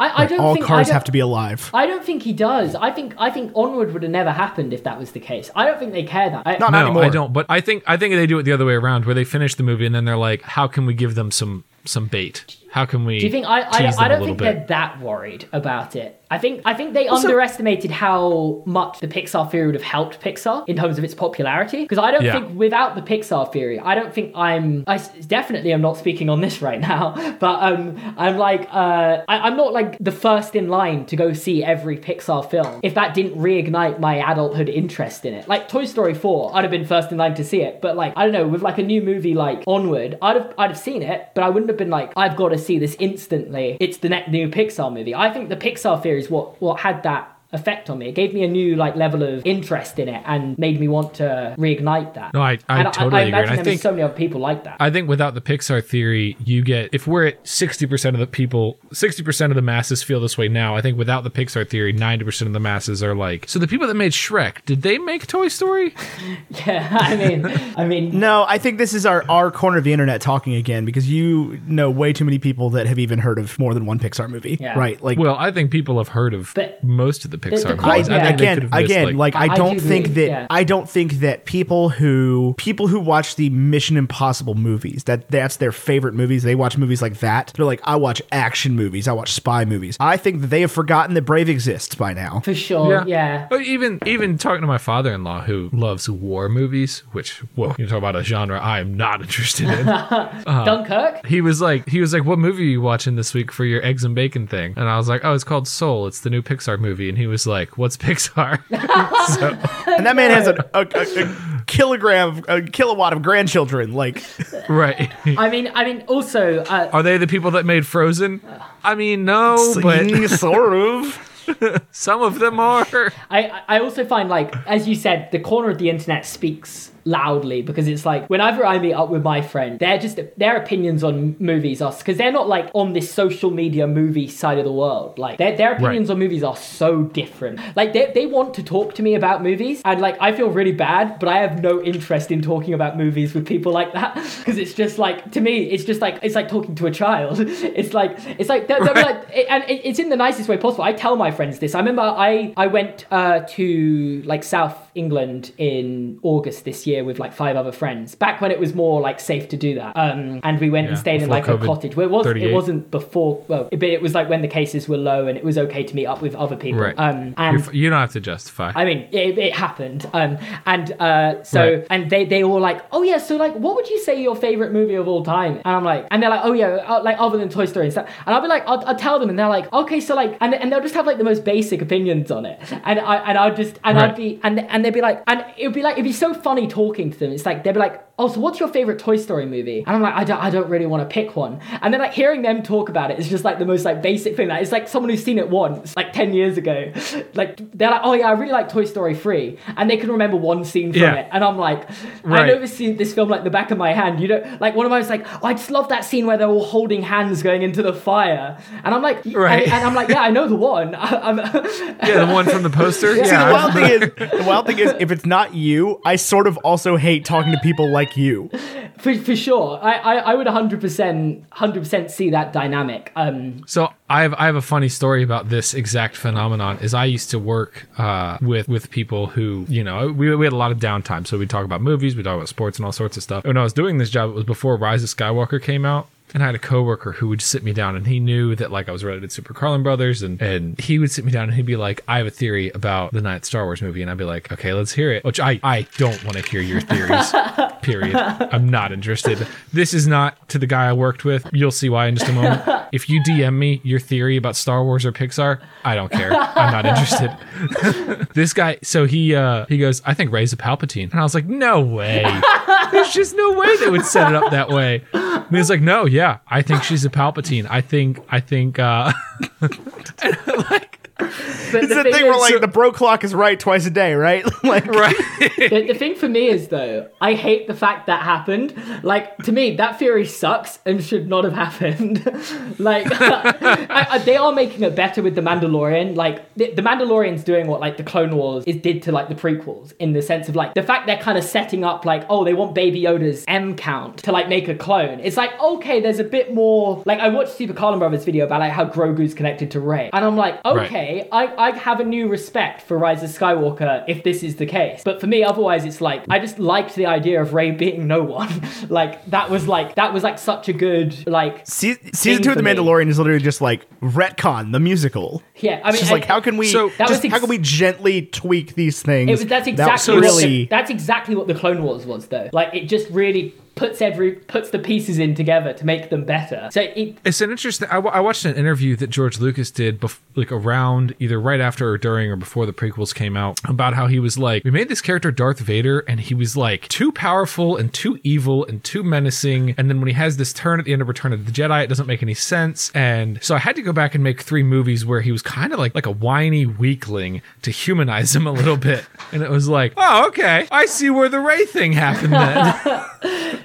[SPEAKER 5] I, I don't
[SPEAKER 4] All
[SPEAKER 5] think, I
[SPEAKER 4] cars
[SPEAKER 5] don't-
[SPEAKER 4] have to be alive.
[SPEAKER 5] I don't think he does. I think I think Onward would have never happened if that was the case. I don't think they care that. I,
[SPEAKER 4] Not
[SPEAKER 3] no,
[SPEAKER 4] anymore.
[SPEAKER 3] I don't. But I think I think they do it the other way around, where they finish the movie and then they're like, how can we give them some some bait? How can we?
[SPEAKER 5] do you think I I,
[SPEAKER 3] tease them
[SPEAKER 5] I
[SPEAKER 3] a
[SPEAKER 5] don't
[SPEAKER 3] little
[SPEAKER 5] think
[SPEAKER 3] bit?
[SPEAKER 5] they're that worried about it. I think I think they underestimated how much the Pixar theory would have helped Pixar in terms of its popularity. Because I don't
[SPEAKER 3] Yeah.
[SPEAKER 5] think without the Pixar theory, I don't think I'm I s- definitely am not speaking on this right now. (laughs) But um, I'm like uh, I, I'm not like the first in line to go see every Pixar film. If that didn't reignite my adulthood interest in it, like Toy Story 4, I'd have been first in line to see it. But like I don't know, with like a new movie like Onward, I'd have I'd have seen it, but I wouldn't have been like I've got to see this instantly. It's the next new Pixar movie. I think the Pixar theory is what what had that effect on me. It gave me a new like level of interest in it and made me want to reignite that.
[SPEAKER 3] No, I- I
[SPEAKER 5] And
[SPEAKER 3] totally agree.
[SPEAKER 5] imagine
[SPEAKER 3] And I
[SPEAKER 5] there's
[SPEAKER 3] think-
[SPEAKER 5] so many other people like that.
[SPEAKER 3] I think without the Pixar theory, you get if we're at sixty percent of the people, sixty percent of the masses feel this way now. I think without the Pixar theory, ninety percent of the masses are like, so the people that made Shrek, did they make Toy Story? (laughs)
[SPEAKER 5] yeah, (laughs) I mean, I mean,
[SPEAKER 4] No, I think this is our, our corner of the internet talking again because you know way too many people that have even heard of more than one Pixar movie,
[SPEAKER 5] Yeah.
[SPEAKER 4] right? Like,
[SPEAKER 3] Well, I think people have heard of
[SPEAKER 5] But-
[SPEAKER 3] most of the Pixar.
[SPEAKER 5] the-
[SPEAKER 4] I,
[SPEAKER 3] movies.
[SPEAKER 5] yeah.
[SPEAKER 3] I think they
[SPEAKER 4] again,
[SPEAKER 3] could have missed,
[SPEAKER 4] again, like,
[SPEAKER 5] I
[SPEAKER 4] I don't
[SPEAKER 5] do
[SPEAKER 4] think
[SPEAKER 5] agree,
[SPEAKER 4] that
[SPEAKER 5] yeah.
[SPEAKER 4] I don't think that people who people who watch the Mission Impossible movies that that's their favorite movies. They watch movies like that. They're like, I watch action movies. I watch spy movies. I think that they have forgotten that Brave exists by
[SPEAKER 5] (laughs)
[SPEAKER 4] now.
[SPEAKER 5] for sure. yeah.
[SPEAKER 3] But even even talking to my father-in-law who loves war movies, which whoa, you talk about a genre I am not interested in. Uh-huh.
[SPEAKER 5] Dunkirk?
[SPEAKER 3] he was like he was like, "What movie are you watching this week for your eggs and bacon thing?" And I was like, "Oh, it's called Soul. It's the new Pixar movie." And he was like, "What's (laughs) Pixar?"
[SPEAKER 4] And that man has a, a, a, a kilogram, a kilowatt of grandchildren. Like, (laughs)
[SPEAKER 3] right. (laughs)
[SPEAKER 5] I mean, I mean, also, uh,
[SPEAKER 3] Are they the people that made Frozen? I mean,
[SPEAKER 4] (laughs) Oh,
[SPEAKER 3] no, but
[SPEAKER 4] sort of. (laughs)
[SPEAKER 3] some of them are. (laughs)
[SPEAKER 5] I, I also find like as you said the corner of the internet speaks loudly because it's like whenever i meet up with my friend they're just their opinions on movies are because they're not like on this social media movie side of the world like their, their opinions on movies are so different like they, they want to talk to me about movies and like i feel really bad but i have no interest in talking about movies with people like that (laughs) because it's just like to me it's just like it's like talking to a child (laughs) it's like it's like they're, they're like it, and it, it's in the nicest way possible. I tell my friends this. I remember I I went uh, to like South England in August this year with like five other friends. Back when it was more like safe to do that, um, and we went and
[SPEAKER 3] Yeah,
[SPEAKER 5] stayed in
[SPEAKER 3] before
[SPEAKER 5] like
[SPEAKER 3] COVID
[SPEAKER 5] a cottage. Well, it was
[SPEAKER 3] 38.
[SPEAKER 5] it wasn't before. Well, but it was like when the cases were low and it was okay to meet up with other people.
[SPEAKER 3] Right.
[SPEAKER 5] Um,
[SPEAKER 3] You're
[SPEAKER 5] and
[SPEAKER 3] f- you don't have to justify.
[SPEAKER 5] I mean, it, it happened. Um, and uh, so,
[SPEAKER 3] Right.
[SPEAKER 5] and they they all like, oh yeah, so like, what would you say your favorite movie of all time? And I'm like, and they're like, oh yeah, uh, like other than Toy Story and stuff. And I'll be like, I'll, I'll tell them, and they're like, okay, so like, and, and they'll just have like the most basic opinions on it. And I and I'll just and
[SPEAKER 3] Right.
[SPEAKER 5] I'd be and and they'd be like, and it'd be like it'd be so funny talking to them. It's like they'd be like. Oh, so what's your favorite Toy Story movie? And I'm like, I don't, I don't really want to pick one. And then like hearing them talk about it is just like the most like basic thing. Like it's like someone who's seen it once, like ten years ago. (laughs) Like they're like, oh yeah, I really like Toy Story three, and they can remember one scene from
[SPEAKER 3] Yeah.
[SPEAKER 5] it. And I'm like, I
[SPEAKER 3] Right.
[SPEAKER 5] know this scene- this film like the back of my hand. You know, like one of mine was like, oh, I just love that scene where they're all holding hands going into the fire, and I'm like,
[SPEAKER 3] Right.
[SPEAKER 5] and, and I'm like, yeah, I know the one. (laughs) I, am
[SPEAKER 3] yeah, the one from the poster.
[SPEAKER 4] (laughs) See, the wild
[SPEAKER 3] yeah.
[SPEAKER 4] thing is, the wild thing is, if it's not you, I sort of also hate talking to people like you.
[SPEAKER 5] for, for sure. I, I, I would 100% 100% see that dynamic.
[SPEAKER 4] (laughs)
[SPEAKER 5] Um,
[SPEAKER 3] So I have I have a funny story about this exact phenomenon. Is I used to work uh, with with people who you know we, we had a lot of downtime, so we talk about movies, we talk about sports, and all sorts of stuff. When I was doing this job, it was before Rise of Skywalker came out. And I had a coworker who would sit me down, and he knew that like I was related to Super Carlin Brothers, and and he would sit me down and he'd be like, "I have a theory about the ninth Star Wars movie," and I'd be like, "Okay, let's hear it." Which I I don't want to hear your theories. period. I'm not interested. This is not to the guy I worked with. You'll see why in just a moment. If you DM me your theory about Star Wars or Pixar, I don't care. I'm not interested this guy so he uh he goes i think ray's a palpatine and i was like no way there's just no way they would set it up that way and he's like no yeah i think she's a palpatine i think i think uh and I'm like
[SPEAKER 5] But
[SPEAKER 4] It's the thing where
[SPEAKER 5] is-
[SPEAKER 4] like the bro clock is right twice a day, right? (laughs) like
[SPEAKER 3] right
[SPEAKER 5] the, the thing for me is though, I hate the fact that happened. Like to me, that theory sucks and should not have happened. (laughs) like I, I- they are making it better with the Mandalorian. Like the, the Mandalorian's doing what like the Clone Wars is did to like the prequels in the sense of like the fact they're kind of setting up like oh they want Baby Yoda's M count to like make a clone. It's like okay, there's a bit more. Like I watched Super Carlin Brothers video about like how Grogu's connected to Rey, and I'm like
[SPEAKER 3] Right.
[SPEAKER 5] okay. I, I have a new respect for Rise of Skywalker if this is the case. But for me, otherwise, it's like I just liked the idea of Ray being no one. (laughs) like that was like that was like such a good like
[SPEAKER 4] Se- season two of
[SPEAKER 5] for
[SPEAKER 4] The
[SPEAKER 5] me.
[SPEAKER 4] Mandalorian is literally just like retcon the musical.
[SPEAKER 5] yeah. I mean,
[SPEAKER 4] It's just like
[SPEAKER 5] and-
[SPEAKER 4] how can we
[SPEAKER 3] So- That
[SPEAKER 4] just
[SPEAKER 5] was ex-
[SPEAKER 4] how can we gently tweak these things?
[SPEAKER 5] It was, that's
[SPEAKER 4] without
[SPEAKER 5] exactly what
[SPEAKER 4] really.
[SPEAKER 5] the, that's exactly what the Clone Wars was though. Like it just really puts every puts the pieces in together to make them better. So it,
[SPEAKER 3] it's an interesting I, wa- I watched an interview that george lucas did bef- like around either right after or during or before the prequels came out about how he was like we made this character darth vader and he was like too powerful and too evil and too menacing and then when he has this turn at the end of return of the jedi it doesn't make any sense and so i had to go back and make three movies where he was kind of like like a whiny weakling to humanize him a little bit and it was like oh okay i see where the ray thing happened then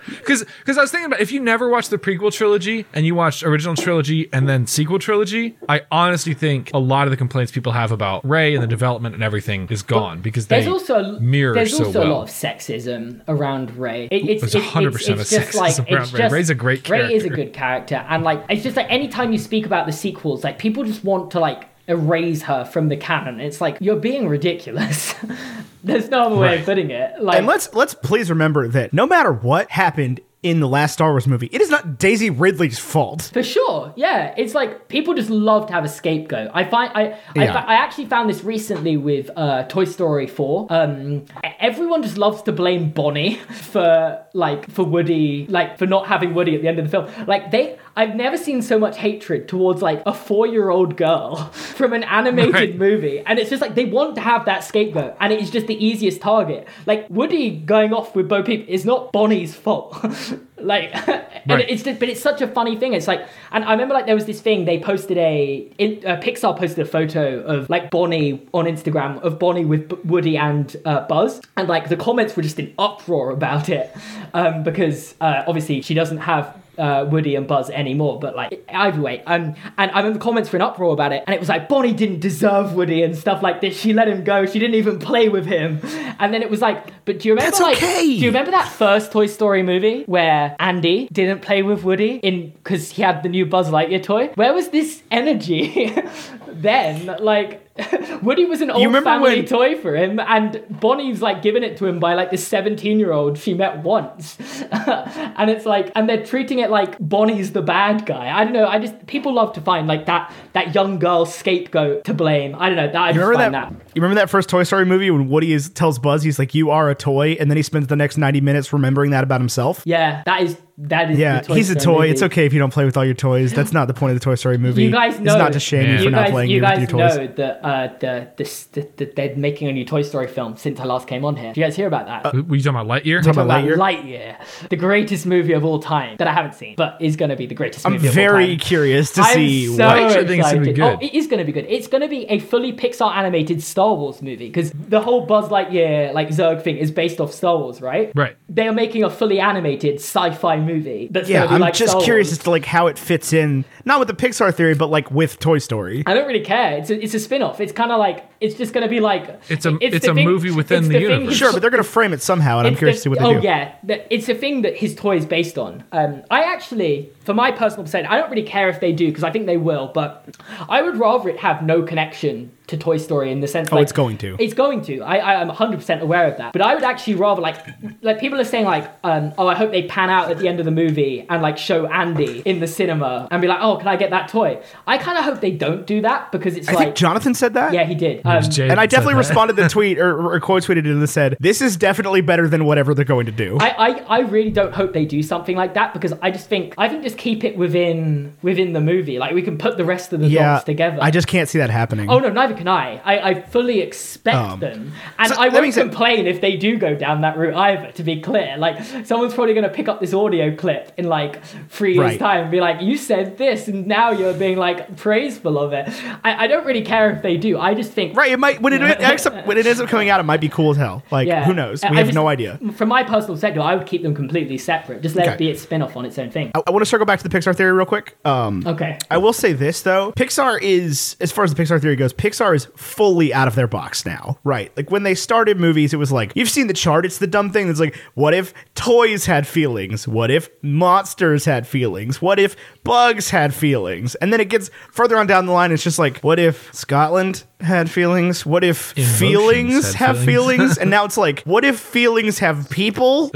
[SPEAKER 3] because because I was thinking about if you never watched the prequel trilogy and you watched original trilogy and then sequel trilogy, I honestly think a lot of the complaints people have about Ray and the development and everything is gone because they
[SPEAKER 5] there's also
[SPEAKER 3] mirror
[SPEAKER 5] there's
[SPEAKER 3] so
[SPEAKER 5] also
[SPEAKER 3] well.
[SPEAKER 5] a lot of sexism around Ray. It, it's
[SPEAKER 3] There's
[SPEAKER 5] it- it's-
[SPEAKER 3] 100%
[SPEAKER 5] it's
[SPEAKER 3] of
[SPEAKER 5] just like,
[SPEAKER 3] sexism
[SPEAKER 5] it's
[SPEAKER 3] around Rey.
[SPEAKER 5] just-
[SPEAKER 3] Rey's a great
[SPEAKER 5] Rey is a
[SPEAKER 3] character.
[SPEAKER 5] good character, and like it's just like anytime you speak about the sequels, like people just want to like erase her from the canon. It's like you're being ridiculous. (laughs) there's no other way
[SPEAKER 3] Right.
[SPEAKER 5] of putting it. Like
[SPEAKER 4] And let's let's please remember that no matter what happened in the last Star Wars movie, it is not Daisy Ridley's fault.
[SPEAKER 5] For sure, yeah. It's like people just love to have a scapegoat. I find I I,
[SPEAKER 4] Yeah.
[SPEAKER 5] fi- I actually found this recently with uh, Toy Story Four. Um, everyone just loves to blame Bonnie (laughs) for like for Woody, like for not having Woody at the end of the film. Like they, I've never seen so much hatred towards like a four-year-old girl (laughs) from an animated
[SPEAKER 3] Right.
[SPEAKER 5] movie, and it's just like they want to have that scapegoat, and it's just the easiest target. Like Woody going off with Bo Peep is not Bonnie's fault. (laughs) like, and
[SPEAKER 3] Right.
[SPEAKER 5] it's it's just- but it's such a funny thing. It's like, and I remember like there was this thing they posted a in, uh, Pixar posted a photo of like Bonnie on Instagram of Bonnie with B- Woody and uh, Buzz, and like the comments were just in uproar about it um, because uh, obviously she doesn't have. Uh, Woody and Buzz anymore, but like either way, um, and I remember comments were in uproar about it, and it was like Bonnie didn't deserve Woody and stuff like this. She let him go. She didn't even play with him, and then it was like, but do you remember
[SPEAKER 4] That's
[SPEAKER 5] like
[SPEAKER 4] okay.
[SPEAKER 5] do you remember? Remember that first Toy Story movie where Andy didn't play with Woody in because he had the new Buzz Lightyear toy? Where was this energy (laughs) then? Like, (laughs) Woody was an old
[SPEAKER 4] remember
[SPEAKER 5] family
[SPEAKER 4] when-
[SPEAKER 5] toy for him, and Bonnie's like given it to him by like this seventeen-year-old she met once, (laughs) and it's like, and they're treating it like Bonnie's the bad guy. I don't know. I just people love to find like that that young girl scapegoat to blame. I don't know. That, I
[SPEAKER 4] You
[SPEAKER 5] just
[SPEAKER 4] remember
[SPEAKER 5] find
[SPEAKER 4] that,
[SPEAKER 5] that
[SPEAKER 4] You remember that first Toy Story movie when Woody is, tells Buzz he's like, "You are a toy," and then he spends the next ninety minutes remembering that about himself.
[SPEAKER 5] yeah, that is that is the
[SPEAKER 4] Yeah,
[SPEAKER 5] Toy
[SPEAKER 4] he's a
[SPEAKER 5] Story
[SPEAKER 4] toy.
[SPEAKER 5] movie.
[SPEAKER 4] It's okay if you don't play with all your toys. That's not the point of the Toy Story movie.
[SPEAKER 5] You guys know
[SPEAKER 4] it's not to shame
[SPEAKER 3] Yeah.
[SPEAKER 4] you for
[SPEAKER 5] you
[SPEAKER 4] not
[SPEAKER 5] guys,
[SPEAKER 4] playing
[SPEAKER 5] you
[SPEAKER 4] your-
[SPEAKER 5] guys
[SPEAKER 4] your toys.
[SPEAKER 5] know that uh, the, this that that they're making a new Toy Story film since I last came on here. Do you guys hear about that?
[SPEAKER 4] Uh,
[SPEAKER 3] Were you talking about Lightyear?
[SPEAKER 4] Talking
[SPEAKER 5] About
[SPEAKER 4] Lightyear?
[SPEAKER 5] Lightyear, the greatest movie of all time that I haven't seen, but is going to be the greatest
[SPEAKER 4] I'm
[SPEAKER 5] movie of all time.
[SPEAKER 4] very curious to see
[SPEAKER 5] I'm so
[SPEAKER 4] what.
[SPEAKER 3] I actually think it's gonna be
[SPEAKER 5] excited.
[SPEAKER 3] good.
[SPEAKER 5] Oh, it is going to be good. It's going to be a fully Pixar animated Star Wars movie because the whole Buzz Lightyear like Zurg thing is based off Star Wars, right?
[SPEAKER 3] Right.
[SPEAKER 5] They are making a fully animated sci-fi movie. That's
[SPEAKER 4] Yeah,
[SPEAKER 5] gonna be
[SPEAKER 4] I'm
[SPEAKER 5] like
[SPEAKER 4] just
[SPEAKER 5] Star
[SPEAKER 4] curious
[SPEAKER 5] Wars.
[SPEAKER 4] as to like how it fits in, not with the Pixar theory, but like with Toy Story.
[SPEAKER 5] I don't really care. It's a, it's a spin off. It's kind of like It's just gonna be like
[SPEAKER 3] It's a- it's
[SPEAKER 5] the
[SPEAKER 3] a
[SPEAKER 5] thing-
[SPEAKER 3] movie within
[SPEAKER 5] it's
[SPEAKER 3] the
[SPEAKER 5] thing
[SPEAKER 3] universe.
[SPEAKER 5] he-
[SPEAKER 4] Sure, but they're going to frame it somehow, and I'm
[SPEAKER 5] it's
[SPEAKER 4] curious
[SPEAKER 5] the-
[SPEAKER 4] to see what they
[SPEAKER 5] oh,
[SPEAKER 4] do.
[SPEAKER 5] yeah, that- it's a thing that his toy is based on. Um, I actually, for my personal percent, I don't really care if they do because I think they will. But I would rather it have no connection to Toy Story in the sense.
[SPEAKER 4] Oh,
[SPEAKER 5] like,
[SPEAKER 4] it's going to.
[SPEAKER 5] It's going to. I, I am 100 percent aware of that. But I would actually rather like like people are saying like um, oh I hope they pan out at the end of the movie and like show Andy in the cinema and be like oh can I get that toy? I kind of hope they don't do that because it's
[SPEAKER 4] I
[SPEAKER 5] like
[SPEAKER 4] think Jonathan said that.
[SPEAKER 5] yeah he did. Um,
[SPEAKER 3] Jade
[SPEAKER 4] And I
[SPEAKER 3] said
[SPEAKER 4] definitely
[SPEAKER 3] that.
[SPEAKER 4] responded to the tweet or, or quote tweeted it and said, "This is definitely better than whatever they're going to do."
[SPEAKER 5] I, I, I really don't hope they do something like that because I just think I think just keep it within within the movie. Like we can put the rest of the dots together.
[SPEAKER 4] I just can't see that happening.
[SPEAKER 5] Oh no, neither can I. I, I fully expect
[SPEAKER 4] Um,
[SPEAKER 5] them, and
[SPEAKER 4] so
[SPEAKER 5] I
[SPEAKER 4] that
[SPEAKER 5] won't
[SPEAKER 4] means that-
[SPEAKER 5] complain if they do go down that route either. To be clear, like someone's probably going to pick up this audio clip in like three years'
[SPEAKER 4] Right.
[SPEAKER 5] time and be like, "You said this, and now you're being like praiseful of it." I, I don't really care if they do. I just think
[SPEAKER 4] Right, it might when it (laughs) ends up when it ends up coming out, it might be cool as hell. Like who knows? We
[SPEAKER 5] I
[SPEAKER 4] have
[SPEAKER 5] just-
[SPEAKER 4] no idea.
[SPEAKER 5] From my personal perspective, I would keep them completely separate. Just let
[SPEAKER 4] Okay.
[SPEAKER 5] it be its spin off on its own thing.
[SPEAKER 4] I, want to circle back to the Pixar theory real quick. Um,
[SPEAKER 5] Okay.
[SPEAKER 4] I will say this though, Pixar is as far as the Pixar theory goes, Pixar is fully out of their box now. Right, like when they started movies, it was like you've seen the chart. It's the dumb thing that's like, what if toys had feelings? What if monsters had feelings? What if bugs had feelings? And then it gets further on down the line. It's just like, what if Scotland had feelings? What if
[SPEAKER 3] Emotions
[SPEAKER 4] feelings
[SPEAKER 3] had
[SPEAKER 4] have
[SPEAKER 3] feelings. (laughs)
[SPEAKER 4] feelings? and now it's like, what if feelings have people?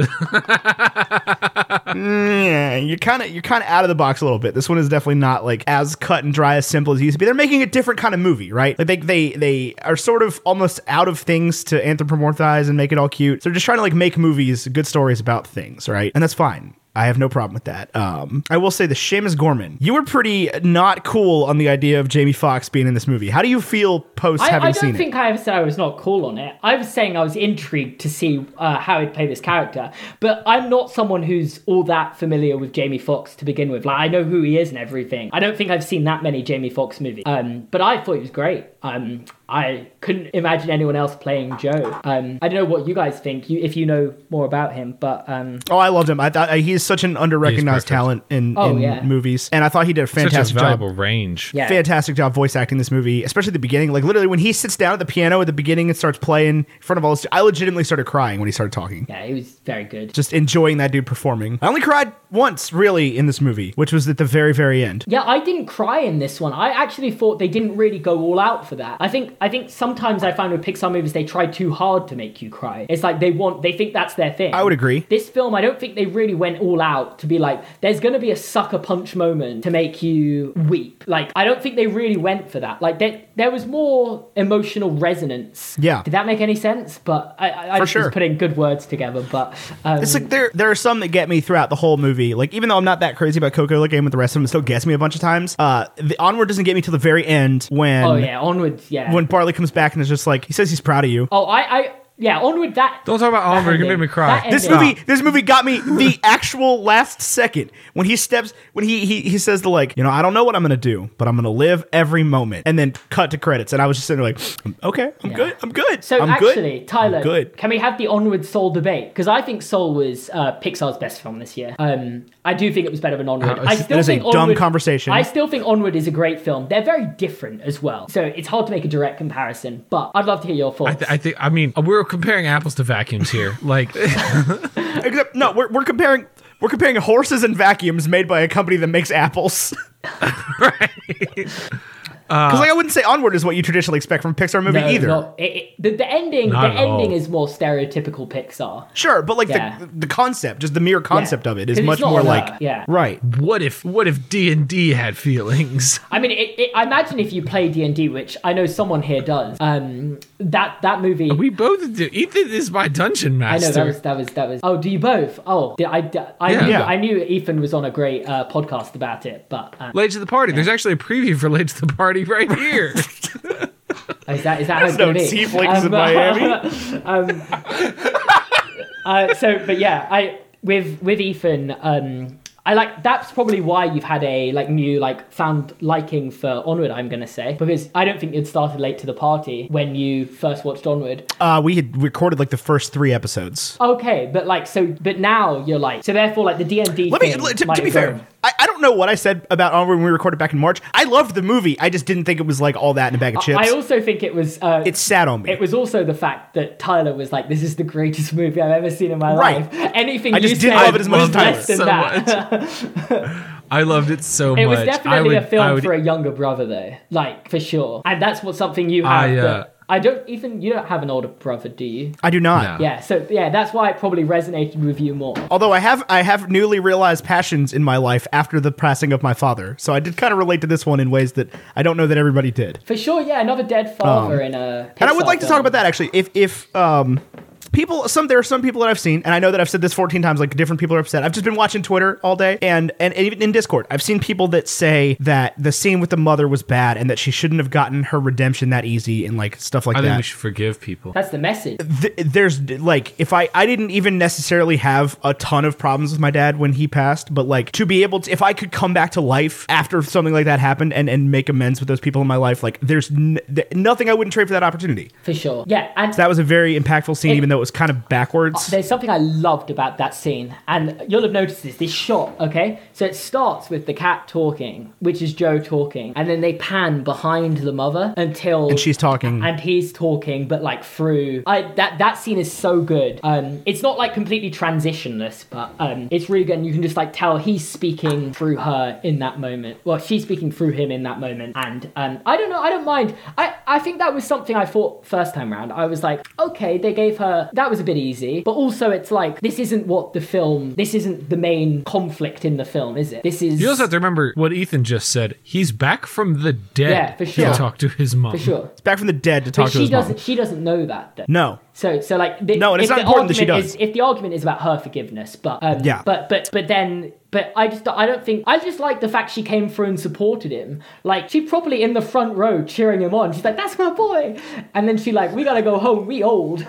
[SPEAKER 4] yeah, you're kind of you're kind of out of the box a little bit. This one is definitely not like as cut and dry as simple as it used to be. They're making a different kind of movie, right? Like they they they are sort of almost out of things to anthropomorphize and make it all cute. So they're just trying to like make movies, good stories about things, right? And that's fine. I have no problem with that. Um, I will say the Seamus Gorman. You were pretty not cool on the idea of Jamie Foxx being in this movie. How do you feel post
[SPEAKER 5] I,
[SPEAKER 4] having
[SPEAKER 5] I
[SPEAKER 4] seen
[SPEAKER 5] don't think I ever said I was not cool on it. I was saying I was intrigued to see uh, how he'd play this character, but I'm not someone who's all that familiar with Jamie Foxx to begin with. Like I know who he is and everything. I don't think I've seen that many Jamie Foxx movies, um, but I thought he was great. Um, I couldn't imagine anyone else playing Joe. Um, I don't know what you guys think, you, if you know more about him, but um,
[SPEAKER 4] it? Oh, I loved him. I thought I, he's such an underrecognized
[SPEAKER 3] perfect.
[SPEAKER 4] talent in,
[SPEAKER 5] Oh,
[SPEAKER 4] in
[SPEAKER 5] yeah.
[SPEAKER 4] movies, and I thought he did a
[SPEAKER 3] Such a
[SPEAKER 4] fantastic job.
[SPEAKER 3] valuable range.
[SPEAKER 5] yeah.
[SPEAKER 4] fantastic job voice acting this movie, especially the beginning. Like literally when he sits down at the piano at the beginning and starts playing in front of all this, I legitimately started crying when he started talking.
[SPEAKER 5] Yeah, he was very good.
[SPEAKER 4] Just enjoying that dude performing. I only cried once really in this movie, which was at the very very end.
[SPEAKER 5] Yeah, I didn't cry in this one. I actually thought they didn't really go all out for that. I think I think sometimes I find with Pixar movies they try too hard to make you cry. It's like they want they think that's their thing.
[SPEAKER 4] I would agree.
[SPEAKER 5] This film, I don't think they really went all out to be like there's going to be a sucker punch moment to make you weep. Like I don't think they really went for that. Like there there was more emotional resonance.
[SPEAKER 4] Yeah.
[SPEAKER 5] Did that make any sense? But I I, I
[SPEAKER 4] For
[SPEAKER 5] just
[SPEAKER 4] sure.
[SPEAKER 5] was putting good words together, but um,
[SPEAKER 4] It's like there there are some that get me throughout the whole movie. Like even though I'm not that crazy about Coco, like I am with the rest of them, it still gets me a bunch of times. Uh, the onward doesn't get me till the very end when
[SPEAKER 5] oh yeah, onwards, yeah.
[SPEAKER 4] when Barley comes back and is just like he says he's proud of you.
[SPEAKER 5] oh, I I yeah, onward that
[SPEAKER 3] Don't talk about Oliver. You're gonna
[SPEAKER 5] ending.
[SPEAKER 3] make me cry.
[SPEAKER 5] That
[SPEAKER 4] This
[SPEAKER 5] ending.
[SPEAKER 4] movie, this movie got me the actual last second when he steps when he he he says the like, you know, I don't know what I'm gonna do, but I'm gonna live every moment, and then cut to credits, and I was just sitting there like, "Mm, okay, I'm good, I'm good,
[SPEAKER 5] So
[SPEAKER 4] I'm
[SPEAKER 5] actually,
[SPEAKER 4] good.
[SPEAKER 5] Tyler,
[SPEAKER 4] I'm good.
[SPEAKER 5] can we have the onward Soul debate? Because I think Soul was uh, Pixar's best film this year. Um, I do think it was better than Onward.
[SPEAKER 3] Uh,
[SPEAKER 5] I
[SPEAKER 3] it's-
[SPEAKER 5] still
[SPEAKER 4] that is a
[SPEAKER 5] think
[SPEAKER 4] dumb conversation.
[SPEAKER 5] I still think Onward is a great film. They're very different as well, so it's hard to make a direct comparison. But I'd love to hear your
[SPEAKER 3] I,
[SPEAKER 5] thoughts.
[SPEAKER 3] th- I think. I mean, we're comparing apples to vacuums
[SPEAKER 5] (laughs)
[SPEAKER 3] here. Like,
[SPEAKER 4] Except no, we're we're comparing we're comparing horses and vacuums made by a company that makes apples. (laughs) right. Because like I wouldn't say onward is what you traditionally expect from a Pixar movie
[SPEAKER 5] No,
[SPEAKER 4] either.
[SPEAKER 5] not- it- it- the, the ending,
[SPEAKER 3] Not
[SPEAKER 5] the
[SPEAKER 3] at all.
[SPEAKER 5] ending is more stereotypical Pixar.
[SPEAKER 4] Sure, but like
[SPEAKER 5] Yeah.
[SPEAKER 4] the the concept, just the mere concept of it, is
[SPEAKER 5] 'Cause it's
[SPEAKER 4] much
[SPEAKER 5] not
[SPEAKER 4] more
[SPEAKER 5] her,
[SPEAKER 4] like
[SPEAKER 5] yeah.
[SPEAKER 4] right.
[SPEAKER 3] what if? What if D and D had feelings? (laughs)
[SPEAKER 5] I mean, it, it, I imagine if you play D and D, which I know someone here does, um, that that movie.
[SPEAKER 3] We both do. Ethan is my dungeon
[SPEAKER 5] I know
[SPEAKER 3] master.
[SPEAKER 5] that was that was that was. Oh, do you both? Oh, did I? I,
[SPEAKER 3] Yeah.
[SPEAKER 5] knew,
[SPEAKER 3] Yeah.
[SPEAKER 5] I knew Ethan was on a great uh, podcast about it, but um,
[SPEAKER 3] Late to the party. There's actually a preview for Late to the Party right
[SPEAKER 5] (laughs)
[SPEAKER 3] here.
[SPEAKER 5] is that is that how it's
[SPEAKER 4] no
[SPEAKER 5] gonna be?
[SPEAKER 4] tieflings in Miami.
[SPEAKER 5] Um, (laughs) um, uh, so, but yeah, I with with Ethan. Um, I like that's probably why you've had a like new like found liking for Onward. I'm gonna say because I don't think you'd started late to the party when you first watched Onward.
[SPEAKER 4] Uh, we had recorded like the first three episodes.
[SPEAKER 5] Okay, but like so, but now you're like so. Therefore, like the D and D.
[SPEAKER 4] Let me. let- To, to be fair, I, I don't know what I said about Onward when we recorded back in March. I loved the movie. I just didn't think it was like all that in a bag of chips.
[SPEAKER 5] I also think it was. Uh,
[SPEAKER 4] it sat on me.
[SPEAKER 5] It was also the fact that Tyler was like, "This is the greatest movie I've ever seen in my
[SPEAKER 4] Right.
[SPEAKER 5] life." Anything
[SPEAKER 4] I just
[SPEAKER 5] you
[SPEAKER 4] didn't
[SPEAKER 5] said
[SPEAKER 4] love it as much
[SPEAKER 5] was
[SPEAKER 4] as Tyler.
[SPEAKER 5] less than
[SPEAKER 3] So
[SPEAKER 5] that.
[SPEAKER 3] I loved it so
[SPEAKER 5] (laughs) It
[SPEAKER 3] much.
[SPEAKER 5] was
[SPEAKER 3] I
[SPEAKER 5] definitely
[SPEAKER 3] would,
[SPEAKER 5] a film
[SPEAKER 3] I would
[SPEAKER 5] for a younger brother, though, like for sure. And that's what something you have.
[SPEAKER 3] I, uh,
[SPEAKER 5] that- I don't even you don't have an older brother, do you?
[SPEAKER 4] I do not.
[SPEAKER 3] No.
[SPEAKER 5] Yeah, so yeah, that's why it probably resonated with you more.
[SPEAKER 4] Although I have I have newly realized passions in my life after the passing of my father, so I did kind of relate to this one in ways that I don't know that everybody did.
[SPEAKER 5] For sure, yeah, another dead father in uh, a.
[SPEAKER 4] Um, and I would like to talk about that actually. If if um people some there are some people that I've seen, and I know that I've said this 14 times, like different people are upset. I've just been watching Twitter all day and and even in Discord, I've seen people that say that the scene with the mother was bad and that she shouldn't have gotten her redemption that easy and like stuff like
[SPEAKER 3] I
[SPEAKER 4] that.
[SPEAKER 3] think we should forgive people.
[SPEAKER 5] That's the message.
[SPEAKER 4] th- there's like if I I didn't even necessarily have a ton of problems with my dad when he passed, but like to be able to if I could come back to life after something like that happened and and make amends with those people in my life, like there's n- th- nothing I wouldn't trade for that opportunity.
[SPEAKER 5] For sure. Yeah, and
[SPEAKER 4] So that was a very impactful scene, even though it was kind of backwards.
[SPEAKER 5] there's something I loved about that scene, and you'll have noticed this this shot, okay? So it starts with the cat talking, which is Joe talking, and then they pan behind the mother until
[SPEAKER 4] And she's talking.
[SPEAKER 5] and he's talking, but like through. I that that scene is so good. Um, it's not like completely transitionless, but um, it's really good. And you can just like tell he's speaking through her in that moment. Well, she's speaking through him in that moment. And um, I don't know. I don't mind. I I think that was something I thought first time round. I was like, okay, they gave her that was a bit easy, but also it's like this isn't what the film. This isn't the main conflict in the film, is it? This is
[SPEAKER 3] You also have to remember what Ethan just said. He's back from the dead
[SPEAKER 5] Yeah, for sure.
[SPEAKER 3] to talk to his mom.
[SPEAKER 5] for sure.
[SPEAKER 4] It's back from the dead to talk
[SPEAKER 5] But
[SPEAKER 4] to
[SPEAKER 5] she
[SPEAKER 4] his mom.
[SPEAKER 5] doesn't. She doesn't know that. Though.
[SPEAKER 4] No,
[SPEAKER 5] So, so like, the,
[SPEAKER 4] No, and it's
[SPEAKER 5] if
[SPEAKER 4] not
[SPEAKER 5] the
[SPEAKER 4] important that she
[SPEAKER 5] argument
[SPEAKER 4] does.
[SPEAKER 5] Is, if the argument is about her forgiveness, but um,
[SPEAKER 4] Yeah.
[SPEAKER 5] but but but then, but I just I don't think I just like the fact she came through and supported him. Like she probably in the front row cheering him on. She's like, "That's my boy," and then she like, "We gotta go home. We old."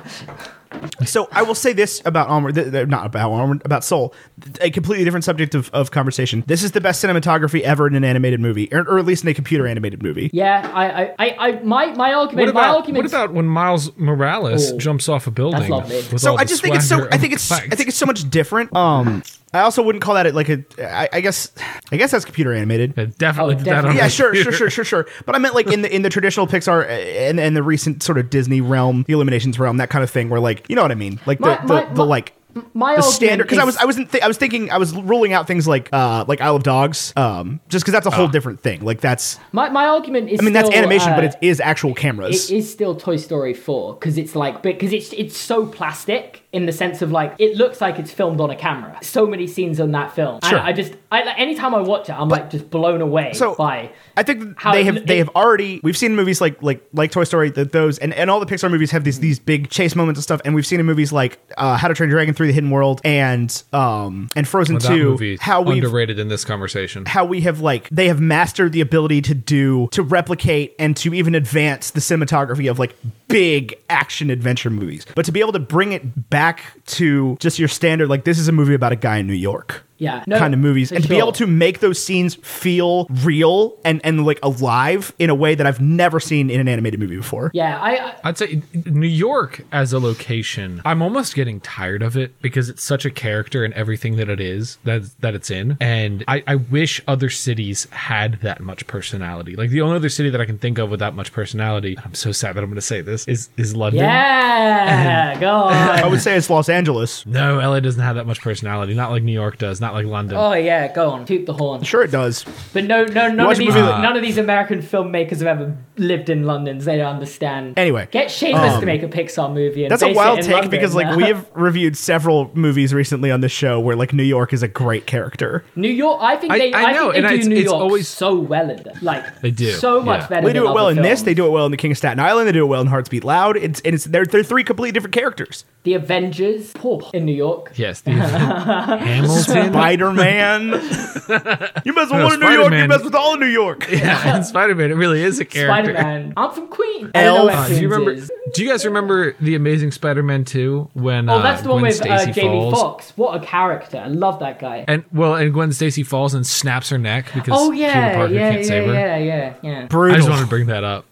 [SPEAKER 4] So I will say this about Onward, th- th- not about Onward, about Soul, Th- a completely different subject of, of conversation. This is the best cinematography ever in an animated movie, or, or at least in a computer animated movie.
[SPEAKER 5] Yeah, I I, I, I my my
[SPEAKER 3] What
[SPEAKER 5] argument my
[SPEAKER 3] about,
[SPEAKER 5] argument
[SPEAKER 3] what about when Miles Morales
[SPEAKER 5] Oh.
[SPEAKER 3] jumps off a building?
[SPEAKER 5] lovely.
[SPEAKER 3] with
[SPEAKER 4] So
[SPEAKER 3] all
[SPEAKER 4] I
[SPEAKER 3] the
[SPEAKER 4] just think it's so.
[SPEAKER 3] swagger
[SPEAKER 4] I
[SPEAKER 3] of
[SPEAKER 4] think it's.
[SPEAKER 3] fact?
[SPEAKER 4] I think it's so much different. Um, I also wouldn't call that it like a. I, I guess. I guess that's computer animated.
[SPEAKER 3] I definitely
[SPEAKER 5] Oh,
[SPEAKER 3] did (laughs) that on
[SPEAKER 4] (laughs)
[SPEAKER 5] definitely.
[SPEAKER 4] Yeah,
[SPEAKER 3] my
[SPEAKER 4] sure, sure,
[SPEAKER 3] computer.
[SPEAKER 4] sure, sure, sure. But I meant like in the in the traditional Pixar uh, and and the recent sort of Disney realm, the Illuminations realm, that kind of thing, where like you know what I mean, like the
[SPEAKER 5] My-
[SPEAKER 4] the,
[SPEAKER 5] my-
[SPEAKER 4] the
[SPEAKER 5] my-
[SPEAKER 4] like
[SPEAKER 5] my
[SPEAKER 4] the
[SPEAKER 5] argument
[SPEAKER 4] standard because I
[SPEAKER 5] is-
[SPEAKER 4] was I wasn't th- I was thinking I was ruling out things like uh like Isle of Dogs um just because that's a whole different thing like that's
[SPEAKER 5] my my argument is
[SPEAKER 4] I mean that's
[SPEAKER 5] still,
[SPEAKER 4] animation
[SPEAKER 5] uh,
[SPEAKER 4] but it is actual cameras
[SPEAKER 5] it is still Toy Story 4 because it's like because it's it's so plastic in the sense of like it looks like it's filmed on a camera. So many scenes on that film.
[SPEAKER 4] Sure.
[SPEAKER 5] And I just I like, anytime I watch it, I'm like just blown away
[SPEAKER 4] so
[SPEAKER 5] by
[SPEAKER 4] I think
[SPEAKER 5] how
[SPEAKER 4] they
[SPEAKER 5] it-
[SPEAKER 4] have they
[SPEAKER 5] it-
[SPEAKER 4] have already we've seen movies like like like Toy Story that those and, and all the Pixar movies have these these big chase moments and stuff and we've seen in movies like uh, How to Train Your Dragon Through the Hidden World and um and Frozen
[SPEAKER 3] Well, that
[SPEAKER 4] Two
[SPEAKER 3] movie's
[SPEAKER 4] how we
[SPEAKER 3] underrated in this conversation.
[SPEAKER 4] how we have like they have mastered the ability to do to replicate and to even advance the cinematography of like big action adventure movies but to be able to bring it back to just your standard like this is a movie about a guy in new york
[SPEAKER 5] Yeah. No,
[SPEAKER 4] kind of movies
[SPEAKER 5] for
[SPEAKER 4] and to be
[SPEAKER 5] sure.
[SPEAKER 4] able to make those scenes feel real and and like alive in a way that i've never seen in an animated movie before
[SPEAKER 5] yeah. I, I
[SPEAKER 3] I'd say New York as a location. I'm almost getting tired of it because it's such a character in everything that it is that that it's in, and I, I wish other cities had that much personality. Like the only other city that I can think of with that much personality, I'm so sad that I'm going to say this is is London.
[SPEAKER 5] yeah.
[SPEAKER 4] (laughs)
[SPEAKER 5] go
[SPEAKER 4] i
[SPEAKER 5] on.
[SPEAKER 4] would say it's los angeles
[SPEAKER 3] No, LA doesn't have that much personality. Not like New York does. Not like London.
[SPEAKER 5] Oh yeah, go on. Toot the horn.
[SPEAKER 4] sure it does
[SPEAKER 5] But no, no, none
[SPEAKER 4] Watch
[SPEAKER 5] of
[SPEAKER 4] a
[SPEAKER 5] these,
[SPEAKER 4] movie that-
[SPEAKER 5] none of these American filmmakers have ever lived in London. So they don't understand.
[SPEAKER 4] Anyway, um,
[SPEAKER 5] get Shameless to make a Pixar movie. And
[SPEAKER 4] That's a
[SPEAKER 5] base it
[SPEAKER 4] wild
[SPEAKER 5] in
[SPEAKER 4] take
[SPEAKER 5] London.
[SPEAKER 4] because like
[SPEAKER 5] (laughs)
[SPEAKER 4] we have reviewed several movies recently on the show where like New York is a great character.
[SPEAKER 5] New York, I think
[SPEAKER 3] I-
[SPEAKER 5] they, I,
[SPEAKER 3] I know,
[SPEAKER 5] think
[SPEAKER 3] and
[SPEAKER 5] they do
[SPEAKER 3] it's-
[SPEAKER 5] New
[SPEAKER 3] it's
[SPEAKER 5] York
[SPEAKER 3] always-
[SPEAKER 5] so well in them. Like
[SPEAKER 3] They do,
[SPEAKER 5] so much
[SPEAKER 3] yeah.
[SPEAKER 5] better.
[SPEAKER 4] They do
[SPEAKER 5] than
[SPEAKER 4] it well
[SPEAKER 5] other
[SPEAKER 4] in this.
[SPEAKER 5] films.
[SPEAKER 4] They do it well in The King of Staten Island. They do it well in Hearts Beat Loud. It's and it's they're they're three completely different
[SPEAKER 5] (laughs)
[SPEAKER 4] characters.
[SPEAKER 5] the Avengers, poor in New York. (laughs)
[SPEAKER 3] Yes, the Hamilton. (laughs)
[SPEAKER 4] Spider Man. you mess with one in New York. You
[SPEAKER 3] Spider-Man.
[SPEAKER 4] mess with all of New
[SPEAKER 3] (laughs)
[SPEAKER 4] York.
[SPEAKER 3] yeah, and Spider Man. It really is a character.
[SPEAKER 5] Spider Man. I'm from Queen.
[SPEAKER 4] Elf.
[SPEAKER 5] Elf.
[SPEAKER 3] Uh, do you remember? Do you guys remember the Amazing Spider-Man two when?
[SPEAKER 5] Oh, that's the one
[SPEAKER 3] Gwen
[SPEAKER 5] with uh,
[SPEAKER 3] Stacy
[SPEAKER 5] Jamie
[SPEAKER 3] falls,
[SPEAKER 5] Fox. What a character! I love that guy.
[SPEAKER 3] And well, and Gwen Stacy falls and snaps her neck because
[SPEAKER 5] Oh
[SPEAKER 3] Peter
[SPEAKER 5] yeah,
[SPEAKER 3] Parker
[SPEAKER 5] yeah,
[SPEAKER 3] can't
[SPEAKER 5] yeah,
[SPEAKER 3] save her.
[SPEAKER 5] yeah, yeah, yeah.
[SPEAKER 3] I just
[SPEAKER 4] Brutal.
[SPEAKER 3] wanted to bring that up.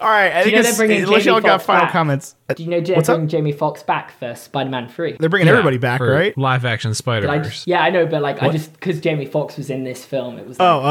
[SPEAKER 4] All right, I think
[SPEAKER 5] know
[SPEAKER 4] it's,
[SPEAKER 5] they're bringing
[SPEAKER 4] unless
[SPEAKER 5] Jamie
[SPEAKER 4] y'all got
[SPEAKER 5] Foxx
[SPEAKER 4] final
[SPEAKER 5] back?
[SPEAKER 4] comments, Uh,
[SPEAKER 5] Do you know they're
[SPEAKER 4] What's
[SPEAKER 5] bringing
[SPEAKER 4] up?
[SPEAKER 5] Jamie Fox back for Spider-Man Three?
[SPEAKER 4] They're bringing everybody
[SPEAKER 3] Yeah,
[SPEAKER 4] back,
[SPEAKER 3] for
[SPEAKER 4] right? Oh,
[SPEAKER 3] Live action Spider
[SPEAKER 5] I
[SPEAKER 3] Verse.
[SPEAKER 5] just, yeah, I know, but like I just because Jamie Fox was in this film, it was
[SPEAKER 4] oh,
[SPEAKER 5] like,
[SPEAKER 4] oh,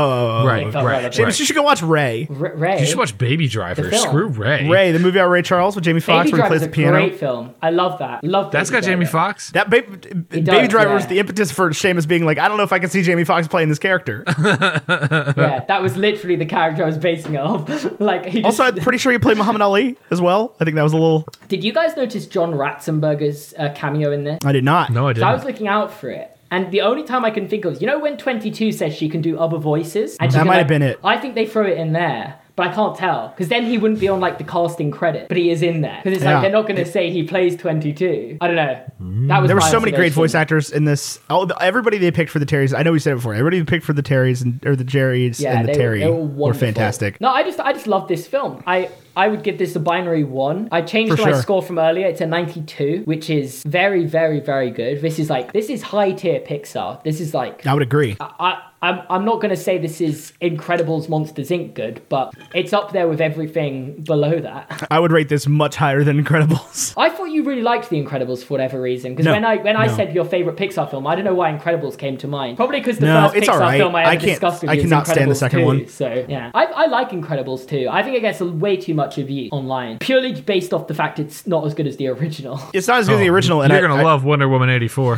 [SPEAKER 4] oh.
[SPEAKER 3] Right,
[SPEAKER 5] It
[SPEAKER 3] right,
[SPEAKER 5] felt
[SPEAKER 3] right.
[SPEAKER 5] relevant.
[SPEAKER 4] James, you should go watch Ray.
[SPEAKER 5] R- Ray.
[SPEAKER 3] You should watch Baby Driver.
[SPEAKER 5] The film.
[SPEAKER 3] Screw Ray.
[SPEAKER 4] Ray, the movie about Ray Charles with Jamie Fox
[SPEAKER 5] Baby
[SPEAKER 4] when he
[SPEAKER 5] Driver
[SPEAKER 4] plays
[SPEAKER 5] is
[SPEAKER 4] the
[SPEAKER 5] a
[SPEAKER 4] piano.
[SPEAKER 5] great film. I love that. Love
[SPEAKER 3] That's
[SPEAKER 5] Baby
[SPEAKER 3] got Jamie
[SPEAKER 5] Driver.
[SPEAKER 3] Fox.
[SPEAKER 4] That baby, baby
[SPEAKER 5] does,
[SPEAKER 4] driver
[SPEAKER 5] yeah.
[SPEAKER 4] was the impetus for Seamus being like, I don't know if I can see Jamie Foxx playing this
[SPEAKER 5] (laughs)
[SPEAKER 4] character. (laughs)
[SPEAKER 5] Yeah, that was literally the character I was basing it off. (laughs) like, he just,
[SPEAKER 4] also, I'm pretty sure he played Muhammad Ali as well. I think that was a little.
[SPEAKER 5] did you guys notice John Ratzenberger's uh, cameo in this?
[SPEAKER 4] I did not.
[SPEAKER 3] No, I
[SPEAKER 5] So I was
[SPEAKER 3] didn't.
[SPEAKER 5] looking out for it. And the only time I can think of is, you know, when 22 says she can do other voices? And she
[SPEAKER 4] That
[SPEAKER 5] can,
[SPEAKER 4] might have
[SPEAKER 5] like-
[SPEAKER 4] been it.
[SPEAKER 5] I think they throw it in there, but I can't tell. Because then he wouldn't be on, like, the casting credit, but he is in there. Because it's
[SPEAKER 4] Yeah.
[SPEAKER 5] like, they're not going to say he plays 22. I don't know. That was
[SPEAKER 4] There were
[SPEAKER 5] my
[SPEAKER 4] so many great voice
[SPEAKER 5] observation.
[SPEAKER 4] actors in this. All the, everybody they picked for the Terrys. I know we said it before. Everybody they picked for the Terrys and or the Jerrys and the
[SPEAKER 5] they were-
[SPEAKER 4] Terry
[SPEAKER 5] they
[SPEAKER 4] were
[SPEAKER 5] wonderful.
[SPEAKER 4] fantastic.
[SPEAKER 5] No, I just I just love this film. I I would give this a binary one. I changed
[SPEAKER 4] For
[SPEAKER 5] my
[SPEAKER 4] sure.
[SPEAKER 5] score from earlier. It's a 92, which is very, very, very good. This is like this is high tier Pixar. This is like
[SPEAKER 4] I would agree.
[SPEAKER 5] I, I'm, I'm not going to say this is Incredibles Monsters Inc. good, but it's up there with everything below that.
[SPEAKER 4] I would rate this much higher than Incredibles. (laughs)
[SPEAKER 5] I thought you really liked The Incredibles for whatever reason, because
[SPEAKER 4] No,
[SPEAKER 5] when I when I
[SPEAKER 4] no.
[SPEAKER 5] said your favorite Pixar film, I don't know why Incredibles came to mind. Probably because the
[SPEAKER 4] No,
[SPEAKER 5] first
[SPEAKER 4] it's
[SPEAKER 5] Pixar
[SPEAKER 4] alright.
[SPEAKER 5] film I ever
[SPEAKER 4] I can't-
[SPEAKER 5] discussed with
[SPEAKER 4] I
[SPEAKER 5] you was
[SPEAKER 4] cannot stand the
[SPEAKER 5] Incredibles
[SPEAKER 4] second
[SPEAKER 5] 2,
[SPEAKER 4] one.
[SPEAKER 5] So yeah, I, I like Incredibles too. I think it gets way too much review online, purely based off the fact it's not as good as the original. (laughs)
[SPEAKER 4] It's not as good as the original, and
[SPEAKER 3] Oh, You're
[SPEAKER 4] I,
[SPEAKER 3] gonna
[SPEAKER 4] I,
[SPEAKER 3] love Wonder Woman eighty four.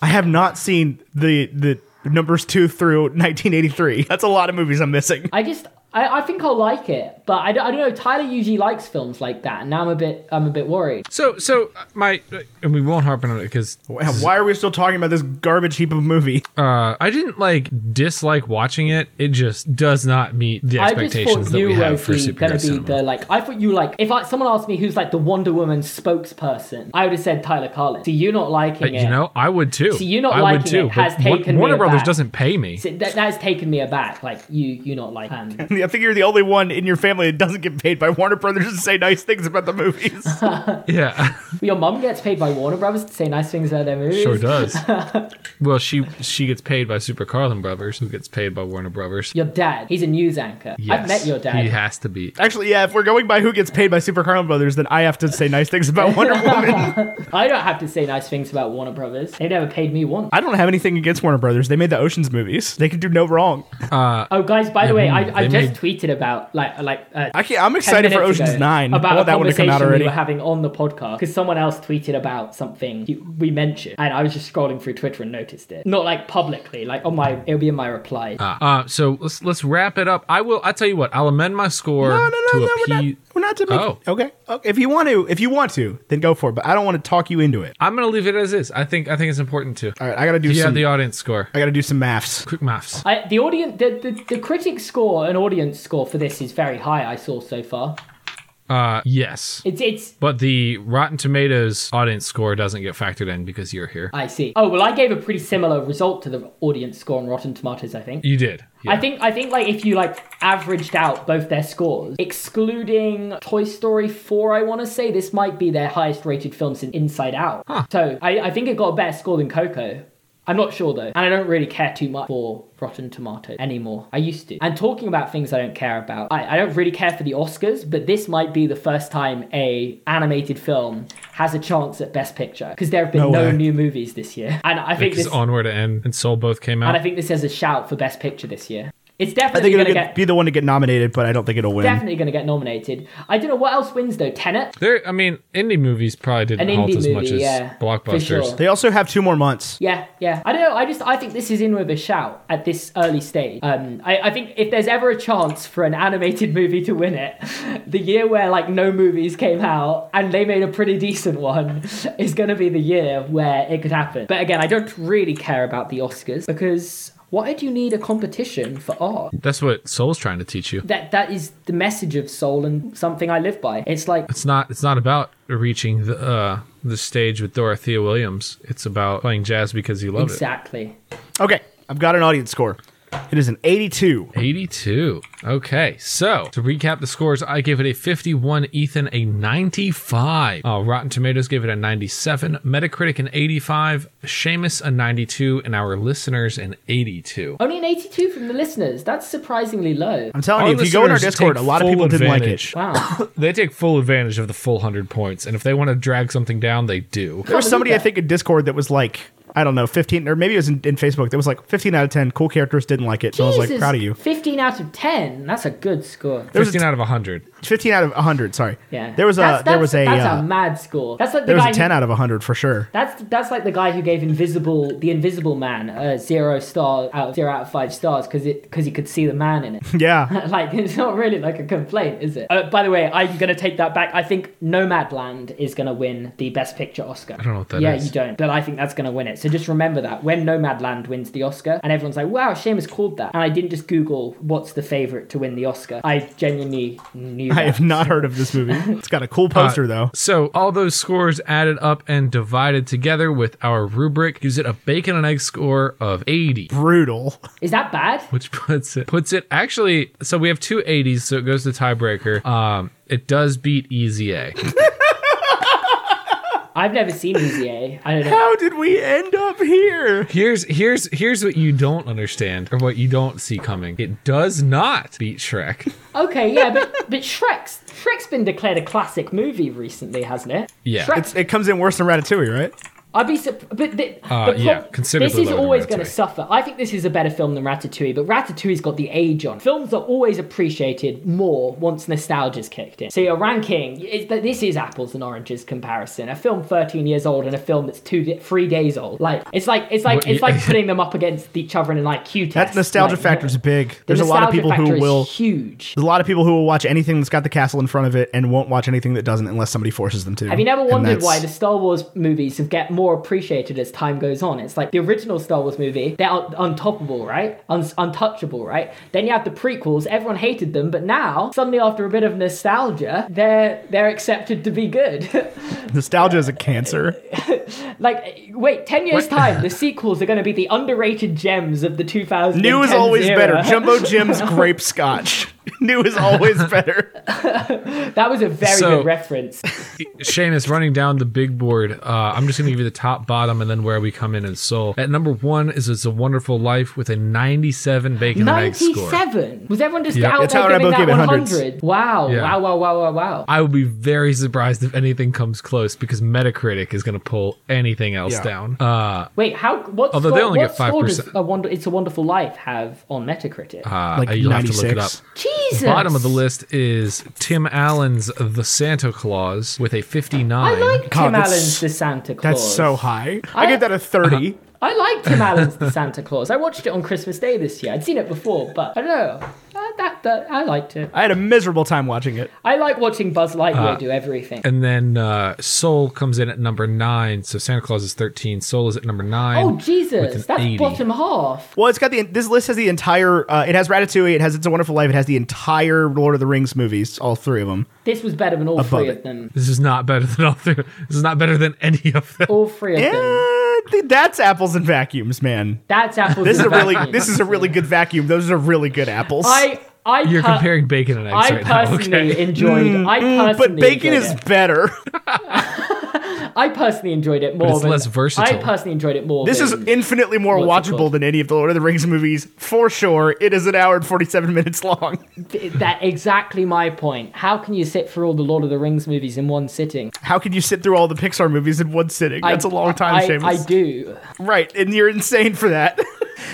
[SPEAKER 4] I have not seen the the numbers two through 1983. (laughs) That's a lot of movies I'm missing. (laughs)
[SPEAKER 5] I just I, I think I'll like it, but I, don't- I don't know. Tyler usually likes films like that, and now I'm a bit I'm a bit worried.
[SPEAKER 3] (laughs) so so uh, my and we won't harp on it because
[SPEAKER 4] Wow, Why are we still talking about this garbage heap of a movie? (laughs)
[SPEAKER 3] uh, I didn't like dislike watching it. It just does not meet the
[SPEAKER 5] I just
[SPEAKER 3] expectations
[SPEAKER 5] thought
[SPEAKER 3] that
[SPEAKER 5] you
[SPEAKER 3] we
[SPEAKER 5] were
[SPEAKER 3] have for
[SPEAKER 5] the, gonna
[SPEAKER 3] superhero
[SPEAKER 5] be
[SPEAKER 3] cinema.
[SPEAKER 5] the like. I thought you like. If I, someone asked me who's like the Wonder Woman spokesperson, I would have said Tyler Carlin. See, you not liking
[SPEAKER 3] But,
[SPEAKER 5] it.
[SPEAKER 3] You know, I would too.
[SPEAKER 5] See, you not
[SPEAKER 3] I would
[SPEAKER 5] liking
[SPEAKER 3] too.
[SPEAKER 5] it has
[SPEAKER 3] but Wa-
[SPEAKER 5] taken me
[SPEAKER 3] Warner Brothers
[SPEAKER 5] aback.
[SPEAKER 3] doesn't pay me.
[SPEAKER 5] So that, that has taken me aback. Like you, you not like.
[SPEAKER 3] (laughs)
[SPEAKER 5] Um,
[SPEAKER 4] I think you're the only one in your family that doesn't get paid by Warner Brothers to say nice things about the movies. (laughs)
[SPEAKER 3] Yeah, (laughs)
[SPEAKER 5] your mum gets paid by Warner Brothers to say nice things about their movies.
[SPEAKER 3] sure does.
[SPEAKER 5] (laughs)
[SPEAKER 3] well, she she gets paid by Super Carlin Brothers, who gets paid by Warner Brothers.
[SPEAKER 5] Your dad, he's a news anchor. I've
[SPEAKER 3] Yes,
[SPEAKER 5] met your dad.
[SPEAKER 3] He has to be.
[SPEAKER 4] Actually, yeah, if we're going by who gets paid by Super Carlin Brothers, then I have to say nice things about (laughs) Wonder Woman.
[SPEAKER 5] I don't have to say nice things about Warner Brothers. They never paid me once.
[SPEAKER 4] I don't have anything against Warner Brothers. They made the Oceans movies. They can do no wrong.
[SPEAKER 5] Oh, guys! By the way,
[SPEAKER 3] they
[SPEAKER 5] I, I just
[SPEAKER 3] made-
[SPEAKER 5] tweeted about like like uh,
[SPEAKER 4] I can't, I'm
[SPEAKER 5] 10
[SPEAKER 4] excited for
[SPEAKER 5] minutes
[SPEAKER 4] Oceans
[SPEAKER 5] ago
[SPEAKER 4] 9. I
[SPEAKER 5] About
[SPEAKER 4] want
[SPEAKER 5] a
[SPEAKER 4] that one to
[SPEAKER 5] conversation
[SPEAKER 4] come out
[SPEAKER 5] we
[SPEAKER 4] already.
[SPEAKER 5] were having on the podcast because someone else tweeted about something you- we mentioned, and I was just scrolling through Twitter and noticed it. Not like publicly, like on my it'll be in my reply.
[SPEAKER 3] Uh, so let's let's wrap it up. I will. I tell you what. I'll amend my score
[SPEAKER 4] no, no, no,
[SPEAKER 3] to
[SPEAKER 4] no.
[SPEAKER 3] appease.
[SPEAKER 4] We're not, we're not to make.
[SPEAKER 3] Oh.
[SPEAKER 4] Okay. okay. If you want to, if you want to, then go for it. But I don't want to talk you into it.
[SPEAKER 3] I'm gonna leave it as is. I think I think it's important to.
[SPEAKER 4] All right. I gotta do
[SPEAKER 3] Yeah,
[SPEAKER 4] some.
[SPEAKER 3] the audience score.
[SPEAKER 4] I gotta do some maths.
[SPEAKER 3] Quick maths.
[SPEAKER 5] I, the audience, the, the the critic score and audience score for this is very high. I saw so far.
[SPEAKER 3] Uh, yes.
[SPEAKER 5] It's it's.
[SPEAKER 3] But the Rotten Tomatoes audience score doesn't get factored in because you're here.
[SPEAKER 5] I see. Oh well, I gave a pretty similar result to the audience score on Rotten Tomatoes. I think.
[SPEAKER 3] You did. Yeah.
[SPEAKER 5] I think I think like if you like averaged out both their scores, excluding Toy Story 4, I want to say this might be their highest rated film since Inside Out. So I, I think it got a better score than Coco. I'm not sure though, and I don't really care too much for Rotten Tomatoes anymore. I used to. And talking about things I don't care about, I, I don't really care for the Oscars, but this might be the first time a animated film has a chance at Best Picture because there have been
[SPEAKER 4] No
[SPEAKER 5] no
[SPEAKER 4] way.
[SPEAKER 5] new movies this year, and I think
[SPEAKER 3] because
[SPEAKER 5] this
[SPEAKER 3] Onward and and Soul both came
[SPEAKER 5] and I
[SPEAKER 3] out.
[SPEAKER 5] think this has a shout for Best Picture this year. It's
[SPEAKER 4] I
[SPEAKER 5] definitely
[SPEAKER 4] think
[SPEAKER 5] going
[SPEAKER 4] it'll
[SPEAKER 5] to
[SPEAKER 4] get,
[SPEAKER 5] get
[SPEAKER 4] be the one to get nominated, but I don't think it'll win.
[SPEAKER 5] definitely going to get nominated. I don't know what else wins though. Tenet,
[SPEAKER 3] There. I mean, indie movies probably didn't
[SPEAKER 5] An
[SPEAKER 3] halt
[SPEAKER 5] indie
[SPEAKER 3] as much
[SPEAKER 5] movie,
[SPEAKER 3] as
[SPEAKER 5] yeah, for
[SPEAKER 3] blockbusters.
[SPEAKER 5] sure.
[SPEAKER 4] They also have two more months.
[SPEAKER 5] yeah, yeah. I don't know. I just I think this is in with a shout at this early stage. Um, I, I think if there's ever a chance for an animated (laughs) movie to win it, the year where like no movies came out and they made a pretty decent one (laughs) is going to be the year where it could happen. But again, I don't really care about the Oscars because why do you need a competition for art?
[SPEAKER 3] That's what Soul's trying to teach you.
[SPEAKER 5] That that is the message of Soul and something I live by. It's like
[SPEAKER 3] It's not. It's not about reaching the uh, the stage with Dorothea Williams. It's about playing jazz because you love it.
[SPEAKER 5] exactly.
[SPEAKER 4] Okay. I've got an audience score. It is an 82.
[SPEAKER 3] 82. Okay, so to recap the scores, I gave it a 51, Ethan a 95. Uh, Rotten Tomatoes gave it a 97, Metacritic an 85, Seamus a 92, and our listeners an 82.
[SPEAKER 5] Only an 82 from the listeners. That's surprisingly low.
[SPEAKER 4] I'm telling
[SPEAKER 3] Our
[SPEAKER 4] you, if you go in our
[SPEAKER 3] listeners
[SPEAKER 4] Discord, a
[SPEAKER 3] take
[SPEAKER 4] lot of
[SPEAKER 3] full
[SPEAKER 4] people didn't like it.
[SPEAKER 3] advantage.
[SPEAKER 5] Wow.
[SPEAKER 3] They take full advantage of the full 100 points, and if they want to drag something down, they do.
[SPEAKER 4] There was
[SPEAKER 5] believe
[SPEAKER 4] somebody I
[SPEAKER 5] that.
[SPEAKER 4] think in Discord that was like, I don't know, 15 or maybe it was in, in Facebook that was like 15 out of 10 cool characters didn't like it. So I was like
[SPEAKER 5] Jesus,
[SPEAKER 4] proud of you.
[SPEAKER 5] 15 out of 10. That's a good score.
[SPEAKER 4] There was a
[SPEAKER 3] 15 out of 100.
[SPEAKER 4] 15 out of 100, sorry.
[SPEAKER 5] Yeah.
[SPEAKER 4] There was a
[SPEAKER 5] That's-
[SPEAKER 4] there
[SPEAKER 5] that's-
[SPEAKER 4] was a
[SPEAKER 5] That's
[SPEAKER 4] uh,
[SPEAKER 5] a mad score. That's like the
[SPEAKER 4] there was
[SPEAKER 5] guy
[SPEAKER 4] a 10
[SPEAKER 5] who,
[SPEAKER 4] out of 100 for sure. (laughs)
[SPEAKER 5] That's that's like the guy who gave Invisible the Invisible Man a zero star out of zero out of five stars because it because he could see the man in it. (laughs)
[SPEAKER 4] Yeah.
[SPEAKER 5] like it's not really like a complaint, is it? Uh, by the way, I'm gonna take that back. I think Nomadland is gonna win the Best Picture Oscar. I
[SPEAKER 3] don't know what that
[SPEAKER 5] yeah,
[SPEAKER 3] is.
[SPEAKER 5] you don't, but I think that's gonna win it. So just remember that when Nomadland wins the Oscar, and everyone's like, "Wow, Seamus called that," and I didn't just Google what's the favorite to win the Oscar. I genuinely knew.
[SPEAKER 4] I
[SPEAKER 5] that.
[SPEAKER 4] have not heard of this movie. It's got a cool poster though.
[SPEAKER 3] Uh, So all those scores added up and divided together with our rubric gives it a bacon and egg score of 80.
[SPEAKER 4] Brutal.
[SPEAKER 5] Is that bad?
[SPEAKER 3] which (laughs) puts it puts it actually so we have two 80s so it goes to tiebreaker um it does beat easy a (laughs)
[SPEAKER 5] I've never seen Easy A. I don't
[SPEAKER 3] (laughs)
[SPEAKER 5] know.
[SPEAKER 4] How did we end up here?
[SPEAKER 3] here's here's here's what you don't understand or what you don't see coming it does not beat shrek (laughs)
[SPEAKER 5] Okay, yeah, but but Shrek's Shrek's been declared a classic movie recently, hasn't it?
[SPEAKER 3] Yeah.
[SPEAKER 5] Shrek,
[SPEAKER 4] It's, it comes in worse than Ratatouille, right?
[SPEAKER 5] I'd be surp- but the,
[SPEAKER 3] Uh,
[SPEAKER 5] the prob-
[SPEAKER 3] yeah, considerably
[SPEAKER 5] This is
[SPEAKER 3] lower than
[SPEAKER 5] always going
[SPEAKER 3] Ratatouille.
[SPEAKER 5] to suffer. I think this is a better film than Ratatouille, but Ratatouille's got the age on. Films are always appreciated more once nostalgia's kicked in. So your ranking, it, but this is apples and oranges comparison. A film 13 years old and a film that's two, di- three days old. Like it's like it's like
[SPEAKER 3] Well,
[SPEAKER 5] it's
[SPEAKER 3] yeah.
[SPEAKER 5] like
[SPEAKER 3] (laughs)
[SPEAKER 5] putting them up against each other in an IQ test.
[SPEAKER 4] That nostalgia
[SPEAKER 5] Like,
[SPEAKER 4] factor's big.
[SPEAKER 5] the
[SPEAKER 4] There's a lot of
[SPEAKER 5] nostalgia
[SPEAKER 4] people
[SPEAKER 5] factor
[SPEAKER 4] who
[SPEAKER 5] is
[SPEAKER 4] will
[SPEAKER 5] huge.
[SPEAKER 4] There's a lot of people who will watch anything that's got the castle in front of it and won't watch anything that doesn't unless somebody forces them to.
[SPEAKER 5] Have you never
[SPEAKER 4] And
[SPEAKER 5] wondered
[SPEAKER 4] that's-
[SPEAKER 5] why the Star Wars movies get more appreciated as time goes on? It's like the original Star Wars movie, they're un- untoppable, right? Un- untouchable, right? Then you have the prequels, everyone hated them, but now, suddenly after a bit of nostalgia, they're they're accepted to be good. (laughs)
[SPEAKER 4] nostalgia is a cancer?
[SPEAKER 5] like, wait, 10 years'
[SPEAKER 3] What?
[SPEAKER 4] (laughs)
[SPEAKER 5] time, the sequels are going to be the underrated gems of the 2000s.
[SPEAKER 4] New is always better. Jumbo Jim's grape scotch. (laughs) New is always better.
[SPEAKER 5] (laughs) that was a very
[SPEAKER 3] So-
[SPEAKER 4] (laughs)
[SPEAKER 5] good reference.
[SPEAKER 3] Seamus running down the big board. Uh, I'm just gonna give you the top, bottom, and then where we come in in Seoul. At number one is "It's a Wonderful Life" with a 97 bacon and egg score.
[SPEAKER 5] 97? Was everyone just
[SPEAKER 3] Yeah.
[SPEAKER 5] out
[SPEAKER 4] That's how
[SPEAKER 5] there
[SPEAKER 4] I
[SPEAKER 5] giving
[SPEAKER 4] both
[SPEAKER 5] that
[SPEAKER 4] gave it hundreds.
[SPEAKER 5] 100? Wow,
[SPEAKER 3] Yeah.
[SPEAKER 5] wow, wow, wow, wow, wow.
[SPEAKER 3] I will be very surprised if anything comes close because Metacritic is gonna pull anything else
[SPEAKER 4] Yeah.
[SPEAKER 3] down. Uh,
[SPEAKER 5] Wait, how? What
[SPEAKER 3] Although they
[SPEAKER 5] score,
[SPEAKER 3] only
[SPEAKER 5] what
[SPEAKER 3] get
[SPEAKER 5] score does
[SPEAKER 3] 5%.
[SPEAKER 5] a Wonder, It's a Wonderful Life have on Metacritic?
[SPEAKER 3] uh,
[SPEAKER 4] Like
[SPEAKER 3] you'll have to look it up.
[SPEAKER 4] 96.
[SPEAKER 5] Jesus.
[SPEAKER 3] Bottom of the list is Tim Allen's The Santa Claus with a 59.
[SPEAKER 5] I like
[SPEAKER 4] God,
[SPEAKER 5] Tim
[SPEAKER 4] that's-
[SPEAKER 5] Allen's The Santa Claus.
[SPEAKER 4] That's so high. I, Uh-huh. give that a 30.
[SPEAKER 5] I
[SPEAKER 4] (laughs)
[SPEAKER 5] like Tim Allen's The Santa Claus. I watched it on Christmas Day this year. I'd seen it before, but I don't know. Uh, that, that I liked it.
[SPEAKER 4] I had a miserable time watching it.
[SPEAKER 5] I like watching Buzz Lightyear do everything.
[SPEAKER 3] Uh, And then uh, Soul comes in at number nine. So Santa Claus is 13. Soul is at number nine.
[SPEAKER 5] Oh
[SPEAKER 3] with an
[SPEAKER 5] Jesus, that's
[SPEAKER 3] 80.
[SPEAKER 5] bottom half.
[SPEAKER 4] Well, it's got the this list has the entire uh, it has Ratatouille, it has It's a Wonderful Life, it has the entire Lord of the Rings movies, all three of them.
[SPEAKER 5] This was better than all
[SPEAKER 4] Above
[SPEAKER 5] three
[SPEAKER 4] it.
[SPEAKER 5] of them.
[SPEAKER 3] This is not better than all three. This is not better than any of them.
[SPEAKER 5] All three of them.
[SPEAKER 4] And th- that's apples and vacuums, man. (laughs)
[SPEAKER 5] That's apples.
[SPEAKER 4] This is a
[SPEAKER 5] and (laughs)
[SPEAKER 4] really
[SPEAKER 5] bananas.
[SPEAKER 4] this is a really good vacuum. Those are really good apples.
[SPEAKER 5] I I
[SPEAKER 3] You're
[SPEAKER 5] per-
[SPEAKER 3] comparing bacon and eggs
[SPEAKER 5] Oh, I
[SPEAKER 3] right now. (laughs)
[SPEAKER 5] personally
[SPEAKER 3] Okay.
[SPEAKER 5] enjoyed. I personally
[SPEAKER 4] Mm, but bacon
[SPEAKER 5] enjoyed
[SPEAKER 4] is
[SPEAKER 5] it.
[SPEAKER 4] better. (laughs)
[SPEAKER 5] I personally enjoyed it more.
[SPEAKER 3] it's
[SPEAKER 5] than-
[SPEAKER 3] less versatile.
[SPEAKER 5] I personally enjoyed it more.
[SPEAKER 4] This is
[SPEAKER 5] than-
[SPEAKER 4] infinitely more
[SPEAKER 5] What's it
[SPEAKER 4] watchable
[SPEAKER 5] called?
[SPEAKER 4] than any of the Lord of the Rings movies, for sure. It is an hour and 47 minutes long.
[SPEAKER 5] th- that exactly my point. How can you sit for all the Lord of the Rings movies in one sitting?
[SPEAKER 4] How could you sit through all the Pixar movies in one sitting?
[SPEAKER 5] I-
[SPEAKER 4] That's a long time,
[SPEAKER 5] I,
[SPEAKER 4] Seamus.
[SPEAKER 5] I do.
[SPEAKER 4] Right, and you're insane for that. (laughs)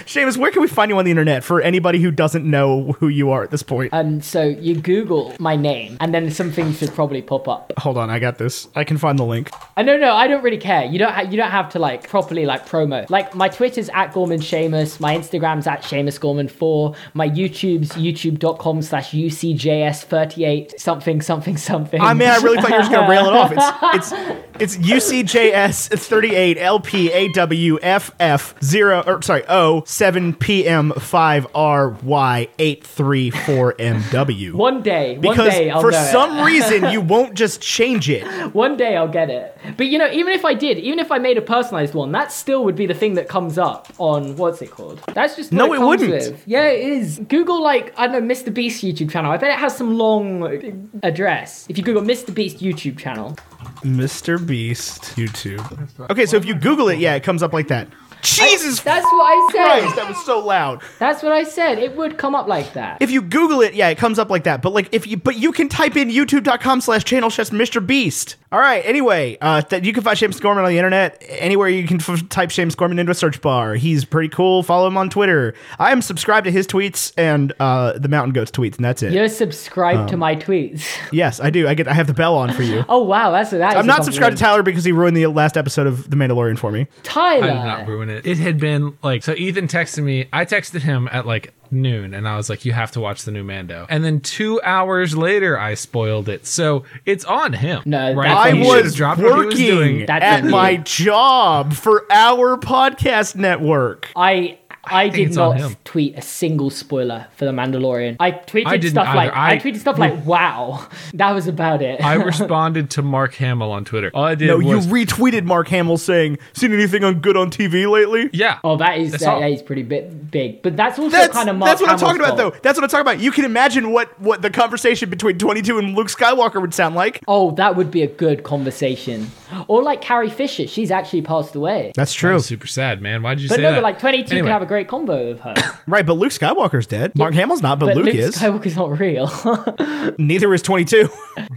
[SPEAKER 4] Seamus, where can we find you on the internet for anybody who doesn't know who you are at this point?
[SPEAKER 5] Um, so you Google my name, and then something should probably pop up.
[SPEAKER 4] Hold on, I got this. I can find the link.
[SPEAKER 5] I no, no, I don't really care. You don't, ha- you don't have to like properly like promo. Like my Twitter's at Gorman Seamus, my Instagram's at Seamus Gorman Four, my YouTube's YouTube.com slash UCJS thirty eight something something something.
[SPEAKER 4] I mean, I really thought you were just gonna rail it off. It's it's it's UCJS thirty eight LPAWFF zero or sorry O 7 p.m. 5RY834MW.
[SPEAKER 5] (laughs) One day, one
[SPEAKER 4] Because
[SPEAKER 5] day I'll
[SPEAKER 4] for
[SPEAKER 5] know it.
[SPEAKER 4] some reason
[SPEAKER 5] (laughs)
[SPEAKER 4] you won't just change it.
[SPEAKER 5] One day I'll get it. But you know, even if I did, even if I made a personalized one, that still would be the thing that comes up on what's it called? That's just what
[SPEAKER 4] No, it
[SPEAKER 5] comes
[SPEAKER 4] wouldn't.
[SPEAKER 5] with. Yeah, it is. Google like I don't know Mr Beast YouTube channel. I bet it has some long address. If you Google Mr Beast YouTube channel,
[SPEAKER 4] Mr. Beast YouTube. Okay, so if you Google it, yeah, it comes up like that. Jesus
[SPEAKER 5] that's what I said.
[SPEAKER 4] Christ, that was so loud.
[SPEAKER 5] That's what I said. It would come up like that.
[SPEAKER 4] If you Google it, yeah, it comes up like that. But like if you but you can type in youtube.com slash channel slash Mr. Beast. Alright, anyway, uh that you can find Seamus Gorman on the internet. Anywhere you can f- type Seamus Gorman into a search bar. He's pretty cool. Follow him on Twitter. I am subscribed to his tweets and uh the mountain goats tweets, and that's it.
[SPEAKER 5] You're subscribed
[SPEAKER 4] Um.
[SPEAKER 5] to my tweets. (laughs)
[SPEAKER 4] Yes, I do. I get I have the bell on for you.
[SPEAKER 5] Oh wow, that's that. is
[SPEAKER 4] I'm
[SPEAKER 5] a
[SPEAKER 4] not subscribed to
[SPEAKER 5] compliment.
[SPEAKER 4] Tyler because he ruined the last episode of The Mandalorian for me.
[SPEAKER 3] I
[SPEAKER 5] Tyler.
[SPEAKER 3] did not ruin it. It had been like so. Ethan texted me. I texted him at like noon, and I was like, "You have to watch the new Mando." And then two hours later, I spoiled it. So it's on him.
[SPEAKER 5] No, that's
[SPEAKER 3] He
[SPEAKER 4] I
[SPEAKER 5] on you.
[SPEAKER 3] should've
[SPEAKER 4] was
[SPEAKER 3] dropped
[SPEAKER 4] working
[SPEAKER 3] what he was
[SPEAKER 5] (laughs)
[SPEAKER 3] doing.
[SPEAKER 5] That's
[SPEAKER 4] at
[SPEAKER 5] on you.
[SPEAKER 4] my job for our podcast network.
[SPEAKER 5] I I,
[SPEAKER 3] think
[SPEAKER 5] did
[SPEAKER 3] it's on
[SPEAKER 5] not
[SPEAKER 3] him.
[SPEAKER 5] tweet a single spoiler for the Mandalorian. I tweeted
[SPEAKER 3] I didn't
[SPEAKER 5] stuff
[SPEAKER 3] either.
[SPEAKER 5] like I,
[SPEAKER 3] I-
[SPEAKER 5] tweeted stuff like wow. (laughs) That was about it. (laughs)
[SPEAKER 3] I responded to Mark Hamill on Twitter. All I did
[SPEAKER 4] No, you
[SPEAKER 3] was
[SPEAKER 4] retweeted Mark Hamill saying, "Seen anything on good on TV lately?"
[SPEAKER 3] yeah.
[SPEAKER 5] oh, that is that,
[SPEAKER 3] all.
[SPEAKER 5] that is pretty bit, big. But that's also
[SPEAKER 4] That's,
[SPEAKER 5] kind of Mark
[SPEAKER 4] that's what I'm
[SPEAKER 5] Hamill's
[SPEAKER 4] talking about,
[SPEAKER 5] fault.
[SPEAKER 4] though. That's what I'm talking about. You can imagine what, what the conversation between 22 and Luke Skywalker would sound like.
[SPEAKER 5] Oh, that would be a good conversation. Or like Carrie Fisher, she's actually passed away.
[SPEAKER 4] That's
[SPEAKER 3] I'm
[SPEAKER 4] true,
[SPEAKER 3] super sad, man. Why did you
[SPEAKER 5] But
[SPEAKER 3] say
[SPEAKER 5] no,
[SPEAKER 3] that?
[SPEAKER 5] but like 22
[SPEAKER 3] Anyway.
[SPEAKER 5] can have a great combo of
[SPEAKER 4] (coughs)
[SPEAKER 5] her.
[SPEAKER 4] right? But Luke Skywalker's dead. Mark Hamill's not, but,
[SPEAKER 5] But
[SPEAKER 4] Luke,
[SPEAKER 5] Luke
[SPEAKER 4] is.
[SPEAKER 5] Skywalker's not real. (laughs)
[SPEAKER 4] Neither is 22.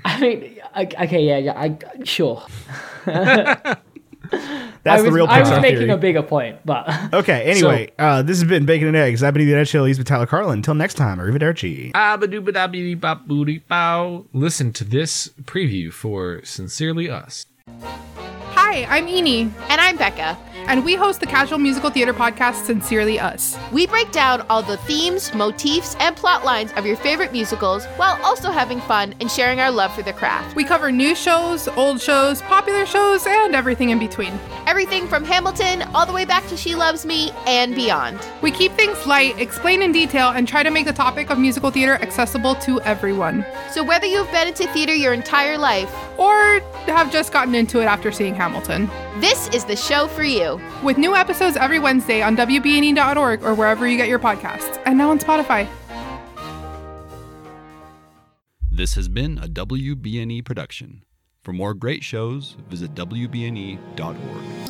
[SPEAKER 5] I mean, I- okay, yeah, yeah, I, sure.
[SPEAKER 4] (laughs) That's
[SPEAKER 5] I was,
[SPEAKER 4] the real
[SPEAKER 5] I was
[SPEAKER 4] Pixar
[SPEAKER 5] making
[SPEAKER 4] theory.
[SPEAKER 5] a bigger point, but (laughs)
[SPEAKER 4] okay. Anyway, uh, this has been Bacon and Eggs. I've been eating that chill. He's been Tyler Carlin. Until next time, arrivederci.
[SPEAKER 3] Abba-dubba-dabba-dee-bop-boo-dee-bow. Listen to this preview for Sincerely Us.
[SPEAKER 2] Hi, I'm Eenie,
[SPEAKER 6] And I'm Becca.
[SPEAKER 2] and we host the casual musical theater podcast Sincerely Us.
[SPEAKER 6] We break down all the themes, motifs, and plot lines of your favorite musicals while also having fun and sharing our love for the craft.
[SPEAKER 2] We cover new shows, old shows, popular shows, and everything in between.
[SPEAKER 6] Everything from Hamilton all the way back to She Loves Me and beyond.
[SPEAKER 2] We keep things light, explain in detail, and try to make the topic of musical theater accessible to everyone.
[SPEAKER 6] So, whether you've been into theater your entire life,
[SPEAKER 2] Or have just gotten into it after seeing Hamilton.
[SPEAKER 6] this is the show for you.
[SPEAKER 2] With new episodes every Wednesday on WBNE.org E or wherever you get your podcasts, and now on Spotify.
[SPEAKER 1] This has been a E E WBNE production. For more great shows, visit WBNE.org.